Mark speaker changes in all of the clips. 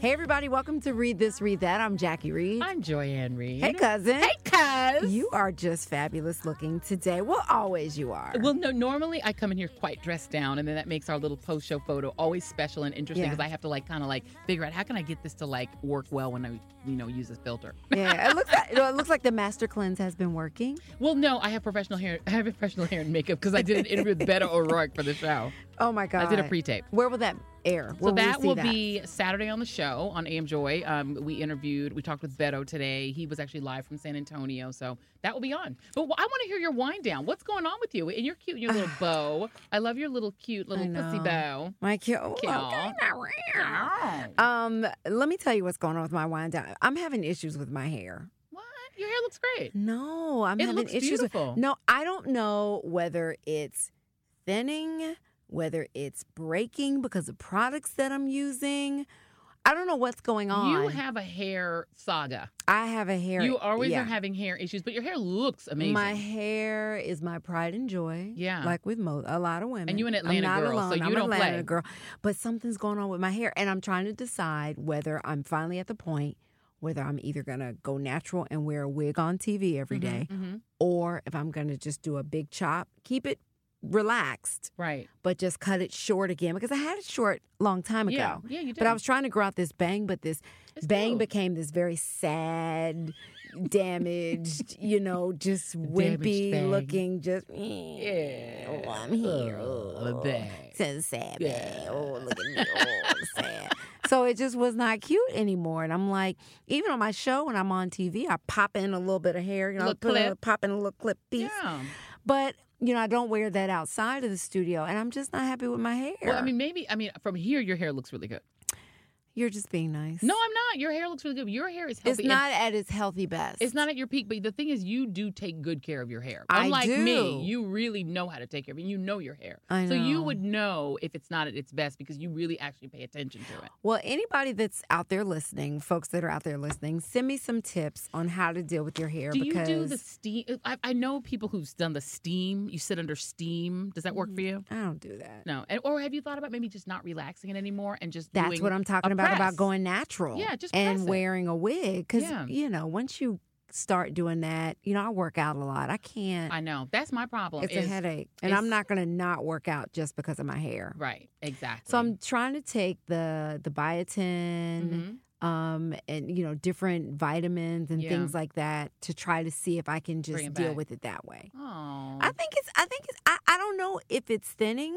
Speaker 1: Hey, everybody, welcome to Read This, Read That. I'm Jackie Reed.
Speaker 2: I'm Joyanne Reed.
Speaker 1: hey, cousin.
Speaker 2: Hey, cuz.
Speaker 1: You are just fabulous looking today. Well, always you are.
Speaker 2: Well, no, normally I come in here quite dressed down, and then that makes our little post show photo always special and interesting
Speaker 1: Yeah.
Speaker 2: because I have to, like, kind of like figure out how can I get this to, like, work well when I, you know, use this filter.
Speaker 1: yeah, it looks like you know, it looks like the master cleanse has been working.
Speaker 2: Well, no, I have professional hair. I have professional hair and makeup because I did an interview with Beto O'Rourke for the show.
Speaker 1: Oh my god!
Speaker 2: I did a pre tape.
Speaker 1: Where will that air? Where
Speaker 2: so
Speaker 1: will
Speaker 2: that
Speaker 1: we see
Speaker 2: will
Speaker 1: that?
Speaker 2: be Saturday on the show on AM Joy. Um, we interviewed, we talked with Beto today. He was actually live from San Antonio, so that will be on. But wh- I want to hear your wind down. What's going on with you? And you're cute, in your little bow. I love your little cute little
Speaker 1: I
Speaker 2: pussy
Speaker 1: know.
Speaker 2: bow.
Speaker 1: my cute. Oh,
Speaker 2: Cute.
Speaker 1: okay, now, meow. Um, let me tell you what's going on with my wind down. I'm having issues with my hair.
Speaker 2: What? Your hair looks great.
Speaker 1: No, I'm
Speaker 2: It
Speaker 1: having
Speaker 2: looks
Speaker 1: issues with
Speaker 2: beautiful.
Speaker 1: No, I don't know whether it's thinning, whether it's breaking because of products that I'm using. I don't know what's going on.
Speaker 2: You have a hair saga.
Speaker 1: I have a hair.
Speaker 2: you always
Speaker 1: yeah.
Speaker 2: are having hair issues, but your hair looks amazing.
Speaker 1: My hair is my pride and joy.
Speaker 2: Yeah.
Speaker 1: like with mo- a lot of women.
Speaker 2: And you an Atlanta
Speaker 1: I'm not
Speaker 2: girl, so
Speaker 1: alone.
Speaker 2: you
Speaker 1: I'm an
Speaker 2: don't play.
Speaker 1: Atlanta girl. But something's going on with my hair, and I'm trying to decide whether I'm finally at the point whether I'm either gonna go natural and wear a wig on TV every
Speaker 2: Mhm,
Speaker 1: day,
Speaker 2: mhm.
Speaker 1: or if I'm gonna just do a big chop, keep it relaxed,
Speaker 2: Right.
Speaker 1: but just cut it short again because I had it short a long time ago.
Speaker 2: Yeah. Yeah, you did.
Speaker 1: But I was trying to grow out this bang, but this
Speaker 2: It's
Speaker 1: bang
Speaker 2: cute.
Speaker 1: became this very sad, damaged, you know, just
Speaker 2: Damaged
Speaker 1: wimpy
Speaker 2: bang.
Speaker 1: looking, just
Speaker 2: Yeah.
Speaker 1: Oh, I'm here.
Speaker 2: Oh,
Speaker 1: Oh,
Speaker 2: a bang.
Speaker 1: It's a sad bang.
Speaker 2: Yeah.
Speaker 1: Oh, look at me. Oh, I'm sad. So it just was not cute anymore. And I'm like, even on my show when I'm on TV, I pop in a little bit of hair, you know,
Speaker 2: Little
Speaker 1: put a,
Speaker 2: clip.
Speaker 1: pop in a little clip piece.
Speaker 2: Yeah.
Speaker 1: But you know, I don't wear that outside of the studio, and I'm just not happy with my hair.
Speaker 2: Well, I mean, maybe, I mean, from here, your hair looks really good.
Speaker 1: you're just being nice.
Speaker 2: No, I'm not. Your hair looks really good. Your hair is healthy.
Speaker 1: it's
Speaker 2: and
Speaker 1: not at its healthy best.
Speaker 2: It's not at your peak, but the thing is, you do take good care of your hair.
Speaker 1: I
Speaker 2: Unlike
Speaker 1: do.
Speaker 2: me, you really know how to take care of it. You know your hair,
Speaker 1: I
Speaker 2: so
Speaker 1: know.
Speaker 2: you would know if it's not at its best because you really actually pay attention to it.
Speaker 1: Well, anybody that's out there listening, folks that are out there listening, send me some tips on how to deal with your hair.
Speaker 2: Do you
Speaker 1: because
Speaker 2: do the steam? I, I know people who've done the steam. You sit under steam. Does that work for you?
Speaker 1: I don't do that.
Speaker 2: No. And, or have you thought about maybe just not relaxing it anymore and just
Speaker 1: That's
Speaker 2: doing-
Speaker 1: what I'm talking about about
Speaker 2: press.
Speaker 1: going natural.
Speaker 2: Yeah, just
Speaker 1: and
Speaker 2: press it.
Speaker 1: wearing a wig because
Speaker 2: Yeah.
Speaker 1: you know once you start doing that, you know I work out a lot. I can't.
Speaker 2: I know that's my problem.
Speaker 1: it's a
Speaker 2: is-
Speaker 1: headache, and
Speaker 2: it's-
Speaker 1: I'm not going to not work out just because of my hair.
Speaker 2: Right. Exactly.
Speaker 1: So I'm trying to take the the biotin,
Speaker 2: Mhm.
Speaker 1: um, and you know different vitamins and
Speaker 2: Yeah.
Speaker 1: things like that to try to see if I can
Speaker 2: Bring
Speaker 1: just
Speaker 2: it
Speaker 1: deal
Speaker 2: back.
Speaker 1: with it that way.
Speaker 2: Oh,
Speaker 1: I think it's. I think it's. I, I don't know if it's thinning.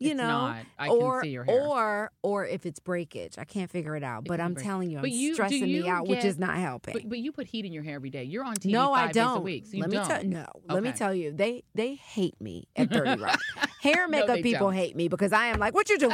Speaker 1: You
Speaker 2: it's
Speaker 1: know.
Speaker 2: not. I
Speaker 1: or,
Speaker 2: can see your hair.
Speaker 1: or or if it's breakage, I can't figure it out.
Speaker 2: It
Speaker 1: but
Speaker 2: could be
Speaker 1: I'm
Speaker 2: breakage.
Speaker 1: telling you, I'm
Speaker 2: But you- do
Speaker 1: stressing me
Speaker 2: you
Speaker 1: out, which
Speaker 2: get-
Speaker 1: is not helping.
Speaker 2: But, but you put heat in your hair every day. You're on TV
Speaker 1: no,
Speaker 2: five
Speaker 1: I don't.
Speaker 2: days a week. So you
Speaker 1: let me
Speaker 2: don't.
Speaker 1: tell no. Let me
Speaker 2: Okay.
Speaker 1: tell you, they they hate me at Thirty Rock. Hair and
Speaker 2: No,
Speaker 1: makeup
Speaker 2: they
Speaker 1: people
Speaker 2: don't.
Speaker 1: hate me because I am like, what you doing?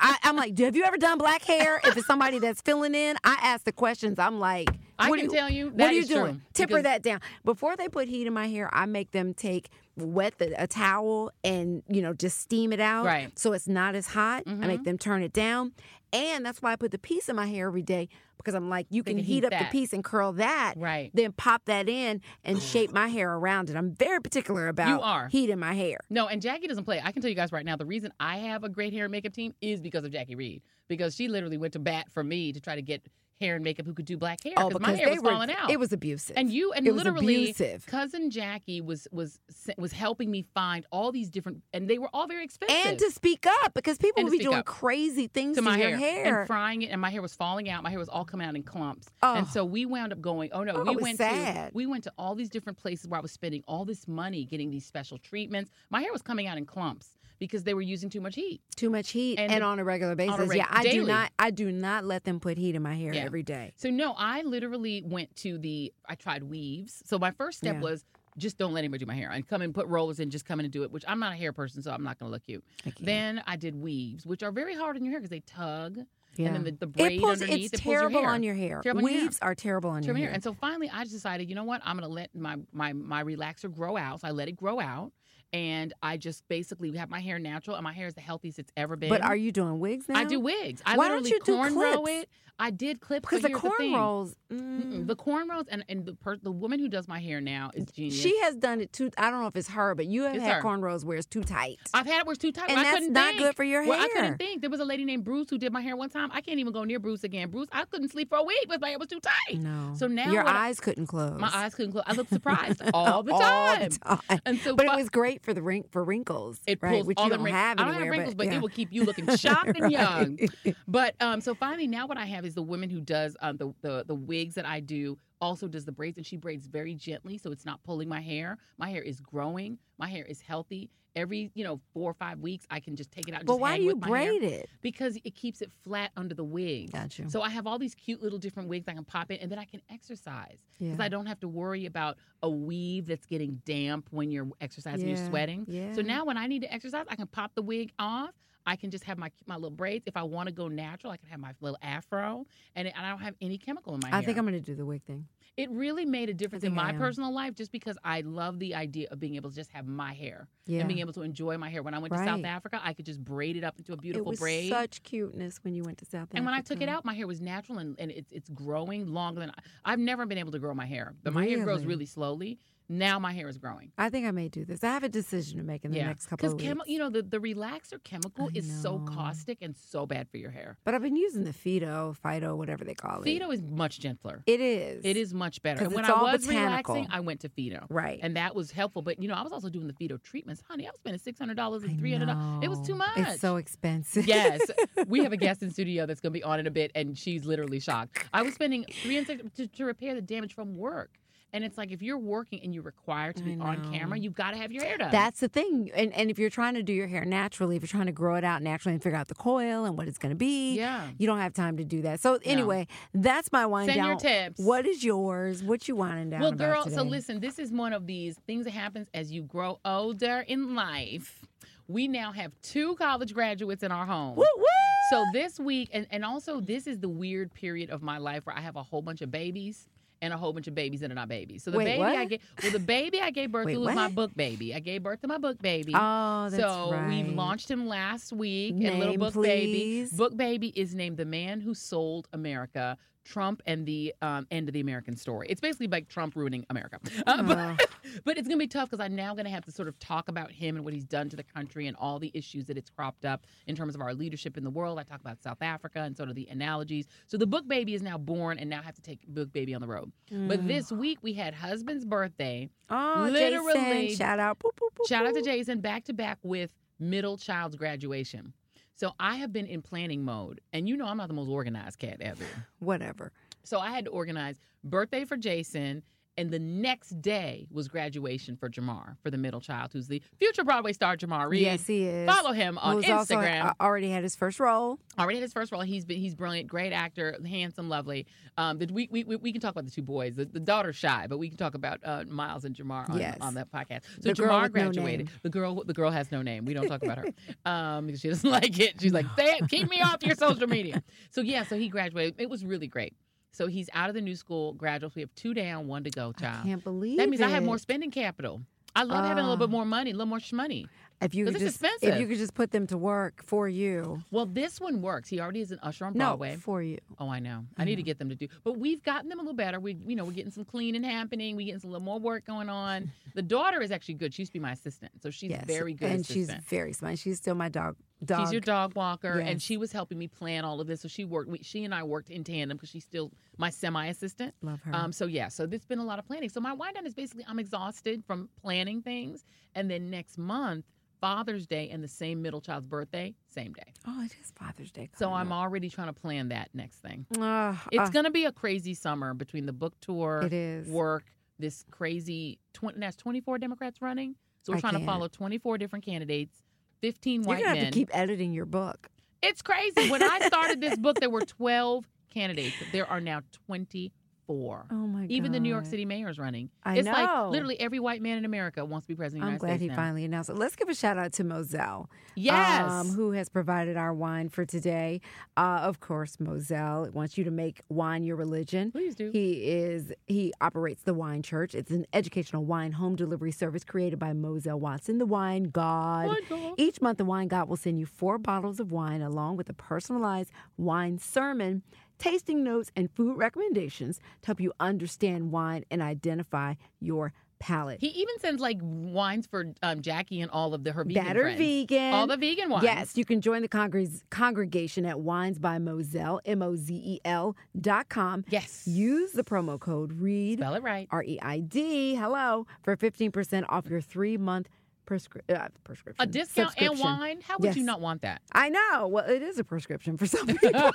Speaker 1: I, I'm like, have you ever done black hair? If it's somebody that's filling in, I ask the questions. I'm like,
Speaker 2: I
Speaker 1: what
Speaker 2: can
Speaker 1: are you,
Speaker 2: tell you.
Speaker 1: What
Speaker 2: that
Speaker 1: are you
Speaker 2: is true,
Speaker 1: doing? Tipper
Speaker 2: because-
Speaker 1: that down. Before they put heat in my hair, I make them take wet the, a towel and you know just steam it out
Speaker 2: Right.
Speaker 1: so it's not as hot. I make
Speaker 2: Mhm.
Speaker 1: them turn it down, and that's why I put the piece in my hair every day because I'm like, you
Speaker 2: They
Speaker 1: can
Speaker 2: can
Speaker 1: heat
Speaker 2: heat
Speaker 1: up the
Speaker 2: that.
Speaker 1: piece and curl that,
Speaker 2: Right.
Speaker 1: then pop that in and shape my hair around it. I'm very particular about
Speaker 2: are.
Speaker 1: heat in my hair.
Speaker 2: No, and Jackie doesn't play. I can tell you guys right now, the reason I have a great hair and makeup team is because of Jackie Reed. Because she literally went to bat for me to try to get hair and makeup who could do black hair.
Speaker 1: Oh,
Speaker 2: my hair was falling out.
Speaker 1: It was abusive.
Speaker 2: and you and
Speaker 1: it was
Speaker 2: literally
Speaker 1: abusive.
Speaker 2: cousin Jackie was was was helping me find all these different and they were all very expensive.
Speaker 1: and to speak up because people
Speaker 2: And
Speaker 1: will be
Speaker 2: to speak
Speaker 1: doing
Speaker 2: up.
Speaker 1: crazy things to,
Speaker 2: to my
Speaker 1: your hair.
Speaker 2: and frying it, and my hair was falling out. My hair was all coming out in clumps,
Speaker 1: Oh.
Speaker 2: and so we wound up going. Oh no,
Speaker 1: Oh, it
Speaker 2: we
Speaker 1: was
Speaker 2: went
Speaker 1: sad.
Speaker 2: to we went to all these different places where I was spending all this money getting these special treatments. My hair was coming out in clumps because they were using too much heat.
Speaker 1: Too much heat and,
Speaker 2: and
Speaker 1: on a regular basis.
Speaker 2: reg-
Speaker 1: yeah, I do
Speaker 2: daily.
Speaker 1: not. I do not let them put heat in my hair
Speaker 2: Yeah.
Speaker 1: every day.
Speaker 2: So no, I literally went to the I tried weaves. So my first step
Speaker 1: Yeah.
Speaker 2: was. Just don't let anybody do my hair. And come and put rollers in, just come in and do it, which I'm not a hair person, so I'm not going to look cute.
Speaker 1: I can't.
Speaker 2: Then I did weaves, which are very hard on your hair because they tug.
Speaker 1: yeah.
Speaker 2: And then the, the braid
Speaker 1: it pulls.
Speaker 2: underneath,
Speaker 1: it's
Speaker 2: it pulls your
Speaker 1: terrible on your hair.
Speaker 2: Terrible on your hair.
Speaker 1: Weaves are terrible on
Speaker 2: to
Speaker 1: your
Speaker 2: my
Speaker 1: hair.
Speaker 2: hair. And so finally, I just decided, you know what? I'm going to let my my my relaxer grow out. So I let it grow out, and I just basically have my hair natural, and my hair is the healthiest it's ever been.
Speaker 1: But are you doing wigs now?
Speaker 2: I do wigs. I
Speaker 1: Why don't
Speaker 2: literally
Speaker 1: you do
Speaker 2: cornrow
Speaker 1: clips?
Speaker 2: it. I did clips
Speaker 1: because
Speaker 2: but
Speaker 1: the
Speaker 2: here's the thing.
Speaker 1: cornrows.
Speaker 2: Mm-mm.
Speaker 1: mm,
Speaker 2: The cornrows and, and the, per- the woman who does my hair now is genius.
Speaker 1: she has done it too. I don't know if it's her, but you have
Speaker 2: It's
Speaker 1: had
Speaker 2: her.
Speaker 1: cornrows where it's too tight,
Speaker 2: I've had it where it's too tight.
Speaker 1: and
Speaker 2: where I
Speaker 1: that's
Speaker 2: couldn't
Speaker 1: not
Speaker 2: think.
Speaker 1: good for your
Speaker 2: Well, I
Speaker 1: hair.
Speaker 2: couldn't think. There was a lady named Bruce who did my hair one time. I can't even go near Bruce again. Bruce, I couldn't sleep for a week because my hair was too tight.
Speaker 1: No.
Speaker 2: So now
Speaker 1: your
Speaker 2: what I-
Speaker 1: eyes couldn't close.
Speaker 2: My eyes couldn't close. I looked surprised all the
Speaker 1: All
Speaker 2: time.
Speaker 1: the time.
Speaker 2: And so,
Speaker 1: But it
Speaker 2: fi-
Speaker 1: was great for the wrink for wrinkles,
Speaker 2: it
Speaker 1: right?
Speaker 2: pulls
Speaker 1: Which
Speaker 2: all
Speaker 1: you
Speaker 2: the
Speaker 1: don't
Speaker 2: wrinkles.
Speaker 1: have anywhere.
Speaker 2: I don't have wrinkles,
Speaker 1: but,
Speaker 2: but,
Speaker 1: yeah.
Speaker 2: it will keep you looking sharp and
Speaker 1: Right.
Speaker 2: young. But um, so finally now what I have is the woman who does um, the, the the wigs that I do also does the braids and she braids very gently so it's not pulling my hair. My hair is growing. My hair is healthy. Every you know four or five weeks I can just take it out. And
Speaker 1: But
Speaker 2: just
Speaker 1: why
Speaker 2: hang
Speaker 1: do you
Speaker 2: with my hair
Speaker 1: braid it?
Speaker 2: Because it keeps it flat under the wig.
Speaker 1: Got you.
Speaker 2: So I have all these cute little different wigs I can pop in, and then I can exercise
Speaker 1: yeah.
Speaker 2: because I don't have to worry about a weave that's getting damp when you're exercising,
Speaker 1: Yeah.
Speaker 2: you're sweating.
Speaker 1: yeah.
Speaker 2: So now when I need to exercise, I can pop the wig off. I can just have my my little braids. If I want to go natural, I can have my little afro, and, it, and I don't have any chemical in my hair.
Speaker 1: I think I'm going to do the wig thing.
Speaker 2: It really made a difference in
Speaker 1: think I
Speaker 2: my
Speaker 1: am.
Speaker 2: personal life just because I love the idea of being able to just have my hair
Speaker 1: Yeah.
Speaker 2: and being able to enjoy my hair. When I went to South
Speaker 1: Right.
Speaker 2: Africa, I could just braid it up into a beautiful
Speaker 1: it was
Speaker 2: braid.
Speaker 1: such cuteness when you went to South Africa.
Speaker 2: And when I took it out, my hair was natural and, and it's it's growing longer than I, I've never been able to grow my hair. But my hair grows
Speaker 1: Really?
Speaker 2: really slowly. Now my hair is growing.
Speaker 1: I think I may do this. I have a decision to make in the
Speaker 2: Yeah.
Speaker 1: next couple
Speaker 2: Because
Speaker 1: of weeks.
Speaker 2: chemo, you know, the, the relaxer chemical
Speaker 1: I
Speaker 2: is so
Speaker 1: know.
Speaker 2: caustic and so bad for your hair.
Speaker 1: but I've been using the Fido, Fido, whatever they call Oh, it.
Speaker 2: Fido is much gentler.
Speaker 1: It is.
Speaker 2: It is much better.
Speaker 1: 'Cause
Speaker 2: And when
Speaker 1: it's
Speaker 2: I
Speaker 1: all
Speaker 2: was
Speaker 1: botanical.
Speaker 2: relaxing, I went to Fido.
Speaker 1: right.
Speaker 2: And that was helpful. But you know, I was also doing the Fido treatments. Honey, I was spending six hundred dollars
Speaker 1: I
Speaker 2: and three hundred dollars. It was
Speaker 1: know.
Speaker 2: too much.
Speaker 1: It's so expensive.
Speaker 2: Yes, we have a guest in studio that's going to be on in a bit, and she's literally shocked. I was spending three and six to, to repair the damage from work, and it's like if you're working and you're required to be
Speaker 1: I know.
Speaker 2: on camera, you've got to have your hair done.
Speaker 1: That's the thing. And and if you're trying to do your hair naturally, if you're trying to grow it out naturally and figure out the coil and what it's going to be,
Speaker 2: yeah.
Speaker 1: you don't have time to do that. So anyway, that's my wind
Speaker 2: Send
Speaker 1: down.
Speaker 2: your tips.
Speaker 1: What is yours? What you winding down
Speaker 2: Well,
Speaker 1: about
Speaker 2: girl, so
Speaker 1: today?
Speaker 2: listen, this is one of these things that happens as you grow older in life. We now have two college graduates in our home.
Speaker 1: Woo, woo!
Speaker 2: So this week, and, and also this is the weird period of my life where I have a whole bunch of babies and a whole bunch of babies that are not babies. So the
Speaker 1: Wait,
Speaker 2: baby I
Speaker 1: what?
Speaker 2: gave, well, the baby I gave birth
Speaker 1: Wait,
Speaker 2: to was my
Speaker 1: what?
Speaker 2: book baby. I gave birth to my book baby.
Speaker 1: Oh, that's
Speaker 2: so
Speaker 1: right.
Speaker 2: we launched him last week. and little
Speaker 1: Name,
Speaker 2: book
Speaker 1: please.
Speaker 2: baby, book baby is named the man who sold America. Trump and the um, end of the American story. It's basically like Trump ruining America. Uh, but-
Speaker 1: Uh,
Speaker 2: but it's going to be tough because I'm now going to have to sort of talk about him and what he's done to the country and all the issues that it's cropped up in terms of our leadership in the world. I talk about South Africa and sort of the analogies. So the book baby is now born and now have to take book baby on the road. But
Speaker 1: mm.
Speaker 2: this week we had husband's birthday.
Speaker 1: oh,
Speaker 2: literally-
Speaker 1: Jason, shout out, boop, boop, boop,
Speaker 2: Shout out to
Speaker 1: boop.
Speaker 2: Jason back to back with middle child's graduation. So I have been in planning mode and you know I'm not the most organized cat ever.
Speaker 1: Whatever.
Speaker 2: So I had to organize birthday for Jason, and the next day was graduation for Jamar, for the middle child, who's the future Broadway star Jamar Reed.
Speaker 1: Yes, he is.
Speaker 2: Follow him on
Speaker 1: Who's also
Speaker 2: Instagram.
Speaker 1: uh, already had his first role.
Speaker 2: Already had his first role. He's been he's brilliant, great actor, handsome, lovely. Um, the, we, we we we can talk about the two boys. The, the daughter's shy, but we can talk about uh, Miles and Jamar on,
Speaker 1: Yes.
Speaker 2: on that podcast. So
Speaker 1: The girl
Speaker 2: Jamar
Speaker 1: with no
Speaker 2: graduated. the girl the girl has no name. We don't talk about her um, because she doesn't like it. She's like, "Stay- keep me off your social media. So yeah, so he graduated. It was really great. So he's out of the new school graduates. We have two down, one to go,
Speaker 1: I
Speaker 2: child.
Speaker 1: can't believe
Speaker 2: That means I have
Speaker 1: it.
Speaker 2: more spending capital. I love having a little
Speaker 1: Ah.
Speaker 2: bit more money, a little more shmoney.
Speaker 1: If you
Speaker 2: 'cause
Speaker 1: could
Speaker 2: it's
Speaker 1: just, if
Speaker 2: expensive.
Speaker 1: you could just put them to work for you.
Speaker 2: Well, this one works. He already is an usher on
Speaker 1: No,
Speaker 2: Broadway.
Speaker 1: for you.
Speaker 2: Oh, I know.
Speaker 1: I
Speaker 2: I need
Speaker 1: know.
Speaker 2: to get them to do, but we've gotten them a little better. We, you know, we're getting some cleaning happening. We're getting some little more work going on. The daughter is actually good. She used to be my assistant, so she's
Speaker 1: yes,
Speaker 2: very good.
Speaker 1: and
Speaker 2: assistant.
Speaker 1: she's very smart. She's still my dog. Dog.
Speaker 2: She's your dog walker,
Speaker 1: Yes.
Speaker 2: and she was helping me plan all of this. So she worked. We, she and I worked in tandem because she's still my semi assistant.
Speaker 1: Love her.
Speaker 2: Um, so yeah, so there's been a lot of planning. So my wind down is basically I'm exhausted from planning things, and then next month Father's Day and the same middle child's birthday, same day.
Speaker 1: oh, it is Father's Day.
Speaker 2: So
Speaker 1: coming
Speaker 2: I'm
Speaker 1: up.
Speaker 2: already trying to plan that next thing.
Speaker 1: Ah,
Speaker 2: It's
Speaker 1: ah,
Speaker 2: gonna be a crazy summer between the book tour,
Speaker 1: it is.
Speaker 2: work, this crazy. 20, that's 24 Democrats running, so we're
Speaker 1: I
Speaker 2: trying
Speaker 1: can't.
Speaker 2: to follow 24 different candidates, 15
Speaker 1: You're
Speaker 2: white
Speaker 1: gonna have
Speaker 2: men.
Speaker 1: to keep editing your book.
Speaker 2: it's crazy. When I started this book, there were 12 candidates. There are now 24. for.
Speaker 1: Oh my god.
Speaker 2: Even the New York City mayor is running.
Speaker 1: I
Speaker 2: it's
Speaker 1: know.
Speaker 2: like literally every white man in America wants to be president of the
Speaker 1: I'm
Speaker 2: United
Speaker 1: glad
Speaker 2: States
Speaker 1: he
Speaker 2: now.
Speaker 1: finally announced it. Let's give a shout out to Moselle.
Speaker 2: Yes.
Speaker 1: um, who has provided our wine for today. Uh, of course, Moselle wants you to make wine your religion.
Speaker 2: Please do.
Speaker 1: He is he operates the Wine Church. It's an educational wine home delivery service created by Moselle Watson, the wine god.
Speaker 2: Wine Oh god.
Speaker 1: Each month, the wine god will send you four bottles of wine along with a personalized wine sermon, tasting notes, and food recommendations to help you understand wine and identify your palate.
Speaker 2: he even sends like wines for um, Jackie and all of the her vegan
Speaker 1: Better
Speaker 2: friends.
Speaker 1: vegan.
Speaker 2: All the vegan wines.
Speaker 1: Yes, you can join the congreg- congregation at Wines by Moselle, M O Z E L dot com.
Speaker 2: Yes.
Speaker 1: Use the promo code READ,
Speaker 2: spell it right.
Speaker 1: R E I D, hello, for 15% off your three month prescri- uh, prescription.
Speaker 2: A discount and
Speaker 1: subscription.
Speaker 2: wine. How would you
Speaker 1: Yes.
Speaker 2: not want that?
Speaker 1: I know. Well, it is a prescription for some people.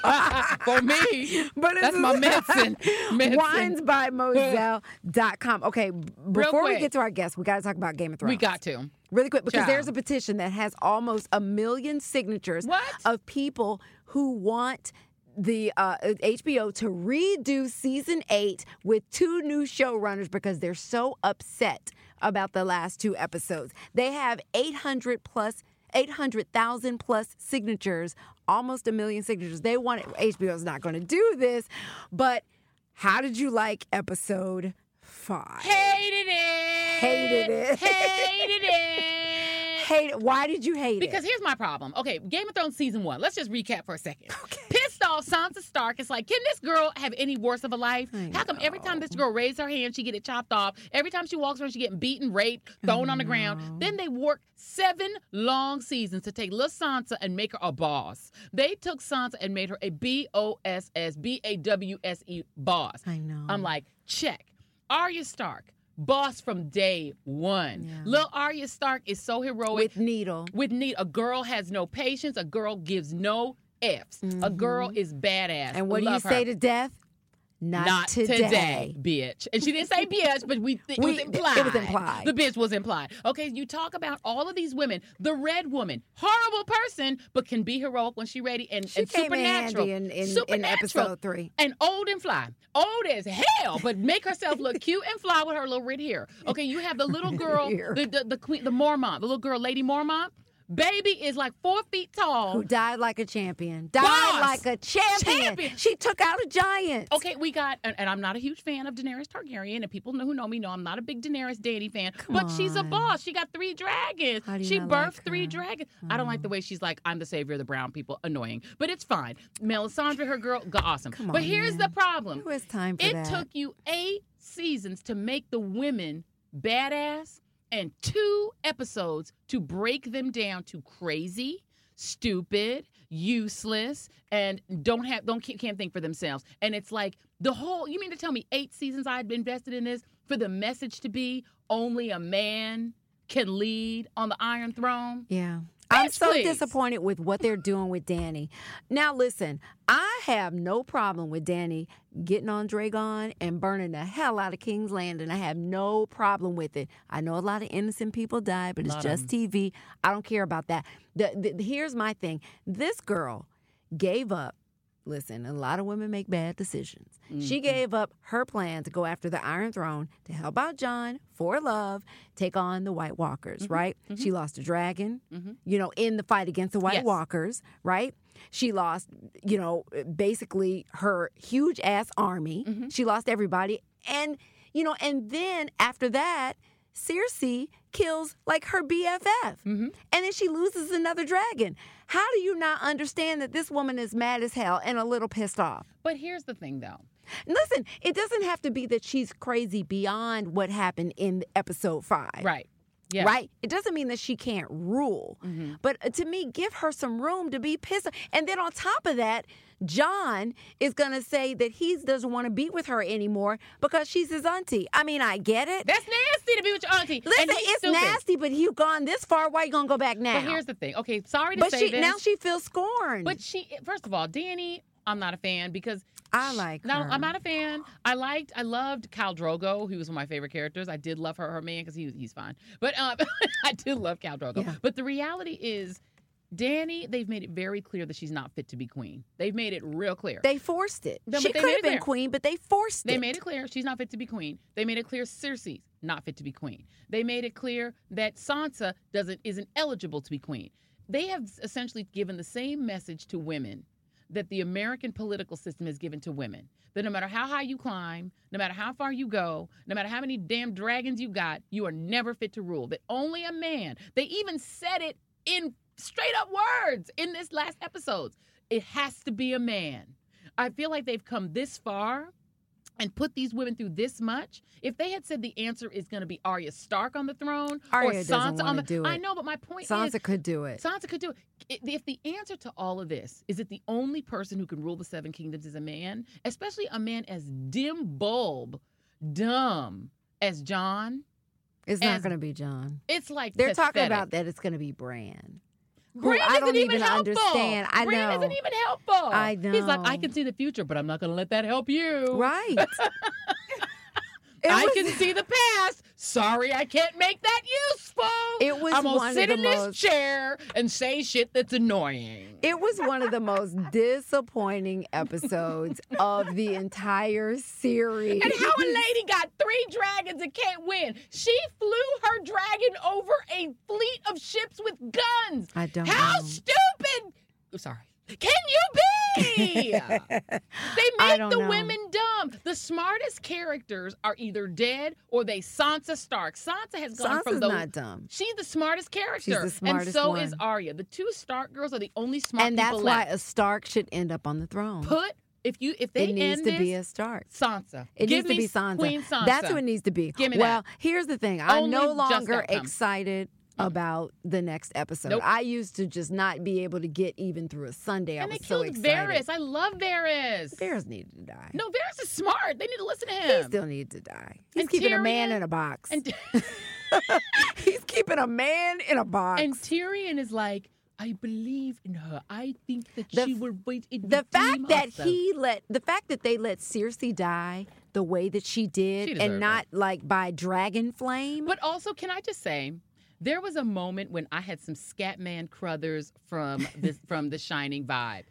Speaker 2: for me,
Speaker 1: But it's
Speaker 2: that's my medicine. medicine.
Speaker 1: Wines by Moselle.com. Okay, b- before we
Speaker 2: quick.
Speaker 1: get to our guest, we got to talk about Game of Thrones.
Speaker 2: We got to.
Speaker 1: really quick because
Speaker 2: Child.
Speaker 1: there's a petition that has almost a million signatures
Speaker 2: What?
Speaker 1: of people who want the uh, HBO to redo season eight with two new showrunners because they're so upset about the last two episodes. They have 800 plus. 800,000 plus signatures, almost a million signatures. They want it. HBO's not going to do this, but how did you like episode five?
Speaker 2: Hated it.
Speaker 1: Hated it.
Speaker 2: Hated it.
Speaker 1: Hate it. Why did you hate it?
Speaker 2: Because here's my problem. Okay, Game of Thrones season one. Let's just recap for a second. Pissed off Sansa Stark is like, can this girl have any worse of a life?
Speaker 1: I
Speaker 2: How come every time this girl raises her hand, she get it chopped off? Every time she walks around, she getting beaten, raped, thrown on the ground. Then they worked seven long seasons to take Lil Sansa and make her a boss. They took Sansa and made her a B O S S B A W S E boss.
Speaker 1: I know.
Speaker 2: I'm like, check. Arya Stark, boss from day one.
Speaker 1: Yeah.
Speaker 2: Lil Arya Stark is so heroic
Speaker 1: with needle.
Speaker 2: with need a girl has no patience a girl gives no f's a girl is badass
Speaker 1: Mm-hmm. And what do you
Speaker 2: Love her.
Speaker 1: say to death? Not,
Speaker 2: not today. bitch. And she didn't say bitch, but we, it
Speaker 1: We-
Speaker 2: was
Speaker 1: it
Speaker 2: implied.
Speaker 1: was implied.
Speaker 2: The bitch was implied. Okay, you talk about all of these women. The red woman, horrible person, but can be heroic when she ready and,
Speaker 1: She
Speaker 2: and
Speaker 1: came in
Speaker 2: supernatural.
Speaker 1: handy in, in, in
Speaker 2: supernatural
Speaker 1: episode three.
Speaker 2: and old and fly, old as hell, but make herself look cute and fly with her little red hair. Okay, you have the little girl,
Speaker 1: Hair.
Speaker 2: the, the the queen, the Mormont, the little girl, Lady Mormont. Baby is like four feet tall.
Speaker 1: Who died like a champion. Died
Speaker 2: Boss!
Speaker 1: like a champion.
Speaker 2: Champion!
Speaker 1: She took out a giant.
Speaker 2: Okay, we got, and, and I'm not a huge fan of Daenerys Targaryen, and people know, who know me know I'm not a big Daenerys Danny fan. but she's a
Speaker 1: on.
Speaker 2: boss. She got three dragons.
Speaker 1: How do you
Speaker 2: She
Speaker 1: not
Speaker 2: birthed
Speaker 1: like
Speaker 2: three
Speaker 1: her? Mm.
Speaker 2: dragons. I don't like the way she's like, I'm the savior of the brown people. Annoying, but it's fine. Melisandre, her girl, got awesome.
Speaker 1: Come
Speaker 2: but
Speaker 1: on,
Speaker 2: here's
Speaker 1: man.
Speaker 2: the problem.
Speaker 1: Who has time for
Speaker 2: It
Speaker 1: that?
Speaker 2: took you eight seasons to make the women badass and two episodes to break them down to crazy, stupid, useless, and don't have don't can't, can't think for themselves. And it's like the whole you mean to tell me eight seasons I'd invested in this for the message to be only a man can lead on the Iron Throne?
Speaker 1: Yeah. I'm
Speaker 2: Bitch,
Speaker 1: so
Speaker 2: please.
Speaker 1: disappointed with what they're doing with Danny. Now, listen, I have no problem with Danny getting on Dragon and burning the hell out of King's Landing. I have no problem with it. I know a lot of innocent people died, but it's
Speaker 2: Lot of
Speaker 1: just TV. I don't care about that. The, the, here's my thing this girl gave up. Listen, a lot of women make bad decisions. She
Speaker 2: Mm-hmm.
Speaker 1: gave up her plan to go after the Iron Throne to help out John for love, take on the White Walkers,
Speaker 2: Mm-hmm.
Speaker 1: right? She lost a dragon, you know, in the fight against the White
Speaker 2: Yes.
Speaker 1: Walkers, right? She lost, you know, basically her huge ass army. She lost everybody. And, you know, and then after that, Cersei kills like her BFF. And then she loses another dragon. How do you not understand that this woman is mad as hell and a little pissed off?
Speaker 2: But here's the thing though.
Speaker 1: And listen, it doesn't have to be that she's crazy beyond what happened in episode five.
Speaker 2: Right.
Speaker 1: Eh,
Speaker 2: Yeah. Mm-hmm.
Speaker 1: Right? It doesn't mean that she can't rule. But uh, to me, give her some room to be pissed. off. And then on top of that, John is going to say that he doesn't want to be with her anymore because she's his auntie. I mean, I get it.
Speaker 2: That's nasty to be with your auntie.
Speaker 1: Listen,
Speaker 2: and he's
Speaker 1: it's
Speaker 2: stupid.
Speaker 1: nasty, but you've gone this far. Why you going to go back now?
Speaker 2: But here's the thing. Okay, sorry to
Speaker 1: But
Speaker 2: say
Speaker 1: she
Speaker 2: this.
Speaker 1: now she feels scorned.
Speaker 2: But she, first of all, Danny, I'm not a fan because
Speaker 1: I
Speaker 2: sh-
Speaker 1: like
Speaker 2: No,
Speaker 1: her.
Speaker 2: I'm not a fan. I liked, I loved Cal Drogo, who was one of my favorite characters. I did love her, her man, because he was- he's fine. But um, I did love Cal Drogo.
Speaker 1: Yeah.
Speaker 2: But the reality is, Danny, they've made it very clear that she's not fit to be queen. They've made it real clear.
Speaker 1: They forced it.
Speaker 2: No,
Speaker 1: she
Speaker 2: but they
Speaker 1: could
Speaker 2: made
Speaker 1: have
Speaker 2: it
Speaker 1: been
Speaker 2: there.
Speaker 1: queen, but they forced
Speaker 2: They
Speaker 1: it.
Speaker 2: made it clear she's not fit to be queen. They made it clear Cersei's not fit to be queen. They made it clear that Sansa doesn't isn't eligible to be queen. They have essentially given the same message to women that the American political system has given to women. That no matter how high you climb, no matter how far you go, no matter how many damn dragons you got, you are never fit to rule. That only a man. They even said it in straight up words in this last episode. It has to be a man. I feel like they've come this far and put these women through this much. If they had said the answer is going to be Arya Stark on the throne or
Speaker 1: Arya doesn't
Speaker 2: Sansa on the
Speaker 1: wanna do
Speaker 2: I
Speaker 1: it.
Speaker 2: know, but my point is
Speaker 1: Sansa could do it.
Speaker 2: Sansa could do it. I- If the answer to all of this is that the only person who can rule the seven kingdoms is a man, especially a man as dim bulb, dumb as John,
Speaker 1: It's not
Speaker 2: as-
Speaker 1: going to be John.
Speaker 2: it's like
Speaker 1: They're talking
Speaker 2: pathetic.
Speaker 1: about that it's going to be Bran. who
Speaker 2: Bran
Speaker 1: I
Speaker 2: isn't
Speaker 1: don't
Speaker 2: even
Speaker 1: even
Speaker 2: helpful.
Speaker 1: understand. I
Speaker 2: Bran
Speaker 1: know.
Speaker 2: isn't even helpful.
Speaker 1: I
Speaker 2: He's like, I
Speaker 1: know.
Speaker 2: can see the future, but I'm not going to let that help you.
Speaker 1: Right. It
Speaker 2: I
Speaker 1: was-
Speaker 2: can see the past. Sorry, I can't make that useful.
Speaker 1: It was
Speaker 2: I'm
Speaker 1: one
Speaker 2: gonna
Speaker 1: of
Speaker 2: sit
Speaker 1: the
Speaker 2: in
Speaker 1: most-
Speaker 2: this chair and say shit that's annoying.
Speaker 1: It was one of the most disappointing episodes of the entire series.
Speaker 2: And how a lady got three dragons and can't win? She flew her dragon over a fleet of ships with guns.
Speaker 1: I don't
Speaker 2: How
Speaker 1: know.
Speaker 2: stupid! I'm sorry. Can you be? they
Speaker 1: I
Speaker 2: make
Speaker 1: don't
Speaker 2: the
Speaker 1: know.
Speaker 2: women dumb. The smartest characters are either dead or they Sansa Stark. Sansa has gone from
Speaker 1: Sansa's
Speaker 2: the.
Speaker 1: not dumb.
Speaker 2: She's the smartest character.
Speaker 1: smartest
Speaker 2: and so
Speaker 1: one.
Speaker 2: is Arya. The two Stark girls are the only smart
Speaker 1: And that's
Speaker 2: people
Speaker 1: why
Speaker 2: left.
Speaker 1: a Stark should end up on the throne.
Speaker 2: Put if you if they
Speaker 1: it needs
Speaker 2: end
Speaker 1: to
Speaker 2: this,
Speaker 1: be a Stark.
Speaker 2: Sansa.
Speaker 1: It needs
Speaker 2: Give
Speaker 1: to
Speaker 2: me
Speaker 1: be Sansa.
Speaker 2: Queen Sansa.
Speaker 1: That's who it needs to be.
Speaker 2: Give me
Speaker 1: well,
Speaker 2: that.
Speaker 1: here's the thing. I'm
Speaker 2: Only
Speaker 1: no
Speaker 2: just
Speaker 1: longer
Speaker 2: outcome.
Speaker 1: excited about the next episode.
Speaker 2: Nope.
Speaker 1: I used to just not be able to get even through a Sunday. I
Speaker 2: And they
Speaker 1: was so
Speaker 2: killed
Speaker 1: excited.
Speaker 2: Varys. I love Varys.
Speaker 1: Varys needed to die.
Speaker 2: No, Varys is smart. They need to listen to
Speaker 1: He
Speaker 2: him.
Speaker 1: still needed to die. He's
Speaker 2: And
Speaker 1: keeping a man
Speaker 2: Tyrion-
Speaker 1: in a box.
Speaker 2: and,
Speaker 1: He's keeping a man in a box.
Speaker 2: and Tyrion is like, I believe in her. I think that
Speaker 1: The
Speaker 2: she
Speaker 1: f-
Speaker 2: will wait. It
Speaker 1: the fact
Speaker 2: redeem
Speaker 1: that
Speaker 2: herself."
Speaker 1: he let the fact that they let Cersei die the way that she did
Speaker 2: She deserved it.
Speaker 1: and not like by dragon flame.
Speaker 2: But also, can I just say, there was a moment when I had some Scatman Crothers from this from The Shining vibe.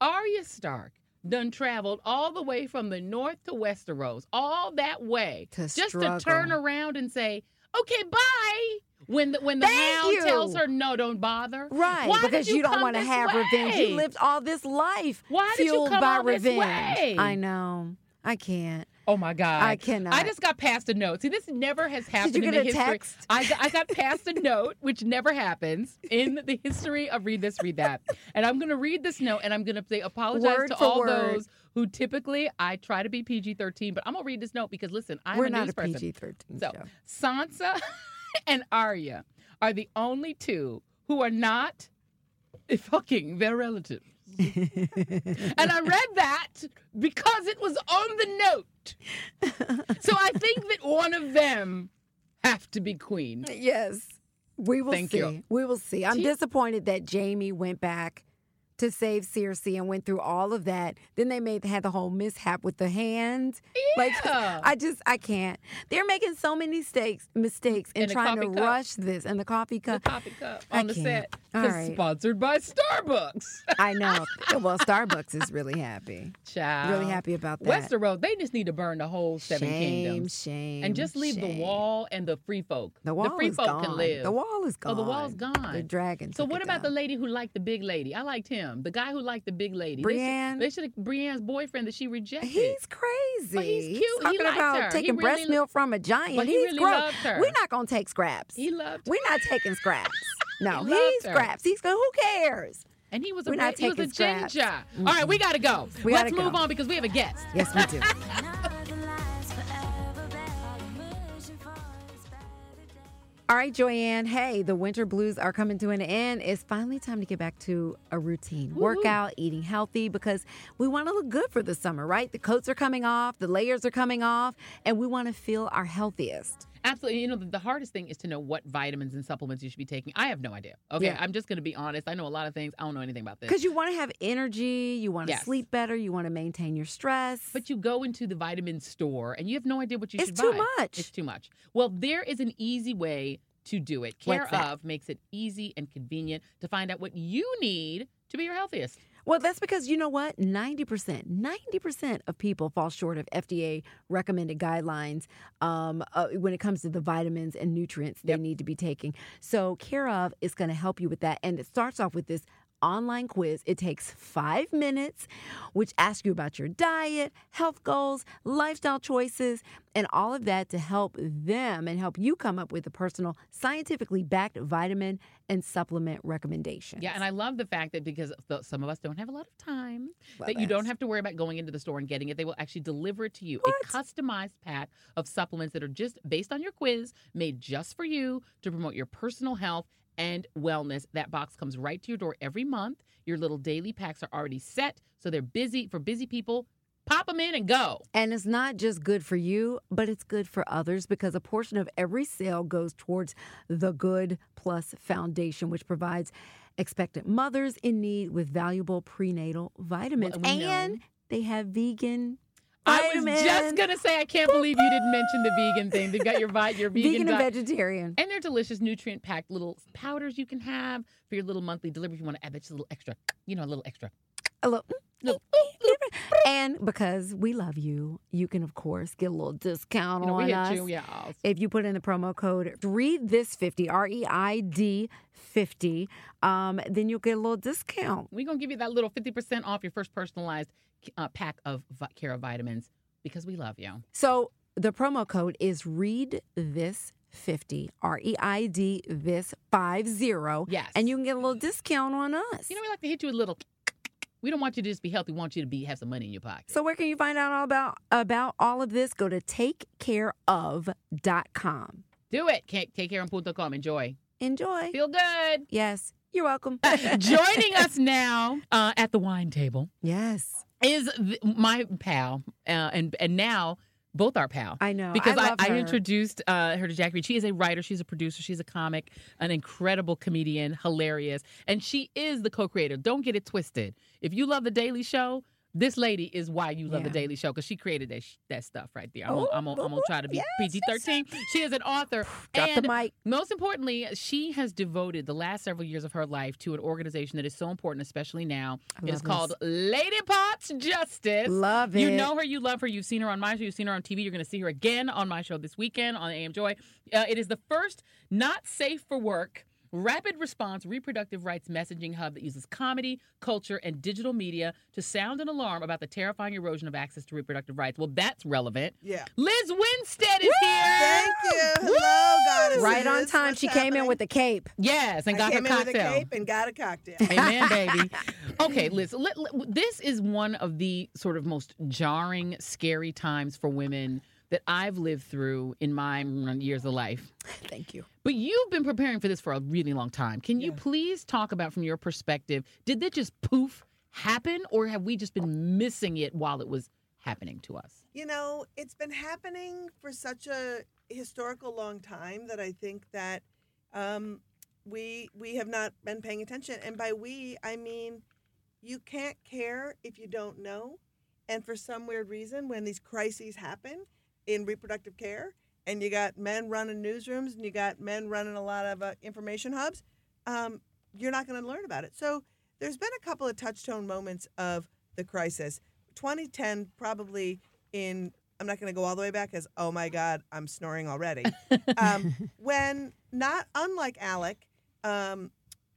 Speaker 2: Arya Stark done traveled all the way from the north to Westeros, all that way,
Speaker 1: To
Speaker 2: just
Speaker 1: struggle.
Speaker 2: to turn around and say, "Okay, bye." When the when the
Speaker 1: Thank
Speaker 2: hound
Speaker 1: you.
Speaker 2: tells her, "No, don't bother,"
Speaker 1: Right,
Speaker 2: Why did
Speaker 1: because you, don't
Speaker 2: come
Speaker 1: want to
Speaker 2: this
Speaker 1: have revenge.
Speaker 2: way?
Speaker 1: You lived all this life
Speaker 2: Why did you
Speaker 1: fueled
Speaker 2: come
Speaker 1: by
Speaker 2: all this
Speaker 1: revenge.
Speaker 2: way?
Speaker 1: I know. I can't.
Speaker 2: Oh my God.
Speaker 1: I cannot.
Speaker 2: I just got passed a note. See, this never has happened
Speaker 1: you
Speaker 2: in
Speaker 1: get
Speaker 2: the
Speaker 1: a
Speaker 2: history.
Speaker 1: text?
Speaker 2: I, got- I got passed a note, which never happens in the history of Read This, Read That. And I'm going to read this note and I'm going to say apologize
Speaker 1: Word
Speaker 2: to
Speaker 1: for
Speaker 2: all
Speaker 1: word.
Speaker 2: those who typically I try to be PG 13, but I'm going to read this note because listen, I'm
Speaker 1: We're
Speaker 2: a
Speaker 1: not
Speaker 2: news
Speaker 1: a
Speaker 2: person.
Speaker 1: PG thirteen
Speaker 2: So,
Speaker 1: show.
Speaker 2: Sansa and Arya are the only two who are not fucking their relatives. and I read that because it was on the note. So I think that one of them have to be queen.
Speaker 1: Yes, we will
Speaker 2: Thank
Speaker 1: see.
Speaker 2: you.
Speaker 1: We will see. I'm
Speaker 2: T-
Speaker 1: disappointed that Jamie went back to save Cersei and went through all of that. Then they made had the whole mishap with the hand. Like
Speaker 2: Yeah.
Speaker 1: I just I can't. They're making so many mistakes mistakes and
Speaker 2: And a
Speaker 1: trying to
Speaker 2: coffee cup.
Speaker 1: rush this and the coffee
Speaker 2: The
Speaker 1: cup.
Speaker 2: coffee cup
Speaker 1: I
Speaker 2: on the
Speaker 1: can't.
Speaker 2: set.
Speaker 1: All
Speaker 2: 'Cause
Speaker 1: right.
Speaker 2: Sponsored by Starbucks.
Speaker 1: I know. well, Starbucks is really happy.
Speaker 2: Child.
Speaker 1: Really happy about that.
Speaker 2: Westeros, they just need to burn the whole seven
Speaker 1: shame,
Speaker 2: kingdoms.
Speaker 1: Shame.
Speaker 2: and just leave the
Speaker 1: shame.
Speaker 2: wall and the free folk.
Speaker 1: The wall
Speaker 2: free
Speaker 1: is
Speaker 2: folk
Speaker 1: gone.
Speaker 2: can live.
Speaker 1: The wall is gone.
Speaker 2: Oh, the wall's gone.
Speaker 1: The dragon.
Speaker 2: So
Speaker 1: took
Speaker 2: what
Speaker 1: it
Speaker 2: about the
Speaker 1: down.
Speaker 2: lady who liked the big lady? I liked him. The guy who liked the big lady. They should-
Speaker 1: Brienne?
Speaker 2: They should have Brienne's boyfriend that she rejected.
Speaker 1: He's crazy.
Speaker 2: But he's cute. He
Speaker 1: talking
Speaker 2: liked
Speaker 1: about
Speaker 2: her. He
Speaker 1: taking
Speaker 2: really
Speaker 1: breast
Speaker 2: lo-
Speaker 1: milk from a giant.
Speaker 2: But he
Speaker 1: he's
Speaker 2: really
Speaker 1: gross.
Speaker 2: loved her.
Speaker 1: We're not gonna take scraps.
Speaker 2: he loved,
Speaker 1: We're not taking scraps. No,
Speaker 2: He loved
Speaker 1: he's
Speaker 2: her.
Speaker 1: scraps. He's go. Who cares?
Speaker 2: and he was a
Speaker 1: We're not
Speaker 2: red- he was a
Speaker 1: taking scraps.
Speaker 2: ginger. All right, we gotta go.
Speaker 1: We
Speaker 2: Let's
Speaker 1: gotta
Speaker 2: move
Speaker 1: go.
Speaker 2: on because we have a guest.
Speaker 1: Yes, we do. All right, Joanne. Hey, the winter blues are coming to an end. It's finally time to get back to a routine workout, eating healthy, because we want to look good for the summer, right? The coats are coming off, the layers are coming off, and we want to feel our healthiest.
Speaker 2: Absolutely. You know, the, the hardest thing is to know what vitamins and supplements you should be taking. I have no idea. Okay,
Speaker 1: Yeah.
Speaker 2: I'm just gonna be honest. I know a lot of things. I don't know anything about this.
Speaker 1: Because you want to have energy, you want to
Speaker 2: Yes.
Speaker 1: sleep better, you want to maintain your stress.
Speaker 2: But you go into the vitamin store and you have no idea what you
Speaker 1: It's
Speaker 2: should
Speaker 1: too
Speaker 2: buy.
Speaker 1: much.
Speaker 2: It's too much. Well, there is an easy way to do it. Care
Speaker 1: What's that?
Speaker 2: of makes it easy and convenient to find out what you need to be your healthiest.
Speaker 1: Well, that's because you know what? 90%, 90% of people fall short of FDA recommended guidelines um, uh, when it comes to the vitamins and nutrients they
Speaker 2: Yep.
Speaker 1: need to be taking. So, Care of is going to help you with that. And it starts off with this online quiz. It takes five minutes, which asks you about your diet, health goals, lifestyle choices, and all of that to help them and help you come up with a personal, scientifically backed vitamin and supplement recommendation.
Speaker 2: Yeah, and I love the fact that because th- some of us don't have a lot of time,
Speaker 1: Well,
Speaker 2: that you don't
Speaker 1: that's-
Speaker 2: have to worry about going into the store and getting it. They will actually deliver it to you. A customized pack of supplements that are just based on your quiz, made just for you to promote your personal health and wellness. That box comes right to your door every month. Your little daily packs are already set, so they're busy for busy people. Pop them in and go.
Speaker 1: And it's not just good for you, but it's good for others because a portion of every sale goes towards the Good Plus Foundation, which provides expectant mothers in need with valuable prenatal vitamins.
Speaker 2: Well, we know.
Speaker 1: and they have vegan.
Speaker 2: I was
Speaker 1: vitamins,
Speaker 2: just gonna say I can't believe you didn't mention the vegan thing. They've got your vi- your vegan,
Speaker 1: vegan and
Speaker 2: diet.
Speaker 1: vegetarian.
Speaker 2: And they're delicious, nutrient packed little powders you can have for your little monthly delivery if you want to add that just a little extra, you know, a little extra.
Speaker 1: A little- mm,
Speaker 2: Little-
Speaker 1: And because we love you, you can of course get a little discount
Speaker 2: You know, we
Speaker 1: on
Speaker 2: hit
Speaker 1: us.
Speaker 2: you, yeah.
Speaker 1: if you put in the promo code read this E 50 r-e-i-d 50 um, then you'll get a little discount
Speaker 2: We're going to give you that little 50% off your first personalized uh, pack of vi- care of vitamins because we love you.
Speaker 1: so the promo code is read this 50 r-e-i-d this 50
Speaker 2: Yes.
Speaker 1: and you can get a little discount on us
Speaker 2: You know, we like to hit you with a little. We don't want you to just be healthy. We want you to be have some money in your pocket.
Speaker 1: so where can you find out all about about all of this go to takecareof.com
Speaker 2: Do it. Can't take care and com. Enjoy.
Speaker 1: enjoy
Speaker 2: Feel good.
Speaker 1: yes you're welcome
Speaker 2: Joining us now uh, at the wine table
Speaker 1: yes
Speaker 2: is th- my pal uh, and and now both our pal.
Speaker 1: i know
Speaker 2: because
Speaker 1: Oh, I,
Speaker 2: I,
Speaker 1: love
Speaker 2: I,
Speaker 1: her.
Speaker 2: introduced uh, her to Jackie. Reed. She is a writer, she's a producer, she's a comic, an incredible comedian, hilarious, and she is the co-creator. Don't get it twisted. If you love the Daily Show, this lady is why you love the
Speaker 1: Yeah.
Speaker 2: Daily Show because she created that sh- that stuff right there. I'm gonna,
Speaker 1: Ooh,
Speaker 2: I'm gonna, I'm gonna
Speaker 1: ooh,
Speaker 2: try to be
Speaker 1: yes,
Speaker 2: PG thirteen. She is an author,
Speaker 1: drop
Speaker 2: and
Speaker 1: the mic
Speaker 2: most importantly, she has devoted the last several years of her life to an organization that is so important, especially now.
Speaker 1: I
Speaker 2: It
Speaker 1: love
Speaker 2: is
Speaker 1: this.
Speaker 2: called Lady Pops Justice.
Speaker 1: love it
Speaker 2: You know her, you love her. You've seen her on my show, you've seen her on TV. You're going to see her again on my show this weekend on AM Joy. Uh, it is the first not safe for work. Rapid response reproductive rights messaging hub that uses comedy, culture, and digital media to sound an alarm about the terrifying erosion of access to reproductive rights. Well, that's relevant.
Speaker 3: Yeah.
Speaker 2: Liz Winstead is here.
Speaker 3: Thank you. Hello, goddesses.
Speaker 1: right on time
Speaker 3: What's
Speaker 1: she came in
Speaker 3: happening?
Speaker 1: with a cape
Speaker 2: Yes, and
Speaker 3: I
Speaker 2: got
Speaker 3: came
Speaker 2: her
Speaker 3: in with a
Speaker 2: cocktail.
Speaker 3: cape and got a cocktail.
Speaker 2: Amen, baby. Okay, Liz, let, let- this is one of the sort of most jarring, scary times for women that I've lived through in my years of life.
Speaker 1: thank you
Speaker 2: But you've been preparing for this for a really long time. Can you
Speaker 3: Yeah.
Speaker 2: please talk about, from your perspective, did that just poof happen, or have we just been missing it while it was happening to us?
Speaker 3: you know, it's been happening for such a historical long time that I think that um, we we have not been paying attention. And by we, I mean you can't care if you don't know. And for some weird reason, when these crises happen in reproductive care, and you got men running newsrooms and you got men running a lot of uh, information hubs, um, you're not going to learn about it. So there's been a couple of touchstone moments of the crisis. 2010 probably in I'm not going to go all the way back as oh my god I'm snoring already. um, when not unlike Alec, um,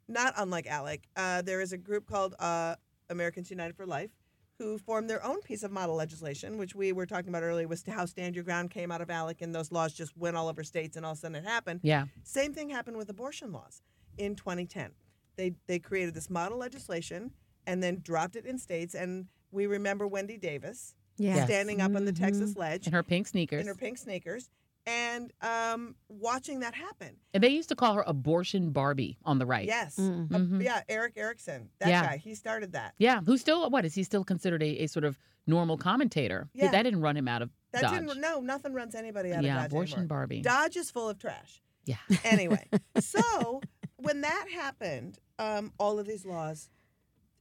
Speaker 3: not unlike Alec, uh, there is a group called uh, Americans United for Life who formed their own piece of model legislation, which we were talking about earlier, was to how Stand Your Ground came out of Alec, and those laws just went all over states, and all of a sudden it happened.
Speaker 2: Yeah.
Speaker 3: Same thing happened with abortion laws in 2010. They they created this model legislation and then dropped it in states. And we remember Wendy Davis
Speaker 1: yeah
Speaker 2: Yes. Mm-hmm.
Speaker 3: standing up on the
Speaker 1: Mhm.
Speaker 3: Texas ledge
Speaker 2: In her pink sneakers.
Speaker 3: in her pink sneakers and um, watching that happen.
Speaker 2: and they used to call her Abortion Barbie on the right.
Speaker 3: Yes.
Speaker 1: Mm.
Speaker 3: Uh,
Speaker 2: Mhm.
Speaker 3: yeah, Eric Erickson, that
Speaker 2: Yeah.
Speaker 3: guy, he started that.
Speaker 2: Yeah, who's still what is he still considered a, a sort of normal commentator?
Speaker 3: Yeah.
Speaker 2: that didn't run him out of
Speaker 3: That
Speaker 2: Dodge.
Speaker 3: didn't no, nothing runs anybody out
Speaker 2: yeah,
Speaker 3: of Dodge
Speaker 2: abortion
Speaker 3: anymore.
Speaker 2: Barbie.
Speaker 3: Dodge is full of trash.
Speaker 2: Yeah.
Speaker 3: Anyway, so when that happened, um, all of these laws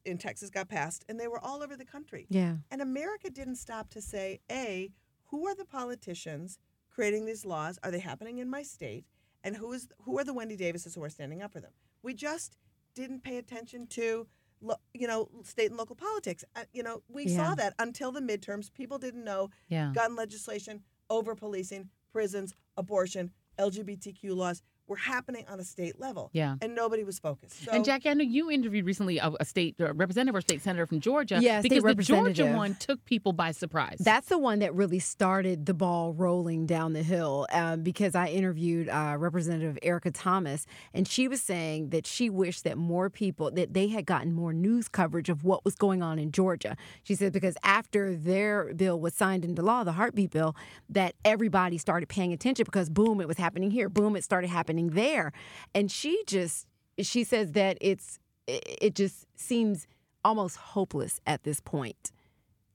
Speaker 3: in Texas got passed and they were all over the country.
Speaker 1: yeah
Speaker 3: And America didn't stop to say, A, who are the politicians creating these laws? Are they happening in my state? and who is who are the Wendy Davises who are standing up for them. We just didn't pay attention to lo- you know state and local politics. Uh, you know, we
Speaker 1: Yeah.
Speaker 3: saw that until the midterms. People didn't know
Speaker 2: Yeah.
Speaker 3: gun legislation, over policing, prisons, abortion, LGBTQ laws were happening on a state level,
Speaker 2: Yeah.
Speaker 3: and nobody was focused. So,
Speaker 2: and Jackie, I know you interviewed recently a, a state a representative or state senator from Georgia.
Speaker 1: Yeah, state
Speaker 2: because the Georgia
Speaker 1: representative.
Speaker 2: one took people by surprise.
Speaker 1: That's the one that really started the ball rolling down the hill uh, because I interviewed uh, Representative Erica Thomas, and she was saying that she wished that more people, that they had gotten more news coverage of what was going on in Georgia. She said because after their bill was signed into law, the heartbeat bill, that everybody started paying attention because boom, it was happening here, boom, it started happening there. And she just, she says that it's, it it just seems almost hopeless at this point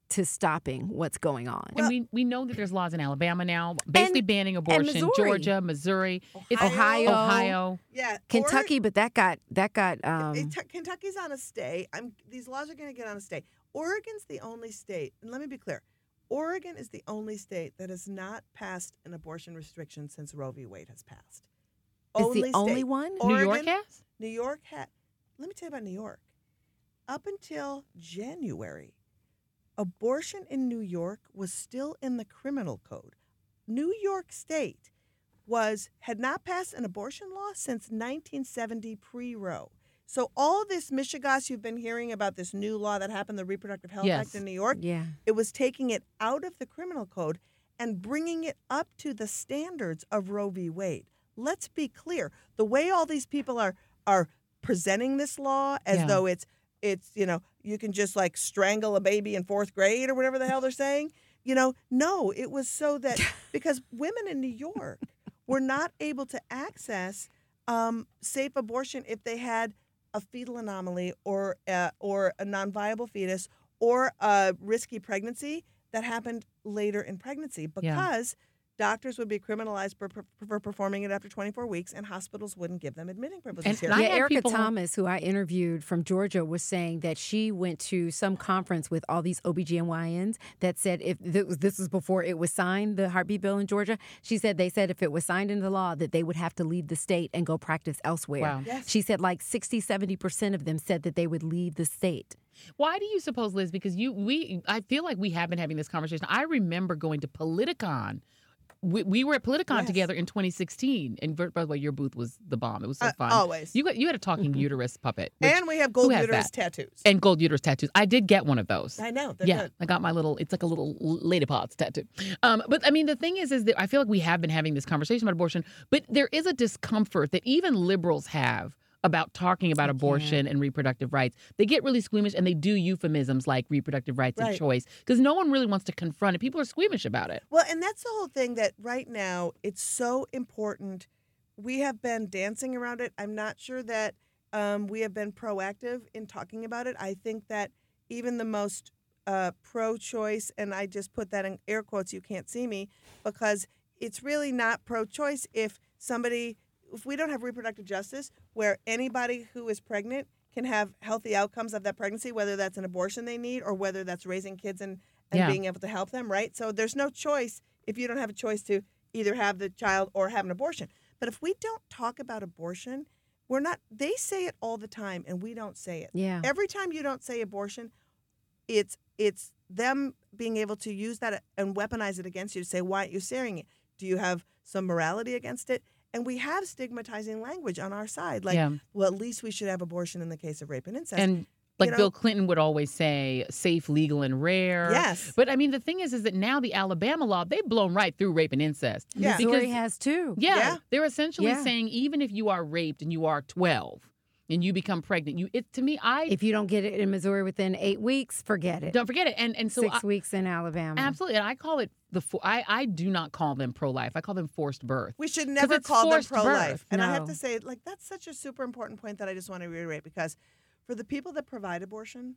Speaker 1: to stopping what's going on.
Speaker 2: and we, we know that there's laws in Alabama now, basically banning abortion.
Speaker 1: Missouri.
Speaker 2: Georgia, Missouri, it's
Speaker 1: Ohio.
Speaker 2: Ohio.
Speaker 3: yeah, or-
Speaker 1: Kentucky, but that got that got um,
Speaker 3: It- T- Kentucky's on a stay. I'm, these laws are going to get on a stay. Oregon's the only state, and let me be clear Oregon is the only state that has not passed an abortion restriction since Roe v. Wade has passed.
Speaker 1: it's the only
Speaker 3: state.
Speaker 1: one.
Speaker 2: New York
Speaker 3: Oregon-
Speaker 2: has.
Speaker 3: New York had, let me tell you about New York. Up until January, abortion in New York was still in the criminal code. New York State was had not passed an abortion law since 1970 pre-Roe. So all this Michigas you've been hearing about this new law that happened, the Reproductive Health
Speaker 2: Yes.
Speaker 3: Act in New York,
Speaker 1: Yeah.
Speaker 3: it was taking it out of the criminal code and bringing it up to the standards of Roe v. Wade. Let's be clear: the way all these people are are presenting this law as
Speaker 2: Yeah.
Speaker 3: though it's it's you know you can just like strangle a baby in fourth grade or whatever the hell they're saying. You know, no, it was so that because women in New York were not able to access um, safe abortion if they had a fetal anomaly or uh, or a non-viable fetus or a risky pregnancy that happened later in pregnancy because doctors would be criminalized for, for, for performing it after 24 weeks and hospitals wouldn't give them admitting privileges
Speaker 2: And-
Speaker 3: here.
Speaker 2: and I
Speaker 1: yeah,
Speaker 2: had
Speaker 1: Erica
Speaker 2: people-
Speaker 1: Thomas, who I interviewed from Georgia, was saying that she went to some conference with all these OBGYNs that said if this was, this was before it was signed, the heartbeat bill in Georgia, she said they said if it was signed into law that they would have to leave the state and go practice elsewhere.
Speaker 2: Wow.
Speaker 3: Yes.
Speaker 1: She said like 60, 70% of them said that they would leave the state.
Speaker 2: Why do you suppose, Liz? Because you, we, I feel like we have been having this conversation. I remember going to Politicon. We, we were at Politicon
Speaker 3: Yes. together
Speaker 2: together in 2016, and by the way, your booth was the bomb. It was so
Speaker 3: Uh,
Speaker 2: fun.
Speaker 3: always. Mm-hmm.
Speaker 2: You got you had a talking uterus puppet
Speaker 3: and we have gold
Speaker 2: has
Speaker 3: uterus
Speaker 2: that?
Speaker 3: tattoos.
Speaker 2: and gold uterus tattoos. I did get one of those.
Speaker 3: I know. They're
Speaker 2: yeah,
Speaker 3: good.
Speaker 2: I got my little. It's like a little lady parts tattoo. Um, but I mean, the thing is, is that I feel like we have been having this conversation about abortion, but there is a discomfort that even liberals have about talking about abortion and reproductive rights. They get really squeamish and they do euphemisms like reproductive rights
Speaker 3: Right.
Speaker 2: and choice because no one really wants to confront it. People are squeamish about it.
Speaker 3: Well, and that's the whole thing that right now it's so important. We have been dancing around it. I'm not sure that um, we have been proactive in talking about it. I think that even the most uh, pro choice, and I just put that in air quotes, you can't see me, because it's really not pro choice if somebody, if we don't have reproductive justice where anybody who is pregnant can have healthy outcomes of that pregnancy, whether that's an abortion they need or whether that's raising kids and, and
Speaker 2: Yeah.
Speaker 3: being able to help them, right? So there's no choice if you don't have a choice to either have the child or have an abortion. But if we don't talk about abortion, we're not, they say it all the time and we don't say it.
Speaker 1: Yeah.
Speaker 3: Every time you don't say abortion, it's it's them being able to use that and weaponize it against you to say why aren't you saying it? Do you have some morality against it? And we have stigmatizing language on our side, like
Speaker 2: yeah,
Speaker 3: well at least we should have abortion in the case of rape and incest.
Speaker 2: and like
Speaker 3: know-
Speaker 2: Bill Clinton would always say, safe, legal, and rare.
Speaker 3: yes,
Speaker 2: But I mean, the thing is, is that now the Alabama law they've blown right through rape and incest.
Speaker 3: Yeah.
Speaker 1: Missouri
Speaker 2: Because-
Speaker 1: has too.
Speaker 2: Yeah,
Speaker 3: Yeah.
Speaker 2: they're essentially
Speaker 1: Yeah.
Speaker 2: saying even if you are raped and you are 12 and you become pregnant, you it to me I
Speaker 1: If you don't get it in Missouri within eight weeks, forget it.
Speaker 2: don't forget it. And and so
Speaker 1: Six
Speaker 2: I,
Speaker 1: weeks in Alabama.
Speaker 2: absolutely, and I call it the fo- I I do not call them pro life. I call them forced birth.
Speaker 3: we should never
Speaker 2: it's
Speaker 3: call them
Speaker 2: forced
Speaker 3: pro life.
Speaker 2: birth.
Speaker 3: And I have
Speaker 1: No.
Speaker 3: to say, like that's such a super important point that I just want to reiterate because for the people that provide abortion,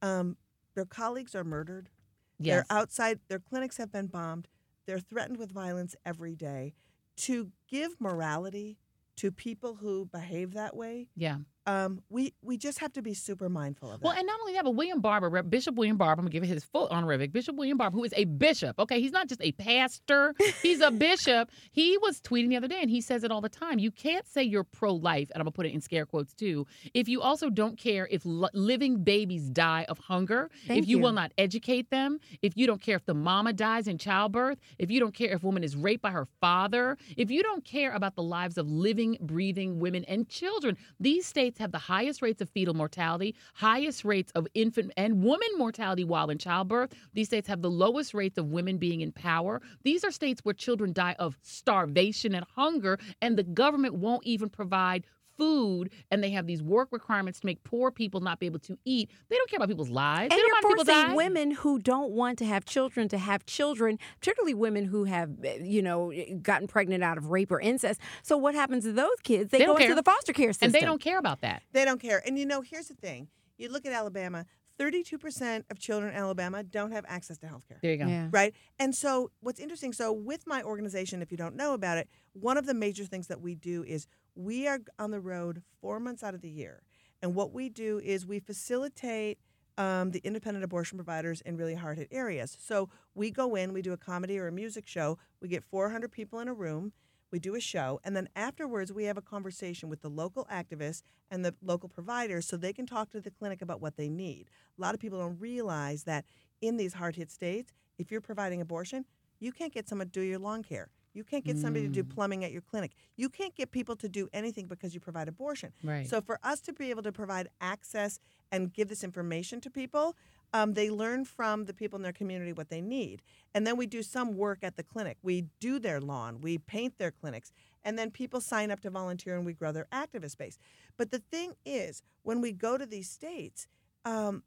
Speaker 3: um, their colleagues are murdered.
Speaker 2: Yes.
Speaker 3: They're outside, their clinics have been bombed. They're threatened with violence every day. To give morality to people who behave that way
Speaker 2: Yeah.
Speaker 3: um, we we just have to be super mindful of that.
Speaker 2: Well, and not only that, but William Barber, Rep- Bishop William Barber, I'm gonna give his full honorific. Bishop William Barber, who is a bishop, okay, he's not just a pastor, he's a bishop. He was tweeting the other day, and he says it all the time. You can't say you're pro-life, and I'm gonna put it in scare quotes too, if you also don't care if li- living babies die of hunger,
Speaker 1: Thank
Speaker 2: if you,
Speaker 1: you.
Speaker 2: will not educate them, if you don't care if the mama dies in childbirth, if you don't care if a woman is raped by her father, if you don't care about the lives of living, breathing women and children, these states have the highest rates of fetal mortality, highest rates of infant and woman mortality while in childbirth. These states have the lowest rates of women being in power. These are states where children die of starvation and hunger, and the government won't even provide food and they have these work requirements to make poor people not be able to eat. They don't care about people's lives.
Speaker 1: And
Speaker 2: they don't
Speaker 1: you're
Speaker 2: mind people
Speaker 1: forcing
Speaker 2: die.
Speaker 1: women who don't want to have children to have children, particularly women who have, eh, you know, gotten pregnant out of rape or incest. So what happens to those kids? They,
Speaker 2: They
Speaker 1: go
Speaker 2: don't
Speaker 1: into
Speaker 2: care.
Speaker 1: the foster care system.
Speaker 2: and they don't care about that.
Speaker 3: They don't care. And you know, here's the thing. You look at Alabama, 32% of children in Alabama don't have access to health care.
Speaker 2: There you go.
Speaker 1: Yeah.
Speaker 3: Right. And so, what's interesting so, with my organization, if you don't know about it, one of the major things that we do is we are on the road four months out of the year. And what we do is we facilitate um, the independent abortion providers in really hard hit areas. So, we go in, we do a comedy or a music show, we get 400 people in a room. We do a show, and then afterwards, we have a conversation with the local activists and the local providers so they can talk to the clinic about what they need. A lot of people don't realize that in these hard hit states, if you're providing abortion, you can't get someone to do your lawn care. You can't get somebody to do plumbing at your clinic. You can't get people to do anything because you provide abortion.
Speaker 2: Right.
Speaker 3: So for us to be able to provide access and give this information to people, um, they learn from the people in their community what they need. And then we do some work at the clinic. We do their lawn, we paint their clinics, and then people sign up to volunteer and we grow their activist base. But the thing is, when we go to these states, um,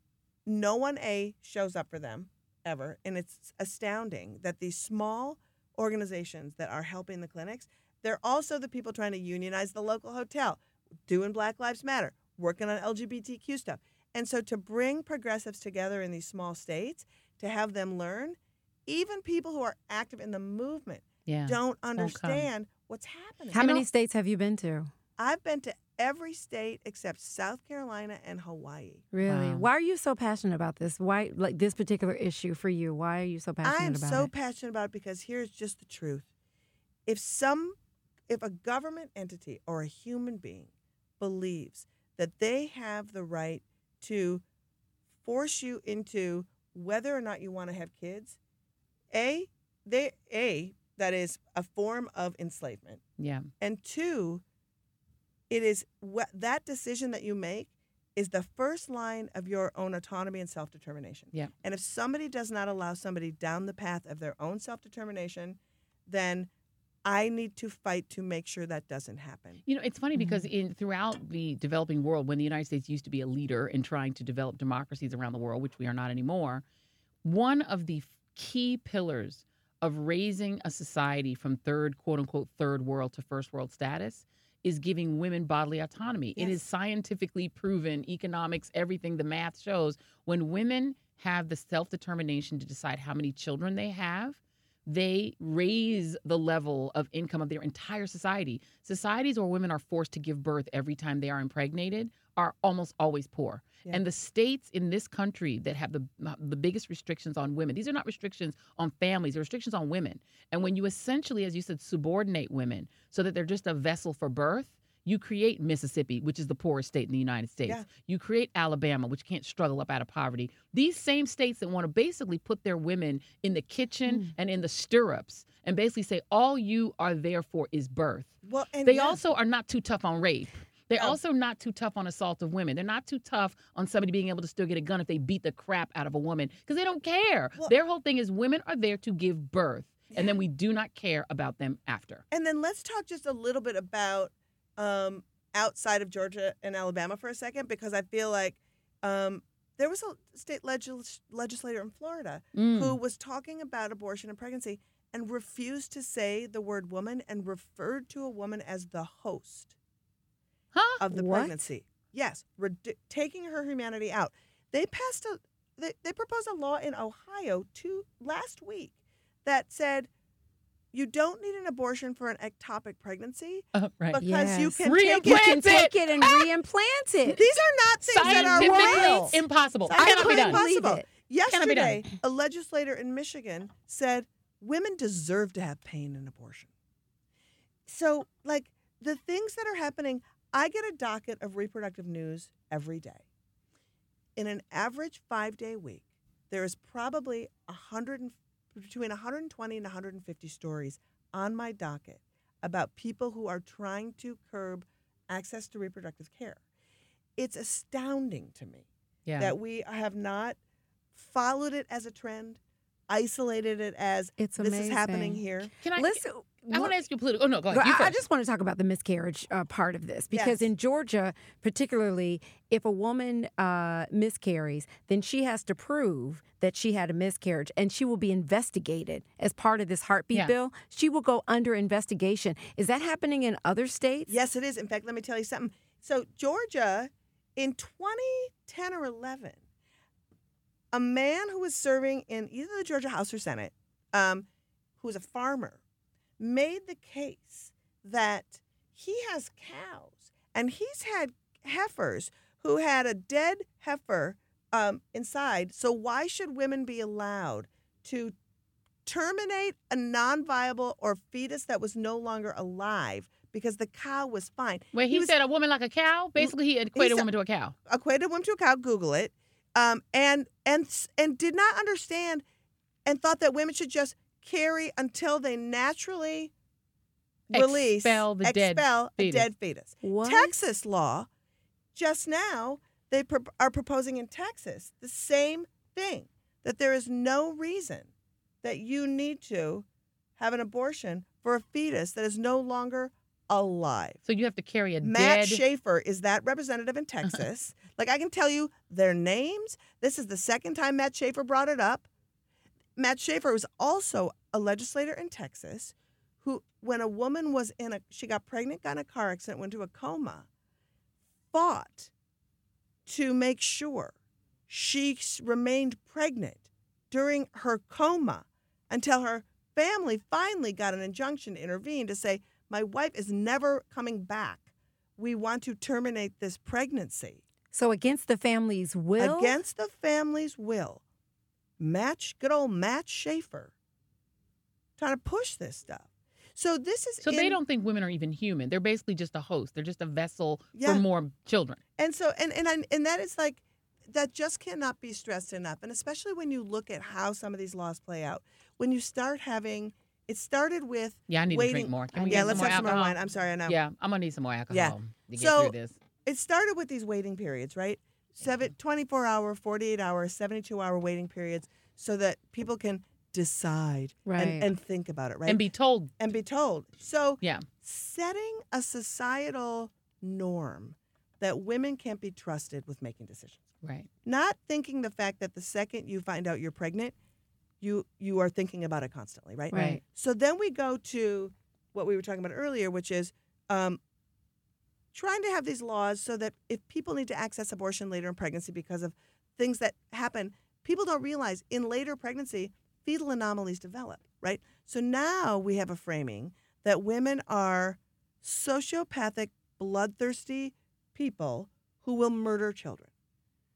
Speaker 3: no one A shows up for them ever. And it's astounding that these small organizations that are helping the clinics, they're also the people trying to unionize the local hotel, doing Black Lives Matter, working on LGBTQ stuff. And so to bring progressives together in these small states, to have them learn, even people who are active in the movement
Speaker 2: yeah.
Speaker 3: don't
Speaker 2: come.
Speaker 3: understand what's happening.
Speaker 1: How
Speaker 2: You
Speaker 1: many
Speaker 2: know-
Speaker 1: states have you been to?
Speaker 3: I've been to every state except South Carolina and Hawaii.
Speaker 1: Really?
Speaker 2: Wow.
Speaker 1: Why are you so passionate about this? Why, like this particular issue for you? Why are you so passionate
Speaker 3: I am
Speaker 1: about
Speaker 3: so
Speaker 1: it?
Speaker 3: passionate about it because here's just the truth. If some if a government entity or a human being believes that they have the right to force you into whether or not you want to have kids, A, they A, that is a form of enslavement.
Speaker 2: Yeah.
Speaker 3: And two, it is what that decision that you make is the first line of your own autonomy and self determination.
Speaker 2: Yeah.
Speaker 3: And if somebody does not allow somebody down the path of their own self determination, then I need to fight to make sure that doesn't happen.
Speaker 2: You know, it's funny because in throughout the developing world, when the United States used to be a leader in trying to develop democracies around the world, which we are not anymore, one of the f- key pillars of raising a society from third quote unquote third world to first world status is giving women bodily autonomy. It
Speaker 3: Yes.
Speaker 2: is scientifically proven, economics, everything the math shows. When women have the self determination to decide how many children they have, they raise the level of income of their entire society. Societies where women are forced to give birth every time they are impregnated are almost always poor.
Speaker 3: Yeah.
Speaker 2: And the states in this country that have the uh, the biggest restrictions on women, these are not restrictions on families, they're restrictions on women. And when you essentially, as you said, subordinate women so that they're just a vessel for birth, you create Mississippi, which is the poorest state in the United States.
Speaker 3: Yeah.
Speaker 2: You create Alabama, which can't struggle up out of poverty. These same states that want to basically put their women in the kitchen
Speaker 3: Mm.
Speaker 2: and in the stirrups and basically say, all you are there for is birth.
Speaker 3: Well, and
Speaker 2: They
Speaker 3: yeah,
Speaker 2: also are not too tough on rape. They're
Speaker 3: No.
Speaker 2: also not too tough on assault of women. They're not too tough on somebody being able to still get a gun if they beat the crap out of a woman because they don't care.
Speaker 3: Well-
Speaker 2: Their whole thing is women are there to give birth, and then we do not care about them after.
Speaker 3: And then let's talk just a little bit about um, outside of Georgia and Alabama for a second, because I feel like um, there was a state legis- legislator in Florida
Speaker 2: Mm.
Speaker 3: who was talking about abortion and pregnancy and refused to say the word woman and referred to a woman as the host
Speaker 2: Huh?
Speaker 3: of the
Speaker 1: What?
Speaker 3: pregnancy. Yes, redu- taking her humanity out. They passed a they, they proposed a law in Ohio two last week that said You don't need an abortion for an ectopic pregnancy
Speaker 2: Uh, right.
Speaker 3: because you
Speaker 1: Yes.
Speaker 3: can take
Speaker 1: You
Speaker 2: Reimplant
Speaker 3: it.
Speaker 1: can
Speaker 2: it.
Speaker 1: take it and
Speaker 2: Ah!
Speaker 1: reimplant it.
Speaker 3: These are not things that are
Speaker 2: Scientifically
Speaker 3: real.
Speaker 2: impossible.
Speaker 3: I
Speaker 2: Cannot be
Speaker 3: couldn't
Speaker 2: done.
Speaker 1: believe
Speaker 3: possible.
Speaker 1: it.
Speaker 2: Cannot be done.
Speaker 3: Yesterday, a legislator in Michigan said women deserve to have pain and abortion. So, like the things that are happening, I get a docket of reproductive news every day. In an average five day week, there is probably a hundred and between 120 and 150 stories on my docket about people who are trying to curb access to reproductive care. It's astounding to me
Speaker 2: Yeah.
Speaker 3: that we have not followed it as a trend, isolated it as
Speaker 1: It's
Speaker 3: this
Speaker 1: amazing.
Speaker 3: is happening here.
Speaker 2: Can I?
Speaker 1: Listen,
Speaker 2: I want to ask you a political. Oh no, go ahead.
Speaker 1: Well,
Speaker 2: You
Speaker 1: I, I
Speaker 2: first.
Speaker 1: just want to talk about the miscarriage uh, part of this because
Speaker 3: Yes.
Speaker 1: in Georgia, particularly, if a woman uh, miscarries, then she has to prove that she had a miscarriage and she will be investigated as part of this heartbeat
Speaker 2: Yeah.
Speaker 1: bill. She will go under investigation. Is that happening in other states?
Speaker 3: Yes, it is. In fact, let me tell you something. So, Georgia, in 2010 or 11, a man who was serving in either the Georgia House or Senate, um, who was a farmer, made the case that he has cows and he's had heifers who had a dead heifer um, inside. So, why should women be allowed to terminate a non viable or fetus that was no longer alive because the cow was fine?
Speaker 2: Wait, he,
Speaker 3: he was-
Speaker 2: said a woman like a cow. Basically, he equated a
Speaker 3: said-
Speaker 2: woman to a cow.
Speaker 3: equated women to a cow. Google it, um, and and and did not understand, and thought that women should just carry until they naturally release
Speaker 2: Expel the dead
Speaker 3: expel a
Speaker 2: fetus.
Speaker 3: dead fetus.
Speaker 1: What?
Speaker 3: Texas law, just now they pro- are proposing in Texas the same thing that there is no reason that you need to have an abortion for a fetus that is no longer alive.
Speaker 2: So you have to carry a
Speaker 3: Matt
Speaker 2: dead. Uh-huh.
Speaker 3: Schaefer is that representative in Texas. like I can tell you their names. This is the second time Matt Schaefer brought it up. Matt Schaefer was also a legislator in Texas who when a woman was in a she got pregnant, got in a car accident, went to a coma, fought to make sure she s- remained pregnant during her coma until her family finally got an injunction to intervene to say, My wife is never coming back. We want to terminate this pregnancy.
Speaker 1: So against the family's will.
Speaker 3: Against the family's will. Match, good old Matt Schaefer, trying to push this stuff. So this is
Speaker 2: so they
Speaker 3: in-
Speaker 2: don't think women are even human. They're basically just a host. They're just a vessel
Speaker 3: Yeah.
Speaker 2: for more children.
Speaker 3: And so, and and I, and that is like that just cannot be stressed enough. And especially when you look at how some of these laws play out, when you start having it started with
Speaker 2: Yeah, I need to drink
Speaker 3: Waiting- uh,
Speaker 2: more. Can we
Speaker 3: yeah,
Speaker 2: get
Speaker 3: let's
Speaker 2: some more
Speaker 3: have some more
Speaker 2: alcohol?
Speaker 3: wine. I'm sorry, I know.
Speaker 2: Yeah, I'm gonna need some more alcohol
Speaker 3: Yeah.
Speaker 2: to get
Speaker 3: So-
Speaker 2: through this.
Speaker 3: It started with these waiting periods, right? Seven,
Speaker 2: Mm-hmm.
Speaker 3: 24 hour, 48 hour, 72 hour waiting periods so that people can decide
Speaker 1: Right.
Speaker 3: and, and think about it, right?
Speaker 2: And be told,
Speaker 3: and be told. So,
Speaker 2: yeah,
Speaker 3: setting a societal norm that women can't be trusted with making decisions.
Speaker 2: right.
Speaker 3: not thinking the fact that the second you find out you're pregnant, you you are thinking about it constantly, right?
Speaker 1: Right.
Speaker 3: So then we go to what we were talking about earlier, which is um, trying to have these laws so that if people need to access abortion later in pregnancy because of things that happen, people don't realize in later pregnancy fetal anomalies develop, right? So now we have a framing that women are sociopathic, bloodthirsty people who will murder children.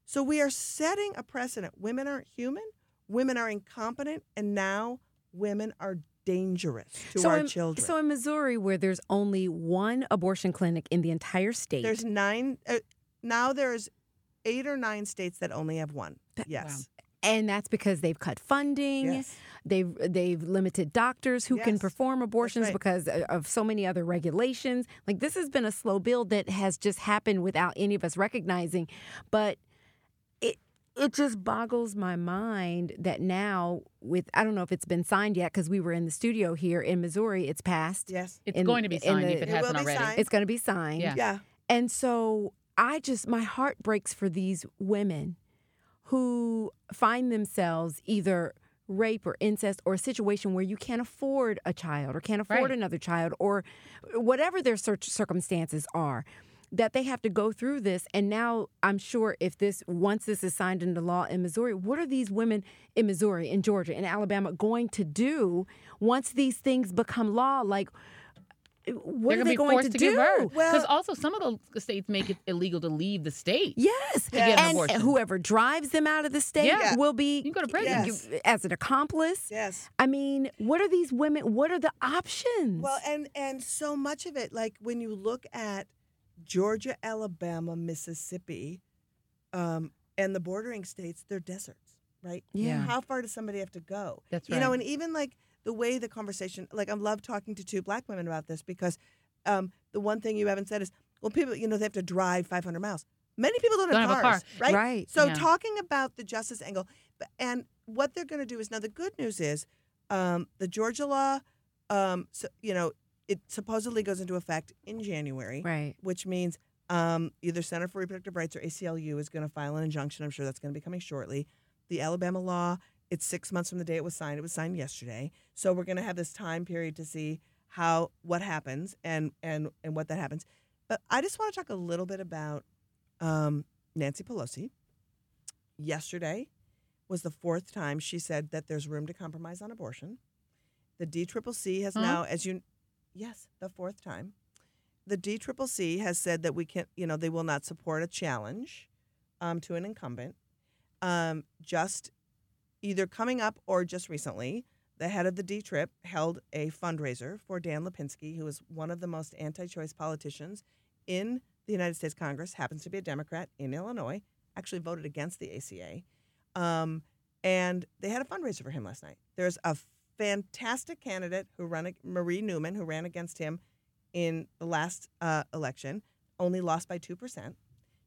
Speaker 3: So we are setting a precedent. Women aren't human, women are incompetent, and now women are dangerous to our
Speaker 1: in,
Speaker 3: children.
Speaker 1: so in Missouri, where there's only one abortion clinic in the entire state,
Speaker 3: there's nine, uh, now there's eight or nine states that only have one. Yes.
Speaker 1: and that's because they've cut funding.
Speaker 3: Yes.
Speaker 1: They've they've limited doctors who can
Speaker 3: Yes.
Speaker 1: perform abortions
Speaker 3: right.
Speaker 1: because o- of so many other regulations. Like this has been a slow build that has just happened without any of us recognizing, but it it just boggles my mind that now with I don't know if it's been signed yet because we were in the studio here in Missouri. It's passed.
Speaker 3: Yes.
Speaker 2: It's
Speaker 1: In-
Speaker 2: going to be
Speaker 1: in
Speaker 2: signed
Speaker 1: the-
Speaker 2: if it
Speaker 1: It
Speaker 2: hasn't
Speaker 3: will be
Speaker 2: already.
Speaker 3: signed.
Speaker 1: It's going to be signed.
Speaker 2: Yeah.
Speaker 3: Yeah.
Speaker 1: And so I just, my heart breaks for these women who find themselves either rape or incest or a situation where you can't afford a child or can't afford
Speaker 2: Right.
Speaker 1: another child or whatever their cir- circumstances are. that they have to go through this. And now I'm sure if this, once this is signed into law in Missouri, what are these women in Missouri, in Georgia, in Alabama going to do once these things become law? Like, what
Speaker 2: They're
Speaker 1: are
Speaker 2: gonna
Speaker 1: they
Speaker 2: be
Speaker 1: going to,
Speaker 2: forced to,
Speaker 1: do?
Speaker 2: give birth. Because
Speaker 3: Well-
Speaker 2: also some of the states make it illegal to leave the state.
Speaker 1: Yes.
Speaker 3: get
Speaker 2: an
Speaker 1: and
Speaker 2: abortion.
Speaker 1: whoever drives them out of the state
Speaker 2: Yeah.
Speaker 1: will be
Speaker 2: You can go to prison.
Speaker 3: Yes.
Speaker 1: as an accomplice.
Speaker 3: Yes.
Speaker 1: I mean, what are these women? What are the options?
Speaker 3: Well, and and so much of it, like when you look at Georgia, Alabama, Mississippi, um, and the bordering states, they're deserts, right?
Speaker 1: Yeah.
Speaker 3: How far does somebody have to go?
Speaker 2: That's
Speaker 3: You know,
Speaker 2: right.
Speaker 3: and even like the way the conversation, like I love talking to two black women about this because um, the one thing you haven't said is, well, people, you know, they have to drive 500 miles. Many people don't,
Speaker 2: Don't
Speaker 3: have,
Speaker 2: have a
Speaker 3: cars,
Speaker 2: car.
Speaker 3: right?
Speaker 1: Right.
Speaker 3: So
Speaker 2: Yeah.
Speaker 3: talking about the justice angle, b- and what they're going to do is now the good news is um, the Georgia law, um, so, you know, it supposedly goes into effect in January,
Speaker 1: right.
Speaker 3: which means um, either Center for Reproductive Rights or ACLU is going to file an injunction. I'm sure that's going to be coming shortly. The Alabama law, it's six months from the day it was signed. It was signed yesterday, so we're going to have this time period to see how what happens and and and what that happens. But I just want to talk a little bit about um, Nancy Pelosi. Yesterday was the fourth time she said that there's room to compromise on abortion. The DCCC has
Speaker 2: Huh?
Speaker 3: now, as you, yes, the fourth time. The DCCC has said that we can, you know, they will not support a challenge um, to an incumbent. Um, just either coming up or just recently, the head of the D Trip held a fundraiser for Dan Lipinski, who is one of the most anti choice politicians in the United States Congress, happens to be a Democrat in Illinois, actually voted against the ACA. Um, and they had a fundraiser for him last night. There's a fantastic candidate who ran, ag- Marie Newman, who ran against him in the last uh, election, only lost by 2%.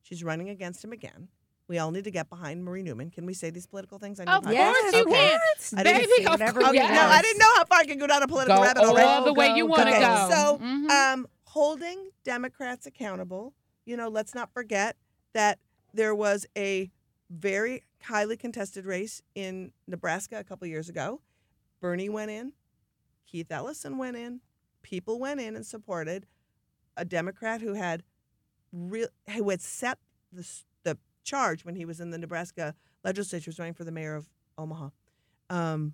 Speaker 3: She's running against him again. We all need to get behind Marie Newman. Can we say these political things? I
Speaker 2: Of
Speaker 3: know
Speaker 2: course you
Speaker 1: of
Speaker 2: can.
Speaker 1: course.
Speaker 3: I didn't
Speaker 2: Baby,
Speaker 1: say
Speaker 2: of
Speaker 1: whatever
Speaker 2: course.
Speaker 1: we
Speaker 3: Okay, No, I
Speaker 1: Yes.
Speaker 3: didn't know how far I could go down a
Speaker 2: Go
Speaker 3: political rabbit hole.
Speaker 2: all
Speaker 3: right?
Speaker 1: Go,
Speaker 2: the way
Speaker 1: go,
Speaker 2: you want to
Speaker 1: go.
Speaker 2: go.
Speaker 3: So,
Speaker 2: Mhm.
Speaker 3: um, holding Democrats accountable. You know, let's not forget that there was a very highly contested race in Nebraska a couple years ago. Bernie went in, Keith Ellison went in, people went in and supported a Democrat who had real who had set the s- the charge when he was in the Nebraska legislature, was running for the mayor of Omaha, um,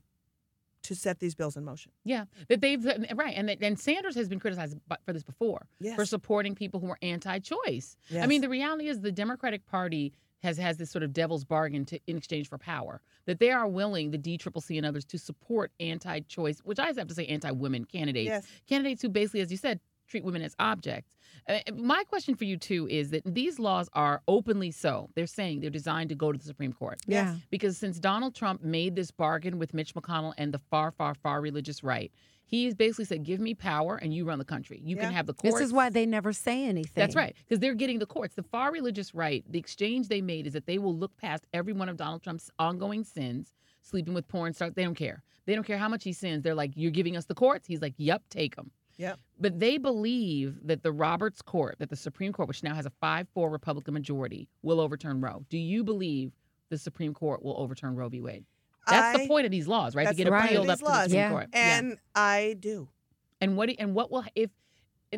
Speaker 3: to set these bills in motion.
Speaker 2: yeah, that they've right, and that- and Sanders has been criticized bu- for this before
Speaker 3: Yes.
Speaker 2: for supporting people who are anti-choice. I
Speaker 3: Yes.
Speaker 2: mean, the reality is the Democratic Party has has this sort of devil's bargain to in exchange for power that they are willing the DCCC and others to support anti-choice, which I have to say anti-women candidates,
Speaker 3: yes.
Speaker 2: candidates who basically, as you said, treat women as objects. Uh, my question for you too is that these laws are openly so. They're saying they're designed to go to the Supreme Court
Speaker 1: Yeah.
Speaker 2: because since Donald Trump made this bargain with Mitch McConnell and the far, far, far religious right, he's basically said, "Give me power and you run the country. You can
Speaker 3: Yeah.
Speaker 2: have the courts."
Speaker 1: This is why they never say anything.
Speaker 2: That's right, because they're getting the courts. The far religious right, the exchange they made is that they will look past every one of Donald Trump's ongoing sins, sleeping with porn stars. They don't care. They don't care how much he sins. They're like, "You're giving us the courts." He's like, "Yep, take them."
Speaker 3: Yep.
Speaker 2: But they believe that the Roberts Court, that the Supreme Court, which now has a 5 4 Republican majority, will overturn Roe. Do you believe the Supreme Court will overturn Roe v. Wade? That's
Speaker 3: I-
Speaker 2: the point of these laws, right? To
Speaker 3: that's
Speaker 2: get
Speaker 3: the
Speaker 1: point of
Speaker 2: appealed
Speaker 3: these
Speaker 2: up to the
Speaker 3: laws.
Speaker 2: Supreme
Speaker 1: Yeah.
Speaker 2: Court.
Speaker 3: And I do.
Speaker 2: and what and what will if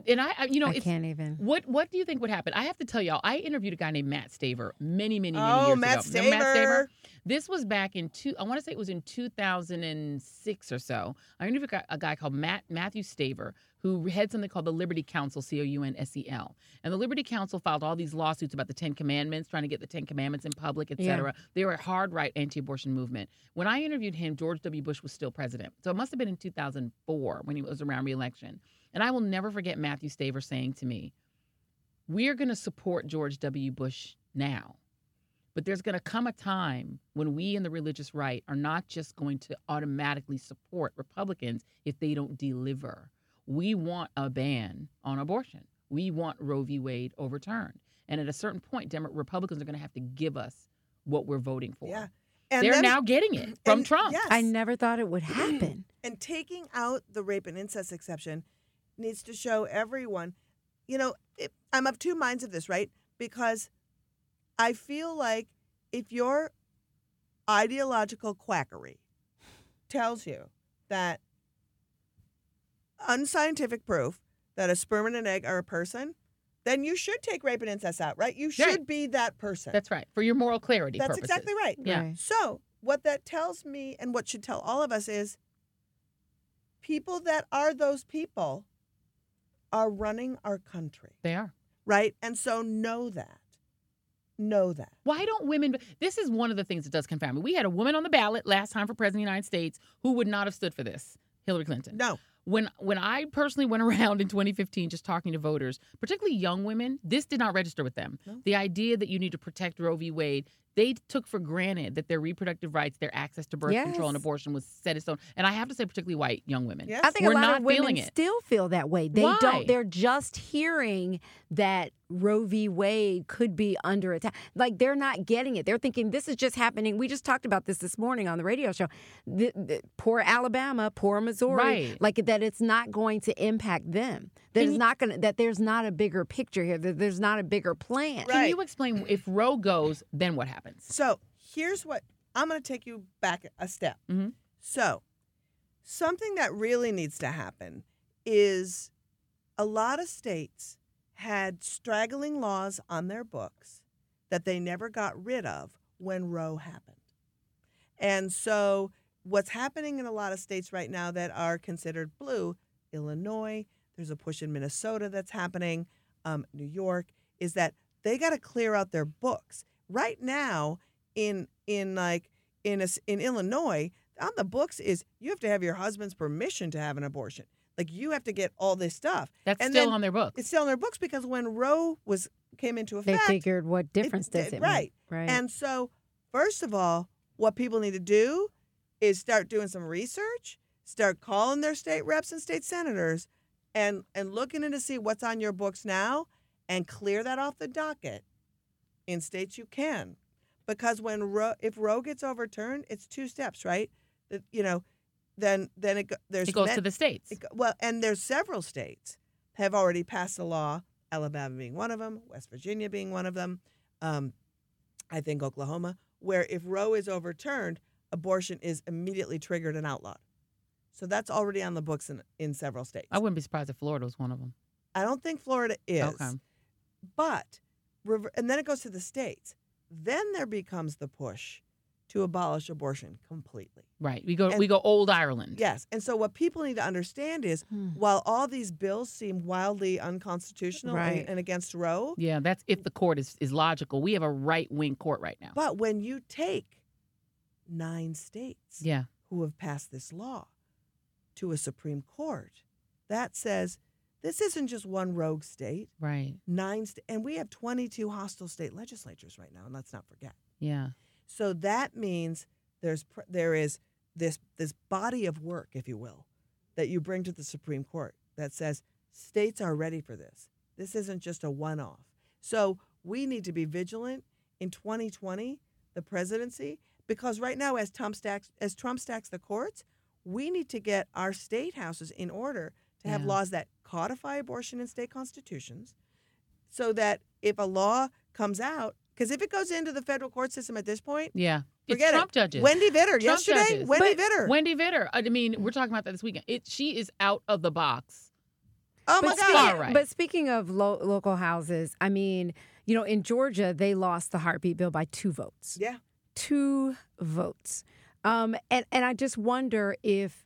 Speaker 2: and I I- you know
Speaker 1: I
Speaker 2: it's
Speaker 1: can't even.
Speaker 2: what what do you think would happen? I have to tell y'all, I interviewed a guy named Matt Staver many, many, many
Speaker 3: oh,
Speaker 2: years
Speaker 3: Matt
Speaker 2: ago. Remember Matt
Speaker 3: Staver.
Speaker 2: This was back in two. I want to say it was in 2006 or so. I interviewed a guy, a guy called Matt Matthew Staver who had something called the Liberty Council, C O U N S E L, and the Liberty Council filed all these lawsuits about the Ten Commandments, trying to get the Ten Commandments in public, et
Speaker 1: Yeah.
Speaker 2: cetera. They were a hard right anti-abortion movement. When I interviewed him, George W. Bush was still president, so it must have been in 2004 when he was around reelection. And I will never forget Matthew Staver saying to me, we're going to support George W. Bush now, but there's going to come a time when we in the religious right are not just going to automatically support Republicans if they don't deliver. We want a ban on abortion. We want Roe v. Wade overturned. And at a certain point, Demo- Republicans are going to have to give us what we're voting for.
Speaker 3: Yeah. And
Speaker 2: They're
Speaker 3: them-
Speaker 2: now getting it from
Speaker 3: and-
Speaker 2: Trump.
Speaker 3: Yes.
Speaker 1: I never thought it would happen.
Speaker 3: and taking out the rape and incest exception needs to show everyone you know it, i'm of two minds of this right because i feel like if your ideological quackery tells you that unscientific proof that a sperm and an egg are a person then you should take rape and incest out, right? You should
Speaker 2: Right.
Speaker 3: be that person.
Speaker 2: That's right. For your moral clarity
Speaker 3: That's
Speaker 2: purposes.
Speaker 3: exactly right.
Speaker 2: Yeah.
Speaker 1: Right.
Speaker 3: So, what that tells me and what should tell all of us is people that are those people are running our country,
Speaker 2: They are.
Speaker 3: right? And so know that. Know that.
Speaker 2: Why don't women? This is one of the things that does confound me. We had a woman on the ballot last time for president of the United States who would not have stood for this, Hillary Clinton.
Speaker 3: No.
Speaker 2: When when I personally went around in 2015 just talking to voters, particularly young women, this did not register with them.
Speaker 3: No.
Speaker 2: The idea that you need to protect Roe v. Wade, they took for granted that their reproductive rights, their access to birth control and
Speaker 1: Yes.
Speaker 2: abortion was set in stone. And I have to say, particularly white young women.
Speaker 3: Yes.
Speaker 1: I think
Speaker 2: We're
Speaker 1: a lot
Speaker 2: not
Speaker 1: of
Speaker 2: feeling
Speaker 1: women
Speaker 2: it.
Speaker 1: still feel that way. They
Speaker 2: Why?
Speaker 1: don't. They're just hearing that Roe v. Wade could be under attack. Like they're not getting it. They're thinking this is just happening. We just talked about this this morning on the radio show. The, the, poor Alabama, poor Missouri.
Speaker 2: Right.
Speaker 1: Like that, it's not going to impact them. That it's not going. to That there's not a bigger picture here. That there's not a bigger plan.
Speaker 3: Right.
Speaker 2: Can you explain if Roe goes, then what happens?
Speaker 3: So here's what I'm going to take you back a step.
Speaker 2: Mhm.
Speaker 3: So, something that really needs to happen is a lot of states had straggling laws on their books that they never got rid of when Roe happened. And so, what's happening in a lot of states right now that are considered blue, Illinois, there's a push in Minnesota that's happening, um, New York, is that they got to clear out their books right now in in like in a s in Illinois on the books is you have to have your husband's permission to have an abortion like you have to get all this stuff
Speaker 2: That's
Speaker 3: And
Speaker 2: still
Speaker 3: then
Speaker 2: on their books.
Speaker 3: it's still in their books because when Roe was came into
Speaker 1: They
Speaker 3: effect
Speaker 1: figured what difference does
Speaker 3: did-
Speaker 1: it
Speaker 3: right.
Speaker 1: make? Right.
Speaker 3: and so, first of all, what people need to do is start doing some research, start calling their state reps and state senators, and and looking in to see what's on your books now, and clear that off the docket in states you can, because when Ro- if Roe gets overturned, it's two steps, right? That you know, then then it go- there's
Speaker 2: It goes
Speaker 3: men-
Speaker 2: to the states.
Speaker 3: it go- well, and there's several states have already passed a law, Alabama being one of them, West Virginia being one of them, um, I think Oklahoma, where if Roe is overturned, abortion is immediately triggered and outlawed. So that's already on the books in, in several states.
Speaker 2: I wouldn't be surprised if Florida was one of them.
Speaker 3: I don't think Florida is.
Speaker 2: Okay.
Speaker 3: But, rever- and then it goes to the states. Then there becomes the push to abolish abortion completely.
Speaker 2: Right. We go
Speaker 3: And-
Speaker 2: we go old Ireland.
Speaker 3: Yes. And so what people need to understand is
Speaker 1: Hmm.
Speaker 2: Mm.
Speaker 3: while all these bills seem wildly unconstitutional and-
Speaker 1: Right.
Speaker 3: and, against Roe,
Speaker 2: Yeah, that's if the court is, is logical. We have a right wing court right now.
Speaker 3: but when you take nine states
Speaker 2: yeah.
Speaker 3: who have passed this law to a Supreme Court, that says this isn't just one rogue state.
Speaker 2: Right.
Speaker 3: Nine, st- and we have 22 hostile state legislatures right now, and let's not forget.
Speaker 2: Yeah.
Speaker 3: So that means there's pr- there is this this body of work, if you will, that you bring to the Supreme Court that says states are ready for this. This isn't just a one-off. So we need to be vigilant in 2020, the presidency, because right now, as Trump stacks as Trump stacks the courts, we need to get our state houses in order to have
Speaker 2: Yeah.
Speaker 3: laws that codify abortion in state constitutions, so that if a law comes out, because if it goes into the federal court system at this point,
Speaker 2: Yeah.
Speaker 3: Forget
Speaker 2: it's Trump
Speaker 3: it.
Speaker 2: judges.
Speaker 3: Wendy Vitter
Speaker 2: Trump
Speaker 3: yesterday.
Speaker 2: judges.
Speaker 3: Wendy
Speaker 2: But-
Speaker 3: Vitter.
Speaker 2: Wendy Vitter. I mean, we're talking about that this weekend. It she is out of the box.
Speaker 3: oh my
Speaker 1: but,
Speaker 3: God.
Speaker 2: speak-
Speaker 1: speaking,
Speaker 2: All right.
Speaker 1: but speaking of lo- local houses, I mean, you know, in Georgia, they lost the heartbeat bill by two votes.
Speaker 3: Yeah.
Speaker 1: Two votes. Um, and, and I just wonder if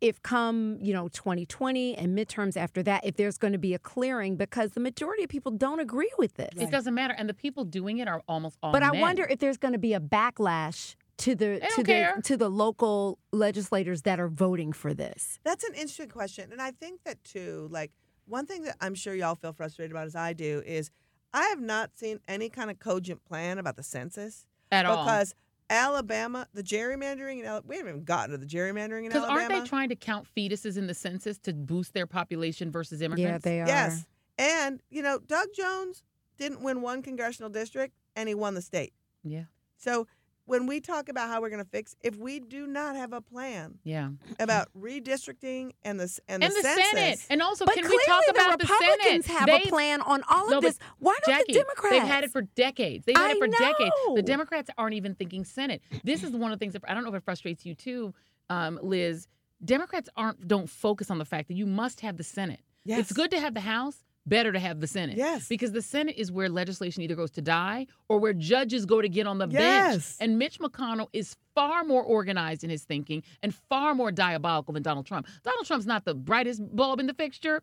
Speaker 1: if come, you know, 2020 and midterms after that, if there's going to be a clearing because the majority of people don't agree with this.
Speaker 3: Right.
Speaker 2: It doesn't matter. And the people doing it are almost all
Speaker 1: But I
Speaker 2: men.
Speaker 1: wonder if there's going to be a backlash to the
Speaker 2: Oh, They
Speaker 1: to
Speaker 2: don't care.
Speaker 1: the to the local legislators that are voting for this.
Speaker 3: That's an interesting question, and I think that too. Like one thing that I'm sure y'all feel frustrated about, as I do, is I have not seen any kind of cogent plan about the census
Speaker 2: at all.
Speaker 3: because Alabama, the gerrymandering, in Ala- we haven't even gotten to the gerrymandering in
Speaker 2: Because
Speaker 3: Alabama.
Speaker 2: aren't they trying to count fetuses in the census to boost their population versus
Speaker 1: Yeah,
Speaker 2: immigrants?
Speaker 1: they are.
Speaker 3: Yes, and you know Doug Jones didn't win one congressional district, and he won the state.
Speaker 2: Yeah.
Speaker 3: So when we talk about how we're going to fix, if we do not have a plan
Speaker 2: Yeah.
Speaker 3: about redistricting and the s- and the,
Speaker 2: and the
Speaker 3: census,
Speaker 2: Senate. And also,
Speaker 1: But
Speaker 2: can we
Speaker 1: clearly
Speaker 2: talk
Speaker 1: the
Speaker 2: about
Speaker 1: Republicans
Speaker 2: the Senate?
Speaker 1: have
Speaker 2: they,
Speaker 1: a plan on all of
Speaker 2: No, but
Speaker 1: this. Why don't
Speaker 2: Jackie,
Speaker 1: the Democrats?
Speaker 2: They've had it for decades. They've had
Speaker 1: I
Speaker 2: it for decades. The
Speaker 1: know.
Speaker 2: Democrats aren't even thinking Senate. This is one of the things that I don't know if it frustrates you too, um, Liz. Democrats aren't don't focus on the fact that you must have the Senate.
Speaker 3: Yes.
Speaker 2: It's good to have the House, better to have the Senate.
Speaker 3: Yes.
Speaker 2: Because the Senate is where legislation either goes to die or where judges go to get on the bench.
Speaker 3: Yes.
Speaker 2: And Mitch McConnell is far more organized in his thinking and far more diabolical than Donald Trump. Donald Trump's not the brightest bulb in the fixture,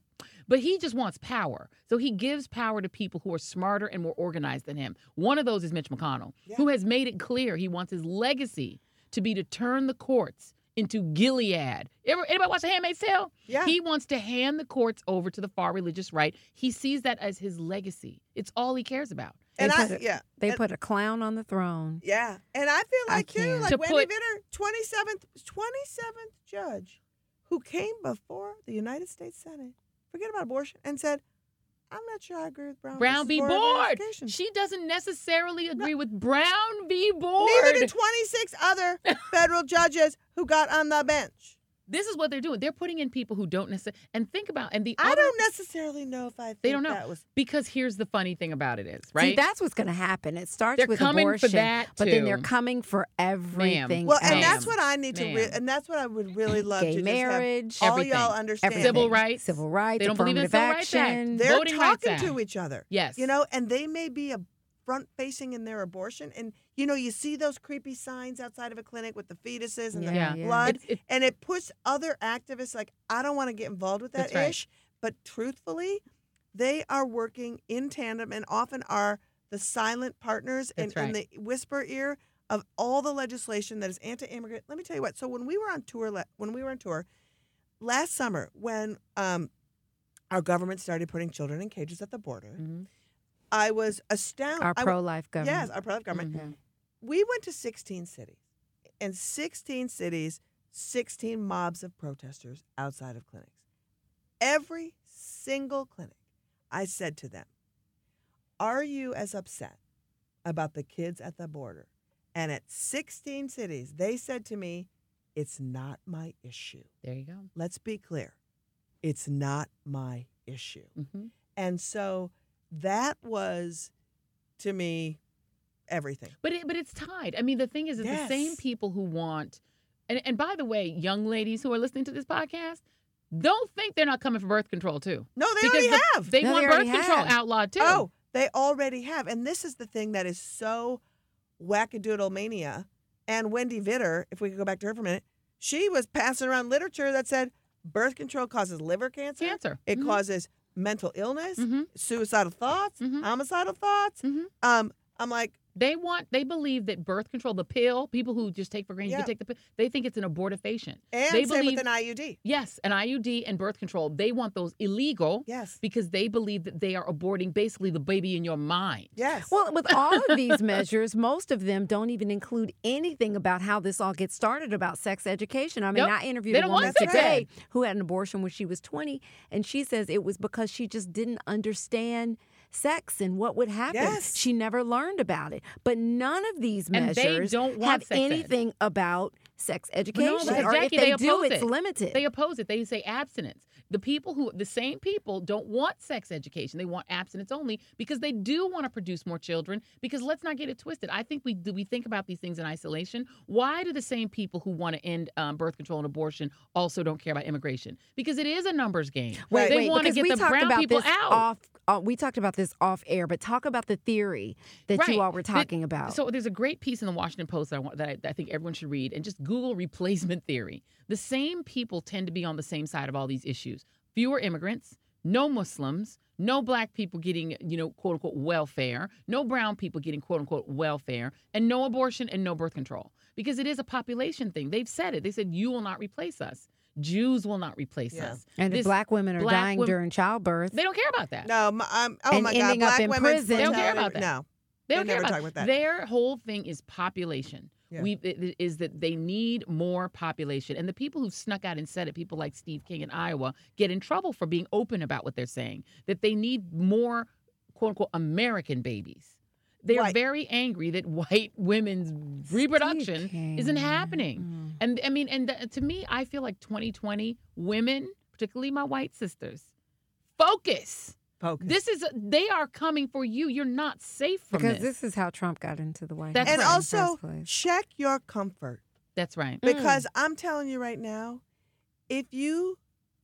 Speaker 2: but he just wants power. So he gives power to people who are smarter and more organized than him. One of those is Mitch McConnell, who has made it clear he wants his legacy to be to turn the courts into Gilead. Ever, anybody watch The Handmaid's Tale?
Speaker 3: Yeah.
Speaker 2: He wants to hand the courts over to the far religious right. He sees that as his legacy. It's all he cares about.
Speaker 3: and
Speaker 1: They
Speaker 3: I,
Speaker 1: put it-
Speaker 3: yeah,
Speaker 1: They
Speaker 3: and-
Speaker 1: put a clown on the throne.
Speaker 3: yeah, and I feel
Speaker 1: I
Speaker 3: like too,
Speaker 1: can't.
Speaker 3: like
Speaker 2: To
Speaker 3: Wendy
Speaker 2: put-
Speaker 3: Vitter, twenty seventh, twenty seventh judge, who came before the United States Senate, forget about abortion, and said, "I'm not sure I agree with Brown."
Speaker 2: Brown
Speaker 3: versus
Speaker 2: v.
Speaker 3: Board Oh, of
Speaker 2: Board.
Speaker 3: Education."
Speaker 2: She doesn't necessarily agree with Brown v. Board.
Speaker 3: Neither did twenty six other federal judges who got on the bench.
Speaker 2: this is what they're doing. They're putting in people who don't necessarily and think about and the
Speaker 3: I
Speaker 2: other
Speaker 3: don't necessarily know if I think
Speaker 2: They don't know.
Speaker 3: that was
Speaker 2: because here's the funny thing about it is right.
Speaker 1: See, that's what's going to happen. It starts
Speaker 2: they're
Speaker 1: with
Speaker 2: coming
Speaker 1: abortion,
Speaker 2: for that
Speaker 1: but then they're
Speaker 2: too.
Speaker 1: coming for everything.
Speaker 3: well, and
Speaker 2: Ma'am.
Speaker 1: else.
Speaker 3: that's what I need to, re-
Speaker 2: Ma'am.
Speaker 3: and that's what I would really love
Speaker 1: gay
Speaker 3: to
Speaker 1: marriage,
Speaker 3: just have all
Speaker 2: Everything.
Speaker 3: y'all understand.
Speaker 1: everything.
Speaker 2: Civil rights.
Speaker 1: civil rights,
Speaker 2: They don't believe in
Speaker 1: affirmative
Speaker 2: Civil Rights Act.
Speaker 1: action.
Speaker 3: They're
Speaker 2: Voting Rights
Speaker 3: talking
Speaker 2: Act.
Speaker 3: to each other.
Speaker 2: yes.
Speaker 3: you know, and they may be a front facing in their abortion. And you know, you see those creepy signs outside of a clinic with the fetuses and
Speaker 2: Yeah.
Speaker 3: the blood,
Speaker 2: It's- it's-
Speaker 3: and it puts other activists like, I don't want to get involved with that
Speaker 2: That's right.
Speaker 3: ish. But truthfully, they are working in tandem and often are the silent partners and
Speaker 2: That's
Speaker 3: in the whisper ear of all the legislation that is anti-immigrant. Let me tell you what. So when we were on tour, la- when we were on tour last summer, when um, our government started putting children in cages at the border,
Speaker 2: Mhm.
Speaker 3: I was astounded.
Speaker 1: Our
Speaker 3: I
Speaker 1: pro life
Speaker 3: w-
Speaker 1: government.
Speaker 3: Yes, our pro-life government.
Speaker 2: Mhm.
Speaker 3: We went to 16 cities, and 16 cities, 16 mobs of protesters outside of clinics. Every single clinic, I said to them, "Are you as upset about the kids at the border?" And at 16 cities, they said to me, "It's not my issue."
Speaker 2: There you go.
Speaker 3: Let's be clear, it's not my issue.
Speaker 2: Mhm.
Speaker 3: And so that was to me everything.
Speaker 2: But it, but it's tied. I mean, the thing is, it's the same
Speaker 3: Yes.
Speaker 2: people who want. And, and by the way, young ladies who are listening to this podcast, don't think they're not coming for birth control too.
Speaker 3: No, they
Speaker 2: Because
Speaker 3: already
Speaker 2: the-
Speaker 3: have.
Speaker 2: They
Speaker 1: No, they
Speaker 2: want birth
Speaker 1: already
Speaker 2: control
Speaker 1: have.
Speaker 2: outlawed too.
Speaker 3: oh, they already have. And this is the thing that is so wackadoodle mania. And Wendy Vitter, if we could go back to her for a minute, she was passing around literature that said birth control causes liver cancer.
Speaker 2: cancer.
Speaker 3: It
Speaker 2: Mhm.
Speaker 3: causes mental illness,
Speaker 2: Mhm.
Speaker 3: suicidal thoughts,
Speaker 2: Mhm.
Speaker 3: homicidal thoughts.
Speaker 2: Mhm.
Speaker 3: Um, I'm like,
Speaker 2: They want. They believe that birth control, the pill, people who just take for granted you
Speaker 3: Yeah.
Speaker 2: can take the pill. They think it's an abortifacient.
Speaker 3: and
Speaker 2: They
Speaker 3: same
Speaker 2: believe-
Speaker 3: with an IUD.
Speaker 2: Yes, an IUD and birth control. They want those illegal
Speaker 3: Yes.
Speaker 2: because they believe that they are aborting basically the baby in your mind.
Speaker 3: Yes.
Speaker 1: Well, with all of these measures, most of them don't even include anything about how this all gets started about sex education. I mean,
Speaker 2: Nope.
Speaker 1: I interviewed
Speaker 2: They
Speaker 1: a
Speaker 2: don't
Speaker 1: woman
Speaker 2: want that.
Speaker 1: today who had an abortion when she was 20, and she says it was because she just didn't understand sex and what would happen.
Speaker 3: Yes.
Speaker 1: She never learned about it. But none of these
Speaker 2: And they
Speaker 1: measures
Speaker 2: don't want
Speaker 1: have
Speaker 2: sex ed.
Speaker 1: anything about sex education.
Speaker 2: No, because
Speaker 1: or
Speaker 2: Jackie,
Speaker 1: if they,
Speaker 2: they
Speaker 1: do,
Speaker 2: oppose
Speaker 1: it's
Speaker 2: it.
Speaker 1: limited.
Speaker 2: They oppose it. They say abstinence. The people who, the same people, don't want sex education. They want abstinence only because they do want to produce more children. Because let's not get it twisted. I think we do. We think about these things in isolation. Why do the same people who want to end um, birth control and abortion also don't care about immigration? Because it is a numbers game.
Speaker 1: Wait,
Speaker 2: they
Speaker 1: wait,
Speaker 2: want to
Speaker 1: because
Speaker 2: get
Speaker 1: we
Speaker 2: the
Speaker 1: talked
Speaker 2: brown
Speaker 1: about
Speaker 2: people
Speaker 1: this
Speaker 2: out.
Speaker 1: Off, uh, we talked about this off air, but talk about the theory that
Speaker 2: Right.
Speaker 1: you all were
Speaker 2: That-
Speaker 1: talking about.
Speaker 2: So there's a great piece in the Washington Post that I want that I, that I think everyone should read and just Google replacement theory. The same people tend to be on the same side of all these issues. Fewer immigrants, no Muslims, no black people getting, you know, quote unquote welfare, no brown people getting quote unquote welfare, and no abortion and no birth control. Because it is a population thing. They've said it. They said you will not replace us. Jews will not replace
Speaker 3: Yeah.
Speaker 2: us.
Speaker 1: And if
Speaker 2: This-
Speaker 1: black women are
Speaker 2: black
Speaker 1: dying
Speaker 2: women-
Speaker 1: during childbirth,
Speaker 2: they don't care about that.
Speaker 3: no, my, I'm, oh
Speaker 1: And
Speaker 3: my
Speaker 1: ending
Speaker 3: God,
Speaker 1: up
Speaker 3: black
Speaker 1: in
Speaker 3: women's
Speaker 1: prison. They
Speaker 2: don't care
Speaker 3: fertility-
Speaker 2: about that.
Speaker 3: No,
Speaker 2: They
Speaker 3: They
Speaker 2: don't care
Speaker 3: never
Speaker 2: about,
Speaker 3: talk about that.
Speaker 2: Their whole thing is population.
Speaker 3: Yeah.
Speaker 2: We it- it is that they need more population, and the people who snuck out and said it, people like Steve King in Iowa, get in trouble for being open about what they're saying. That they need more "quote unquote" American babies. They are
Speaker 3: Right.
Speaker 2: very angry that white women's reproduction isn't happening.
Speaker 1: Mm.
Speaker 2: And I mean, and th- to me, I feel like 2020 women, particularly my white sisters, focus.
Speaker 3: Focus.
Speaker 2: This is they are coming for you. You're not safe from
Speaker 1: Because
Speaker 2: this.
Speaker 1: this is how Trump got into the White
Speaker 2: That's
Speaker 1: House.
Speaker 3: and
Speaker 2: right.
Speaker 1: in the
Speaker 3: also
Speaker 1: first place.
Speaker 3: check your comfort
Speaker 2: That's right.
Speaker 1: Mm.
Speaker 3: because I'm telling you right now, if you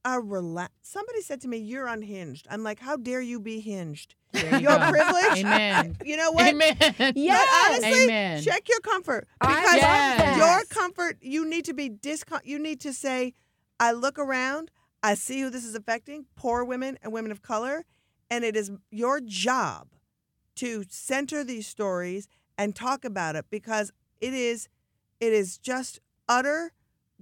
Speaker 3: are relaxed. Somebody said to me, "You're unhinged." I'm like, "How dare you be hinged?
Speaker 2: There you
Speaker 3: Your
Speaker 2: go.
Speaker 3: privilege."
Speaker 2: Amen.
Speaker 3: You know what?
Speaker 2: Amen.
Speaker 3: But
Speaker 1: Yes.
Speaker 3: honestly,
Speaker 2: Amen.
Speaker 3: check your comfort
Speaker 1: I
Speaker 3: because
Speaker 2: love that.
Speaker 3: your comfort, you need to be discom. You need to say, "I look around, I see who this is affecting: poor women and women of color," and it is your job to center these stories and talk about it because it is, it is just utter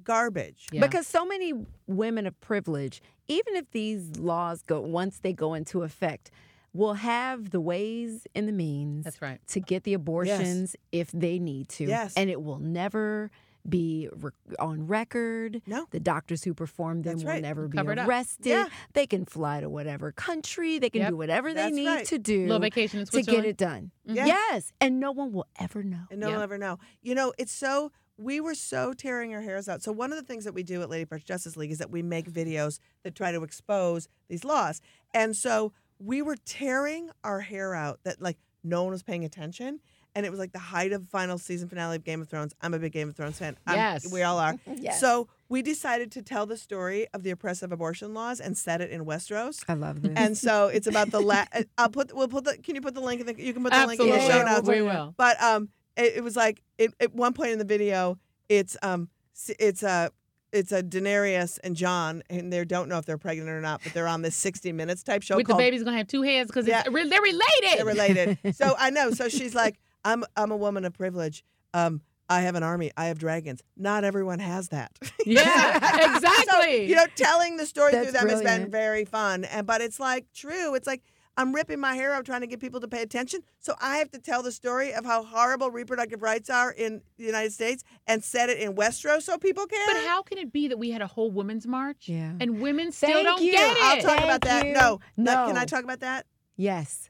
Speaker 3: garbage.
Speaker 2: Yeah.
Speaker 1: Because so many women of privilege, even if these laws go once they go into effect, will have the ways and the means
Speaker 2: That's right.
Speaker 1: to get the abortions if they need to.
Speaker 3: Yes.
Speaker 1: And it will never be re- on record.
Speaker 3: No.
Speaker 1: The doctors who perform them
Speaker 3: That's
Speaker 1: will
Speaker 3: right.
Speaker 1: never be
Speaker 2: Cover it up.
Speaker 1: arrested.
Speaker 3: Yeah.
Speaker 1: They can fly to whatever country. They can
Speaker 2: Yep.
Speaker 1: do whatever
Speaker 3: That's
Speaker 1: they need
Speaker 3: right.
Speaker 1: to do
Speaker 2: Little vacation in
Speaker 1: to get
Speaker 2: Switzerland.
Speaker 1: it done.
Speaker 3: Yeah.
Speaker 1: Yes. And no one will ever know.
Speaker 3: And no
Speaker 2: Yeah.
Speaker 3: one will ever know. You know, it's so we were so tearing our hairs out. So one of the things that we do at Lady Parts Justice League is that we make videos that try to expose these laws. And so we were tearing our hair out that like no one was paying attention. And it was like the height of final season finale of Game of Thrones. I'm a big Game of Thrones fan. I'm-
Speaker 2: Yes.
Speaker 3: We all are.
Speaker 1: Yes.
Speaker 3: So we decided to tell the story of the oppressive abortion laws and set it in Westeros.
Speaker 1: I love this.
Speaker 3: And so it's about the la- I'll put we'll put the can you put the link in the you can put the
Speaker 2: Absolutely.
Speaker 3: link in the show
Speaker 1: Yeah,
Speaker 3: notes.
Speaker 2: we will.
Speaker 3: But um, it, it was like it, at one point in the video, it's um, s- it's uh, it's a Daenerys and John, and they don't know if they're pregnant or not, but they're on this 60 Minutes type show
Speaker 2: With the
Speaker 3: called
Speaker 2: baby's gonna have two heads because
Speaker 3: Yeah.
Speaker 2: they're related.
Speaker 3: They're related. so I know. So she's like, I'm I'm a woman of privilege. Um, I have an army. I have dragons. Not everyone has that.
Speaker 2: Yeah,
Speaker 3: So,
Speaker 2: exactly.
Speaker 3: you know, telling the story
Speaker 1: That's
Speaker 3: through them has
Speaker 1: brilliant.
Speaker 3: been very fun, and but it's like true. It's like I'm ripping my hair out trying to get people to pay attention, so I have to tell the story of how horrible reproductive rights are in the United States and set it in Westeros so people care.
Speaker 2: But how can it be that we had a whole women's march
Speaker 1: Yeah.
Speaker 2: and women still
Speaker 1: Thank
Speaker 2: don't
Speaker 1: you.
Speaker 2: get it?
Speaker 1: I'll
Speaker 3: I'll talk about that.
Speaker 1: Thank you.
Speaker 3: No, no.
Speaker 1: No.
Speaker 3: Can I talk about that?
Speaker 1: yes.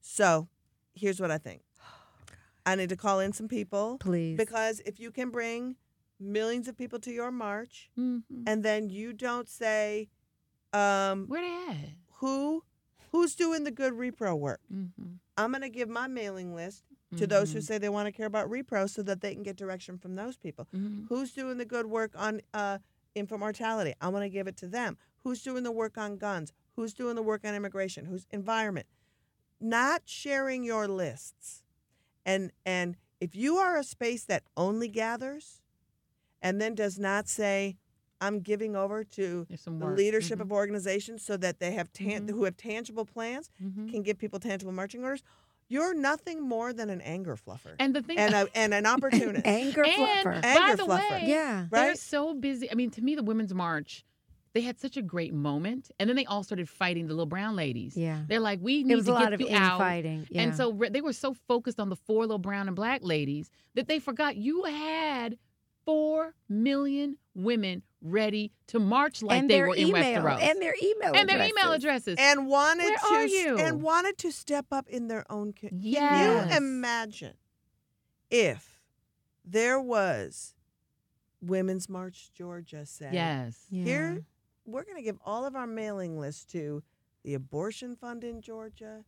Speaker 3: So, here's what I think. I need to call in some people
Speaker 1: Oh, Please.
Speaker 3: because if you can bring millions of people to your march
Speaker 2: Mhm.
Speaker 3: and then you don't say um,
Speaker 2: Where they at?
Speaker 3: who who's doing the good repro work.
Speaker 2: Mhm.
Speaker 3: I'm going to give my mailing list to those who
Speaker 2: Mhm.
Speaker 3: say they want to care about repro so that they can get direction from those people.
Speaker 2: Mhm.
Speaker 3: Who's doing the good work on uh, infant mortality? I'm going to give it to them. Who's doing the work on guns? Who's doing the work on immigration? Who's environment? Not sharing your lists. And and if you are a space that only gathers and then does not say I'm giving over to
Speaker 2: There's some
Speaker 3: the
Speaker 2: work.
Speaker 3: leadership
Speaker 2: Mhm.
Speaker 3: of organizations so that they have tan-
Speaker 2: Mhm.
Speaker 3: who have tangible plans
Speaker 2: Mhm.
Speaker 3: can give people tangible marching orders. You're nothing more than an anger fluffer
Speaker 2: and the thing
Speaker 3: and a, and an opportunist.
Speaker 1: Anger
Speaker 2: and
Speaker 1: fluffer.
Speaker 2: by
Speaker 3: Anger
Speaker 2: the
Speaker 3: fluffer.
Speaker 2: way,
Speaker 1: Yeah.
Speaker 2: they're
Speaker 3: Right?
Speaker 2: so busy. I mean, to me, the women's march, they had such a great moment, and then they all started fighting the little brown ladies.
Speaker 1: Yeah.
Speaker 2: They're like, we need
Speaker 1: It was a
Speaker 2: to
Speaker 1: lot
Speaker 2: get
Speaker 1: of
Speaker 2: you out.
Speaker 1: infighting. Yeah.
Speaker 2: And so re- they were so focused on the four little brown and black ladies that they forgot you had four million women ready to march like
Speaker 1: and
Speaker 2: they
Speaker 1: their
Speaker 2: were in
Speaker 1: email,
Speaker 2: Westeros
Speaker 1: and their email
Speaker 2: And their
Speaker 1: addresses.
Speaker 2: email addresses.
Speaker 3: and wanted
Speaker 2: Where
Speaker 3: to
Speaker 2: are
Speaker 3: s-
Speaker 2: you?
Speaker 3: and wanted to step up in their own co- Can
Speaker 2: Yes.
Speaker 3: you imagine if there was Women's March Georgia said,
Speaker 2: yes.
Speaker 1: Yeah.
Speaker 3: here we're going to give all of our mailing lists to the abortion fund in Georgia,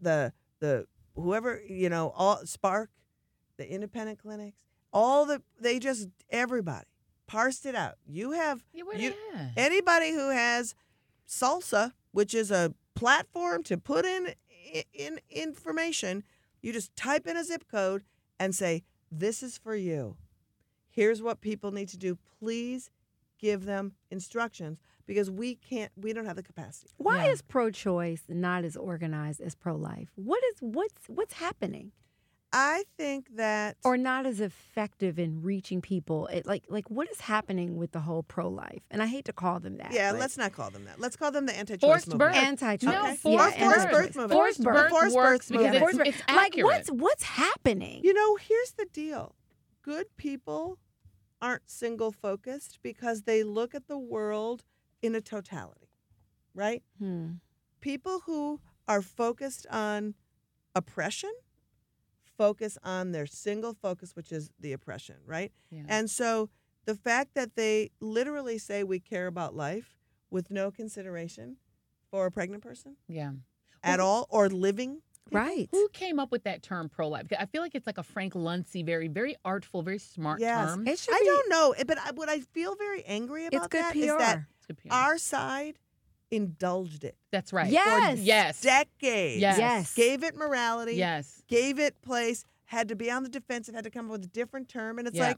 Speaker 3: the the whoever, you know, all Spark, the independent clinics, all the they just everybody parsed it out. You have
Speaker 2: Yeah, where
Speaker 3: You-
Speaker 2: they at?
Speaker 3: anybody who has salsa which is a platform to put in, in information you just type in a zip code and say this is for you here's what people need to do please give them instructions because we can't we don't have the capacity
Speaker 1: Why
Speaker 2: Yeah.
Speaker 1: is pro-choice not as organized as pro-life? What is what's what's happening,
Speaker 3: i think that
Speaker 1: or not as effective in reaching people? It, like like what is happening with the whole pro-life? And I hate to call them that.
Speaker 3: yeah
Speaker 1: but
Speaker 3: let's not call them that let's call them the anti-choice
Speaker 2: Forced
Speaker 3: movement.
Speaker 2: birth.
Speaker 1: anti-choice.
Speaker 2: No,
Speaker 1: yeah,
Speaker 2: forced
Speaker 1: anti-choice.
Speaker 2: birth
Speaker 3: movement.
Speaker 2: Forced birth
Speaker 3: Forced birth
Speaker 2: works
Speaker 3: movement.
Speaker 2: because
Speaker 1: Yeah,
Speaker 2: it's,
Speaker 1: forced birth.
Speaker 2: it's
Speaker 1: Like
Speaker 2: accurate.
Speaker 1: what's what's happening?
Speaker 3: You know, here's the deal. Good people aren't single focused because they look at the world in a totality, right?
Speaker 1: Hmm.
Speaker 3: People who are focused on oppression focus on their single focus, which is the oppression, right?
Speaker 2: Yeah.
Speaker 3: And so the fact that they literally say we care about life with no consideration for a pregnant person
Speaker 2: yeah.
Speaker 3: at all or living, people.
Speaker 1: Right.
Speaker 2: Who came up with that term pro life? I feel like it's like a Frank Luntz, very, very artful, very smart
Speaker 3: Yes.
Speaker 2: term.
Speaker 1: It should
Speaker 3: I
Speaker 1: be.
Speaker 3: don't know, but I, what I feel very angry about
Speaker 1: It's good
Speaker 3: that
Speaker 1: PR.
Speaker 3: is that
Speaker 2: It's good PR.
Speaker 3: Our side indulged it.
Speaker 2: That's right.
Speaker 1: Yes.
Speaker 2: Yes.
Speaker 3: Decades.
Speaker 2: Yes.
Speaker 1: Yes.
Speaker 3: Gave it morality.
Speaker 2: Yes.
Speaker 3: Gave it place. Had to be on the defensive. Had to come up with a different term. And it's
Speaker 2: Yeah.
Speaker 3: like,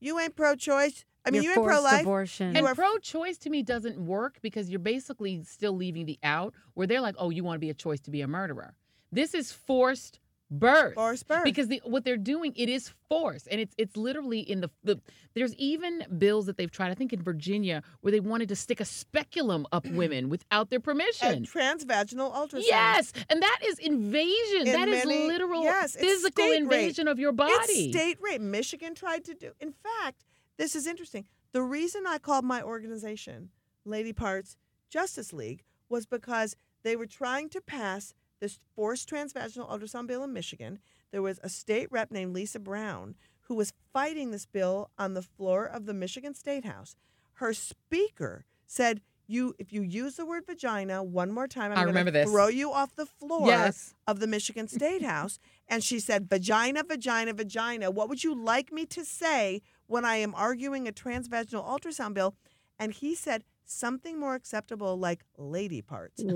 Speaker 3: you ain't pro-choice. I
Speaker 1: You're
Speaker 3: mean, you ain't
Speaker 1: forced
Speaker 3: pro-life.
Speaker 1: abortion.
Speaker 3: You
Speaker 2: And
Speaker 3: are-
Speaker 2: pro-choice to me doesn't work because you're basically still leaving the out where they're like, "Oh, you want to be a choice to be a murderer." This is forced birth.
Speaker 3: Forced birth.
Speaker 2: Because the, what they're doing, it is force, and it's it's literally in the, the there's even bills that they've tried. I think in Virginia where they wanted to stick a speculum up women without their
Speaker 3: A
Speaker 2: permission.
Speaker 3: transvaginal ultrasound.
Speaker 2: Yes, and that is invasion.
Speaker 3: In
Speaker 2: that is
Speaker 3: many-
Speaker 2: literal
Speaker 3: yes, it's
Speaker 2: physical
Speaker 3: state
Speaker 2: invasion of your body.
Speaker 3: It's state rape. Michigan tried to do. In fact, this is interesting. The reason I called my organization Lady Parts Justice League was because they were trying to pass this forced transvaginal ultrasound bill in Michigan. There was a state rep named Lisa Brown who was fighting this bill on the floor of the Michigan State House. Her speaker said, "You, if you use the word vagina one more time, I'm
Speaker 2: I
Speaker 3: gonna
Speaker 2: remember this.
Speaker 3: throw you off the floor."
Speaker 2: Yes.
Speaker 3: of the Michigan State House, and she said, "Vagina, vagina, vagina. What would you like me to say when I am arguing a transvaginal ultrasound bill?" And he said something more acceptable, like lady parts. So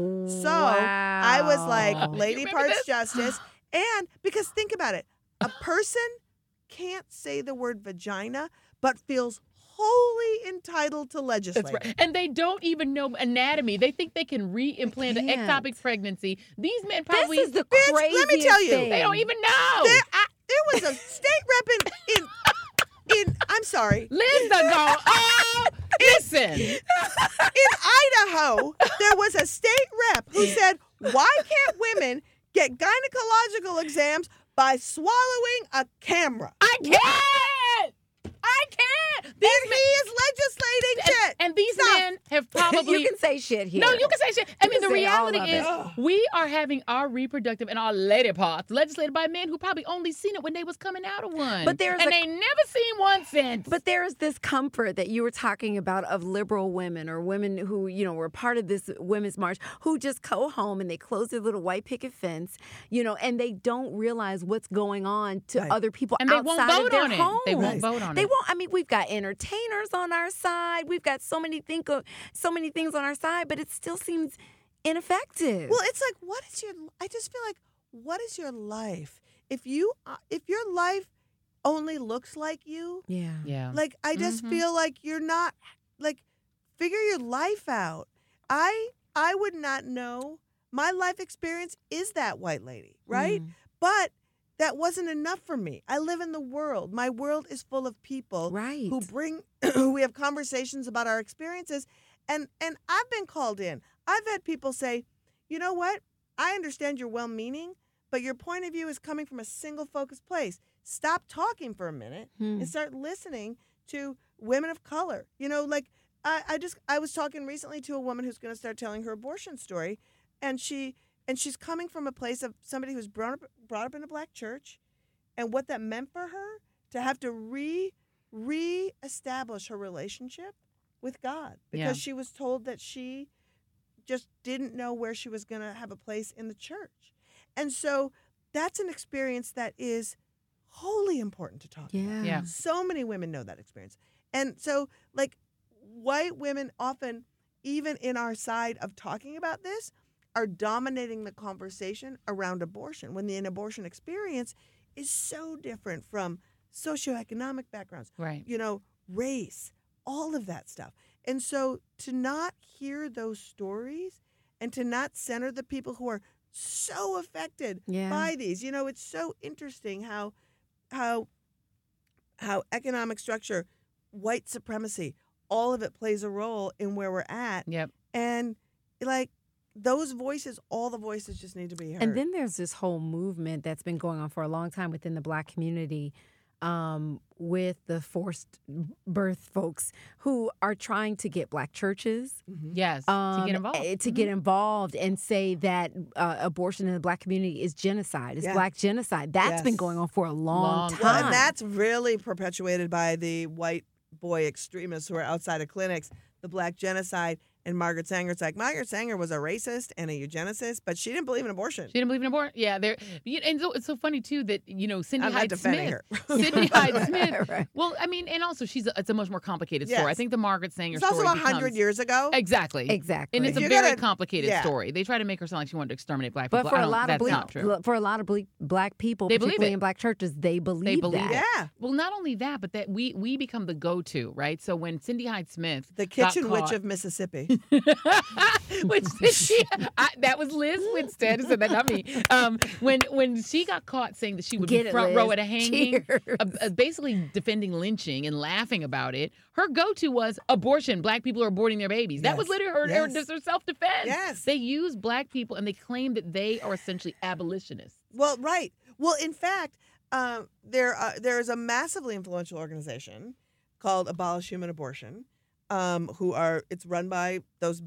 Speaker 3: I was
Speaker 1: Wow.
Speaker 3: like,
Speaker 2: You
Speaker 3: "Lady
Speaker 2: remember
Speaker 3: parts
Speaker 2: this?
Speaker 3: justice," and because think about it, a person can't say the word vagina but feels wholly entitled to legislate.
Speaker 2: That's right. And they don't even know anatomy. They think they can re-implant an
Speaker 1: can't.
Speaker 2: ectopic pregnancy. These men
Speaker 1: this
Speaker 2: probably
Speaker 1: is the
Speaker 3: Bitch, let me
Speaker 1: craziest
Speaker 3: tell you.
Speaker 1: thing.
Speaker 2: they don't even know.
Speaker 3: There, I, there was a state rep in, in, in I'm sorry,
Speaker 2: Linda go, oh, listen.
Speaker 3: in Idaho, there was a state rep who said, Why can't women get gynecological exams by swallowing a camera?
Speaker 2: I can't. I can't. These
Speaker 3: And he is legislating shit.
Speaker 2: and, and these
Speaker 3: Stop.
Speaker 2: men have probably
Speaker 1: you can say shit here.
Speaker 2: No, you can say shit. I
Speaker 1: You
Speaker 2: mean,
Speaker 1: can
Speaker 2: the
Speaker 1: say all
Speaker 2: reality
Speaker 1: of
Speaker 2: is,
Speaker 1: it.
Speaker 3: Ugh.
Speaker 2: we are having our reproductive and our lady parts legislated by men who probably only seen it when they was coming out of one.
Speaker 1: But there's
Speaker 2: and
Speaker 1: a-
Speaker 2: they never seen one since.
Speaker 1: But there is this comfort that you were talking about of liberal women or women who, you know, were part of this women's march who just go home and they close their little white picket fence, you know, and they don't realize what's going on to
Speaker 3: Right.
Speaker 1: other people
Speaker 2: and they
Speaker 1: outside
Speaker 2: won't vote
Speaker 1: of their
Speaker 2: on
Speaker 1: home.
Speaker 2: it. They won't
Speaker 3: Right.
Speaker 2: vote on
Speaker 1: They
Speaker 2: it.
Speaker 1: won't. I mean, we've got entertainers on our side. We've got so many think so many things on our side, but it still seems ineffective.
Speaker 3: Well, it's like, what is your? I just feel like, what is your life? If you, uh, if your life only looks like you,
Speaker 1: yeah.
Speaker 2: Yeah.
Speaker 3: Like I just
Speaker 2: Mhm.
Speaker 3: feel like you're not like figure your life out. I I would not know. My life experience is that white lady, right?
Speaker 1: Mm.
Speaker 3: But that wasn't enough for me. I live in the world. My world is full of people
Speaker 1: Right.
Speaker 3: who bring who we have conversations about our experiences and and I've been called in. I've had people say, "You know what? I understand you're well-meaning, but your point of view is coming from a single focused place. Stop talking for a minute."
Speaker 1: Hmm.
Speaker 3: and start listening to women of color. You know, like I, I just I was talking recently to a woman who's going to start telling her abortion story, and she and she's coming from a place of somebody who's brought up brought up in a black church, and what that meant for her to have to re reestablish her relationship with God because
Speaker 2: Yeah.
Speaker 3: she was told that she just didn't know where she was going to have a place in the church. And so that's an experience that is wholly important to talk about.
Speaker 1: Yeah.
Speaker 2: Yeah.
Speaker 3: So many women know that experience. And so, like, white women often, even in our side of talking about this, are dominating the conversation around abortion when the an abortion experience is so different from socioeconomic backgrounds,
Speaker 2: Right.
Speaker 3: you know, race, all of that stuff. And so, to not hear those stories and to not center the people who are so affected
Speaker 1: Yeah.
Speaker 3: by these. You know, it's so interesting how how how economic structure, white supremacy, all of it plays a role in where we're at.
Speaker 2: Yep.
Speaker 3: And like those voices, all the voices just need to be heard.
Speaker 1: And then there's this whole movement that's been going on for a long time within the black community um, with the forced birth folks who are trying to get black churches
Speaker 2: Yes. to
Speaker 1: um,
Speaker 2: get involved. Mm-hmm.
Speaker 1: eh, to get involved and say that uh, abortion in the black community is genocide. It's
Speaker 3: Yeah.
Speaker 1: black genocide. That's been
Speaker 3: Yes.
Speaker 1: going on for a long,
Speaker 2: Long time.
Speaker 3: well,
Speaker 1: time.
Speaker 3: and that's really perpetuated by the white boy extremists who are outside of clinics, the black genocide. And Margaret Sanger, it's like Margaret Sanger was a racist and a eugenicist, but she didn't believe in abortion.
Speaker 2: She didn't believe in abortion. Yeah, there. you- And so it's so funny too that you know Cindy
Speaker 3: I'm not
Speaker 2: Hyde
Speaker 3: defending
Speaker 2: Smith.
Speaker 3: her.
Speaker 2: Sidney Hyde Smith.
Speaker 1: Right.
Speaker 2: Well, I mean, and also she's a, it's a much more complicated story. I
Speaker 3: Yes.
Speaker 2: think the Margaret Sanger
Speaker 3: It's also
Speaker 2: story
Speaker 3: a hundred
Speaker 2: becomes-
Speaker 3: years ago.
Speaker 2: exactly.
Speaker 1: Exactly.
Speaker 2: And it's a
Speaker 3: If you're
Speaker 2: very
Speaker 3: gonna-
Speaker 2: complicated
Speaker 3: yeah.
Speaker 2: story. They try to make her sound like she wanted to exterminate black
Speaker 1: but
Speaker 2: people.
Speaker 1: for
Speaker 2: I
Speaker 1: a
Speaker 2: don't-
Speaker 1: lot of
Speaker 2: that's not
Speaker 1: bleak,
Speaker 2: true.
Speaker 1: bl- for a lot of bleak, black people,
Speaker 2: They believe
Speaker 1: particularly
Speaker 2: it.
Speaker 1: in black churches, they believe, that.
Speaker 2: believe it.
Speaker 3: yeah.
Speaker 2: well, not only that, but that we we become the go-to, right? So when Cindy Hyde Smith,
Speaker 3: The
Speaker 2: got
Speaker 3: kitchen witch
Speaker 2: caught-
Speaker 3: of Mississippi.
Speaker 2: which she, I, that was Liz Winstead who said that, not me. Um, when when she got caught saying that she would
Speaker 1: Get
Speaker 2: be
Speaker 1: it,
Speaker 2: front
Speaker 1: Liz.
Speaker 2: row at a hanging,
Speaker 1: Cheers.
Speaker 2: uh, uh, basically defending lynching and laughing about it. Her go-to was abortion. Black people are aborting their babies. That was
Speaker 3: Yes.
Speaker 2: literally her, her,
Speaker 3: Yes.
Speaker 2: just her self-defense.
Speaker 3: Yes.
Speaker 2: They use black people and they claim that they are essentially abolitionists.
Speaker 3: Well, right. Well, in fact, um, there uh, there is a massively influential organization called Abolish Human Abortion, um, who are it's run by those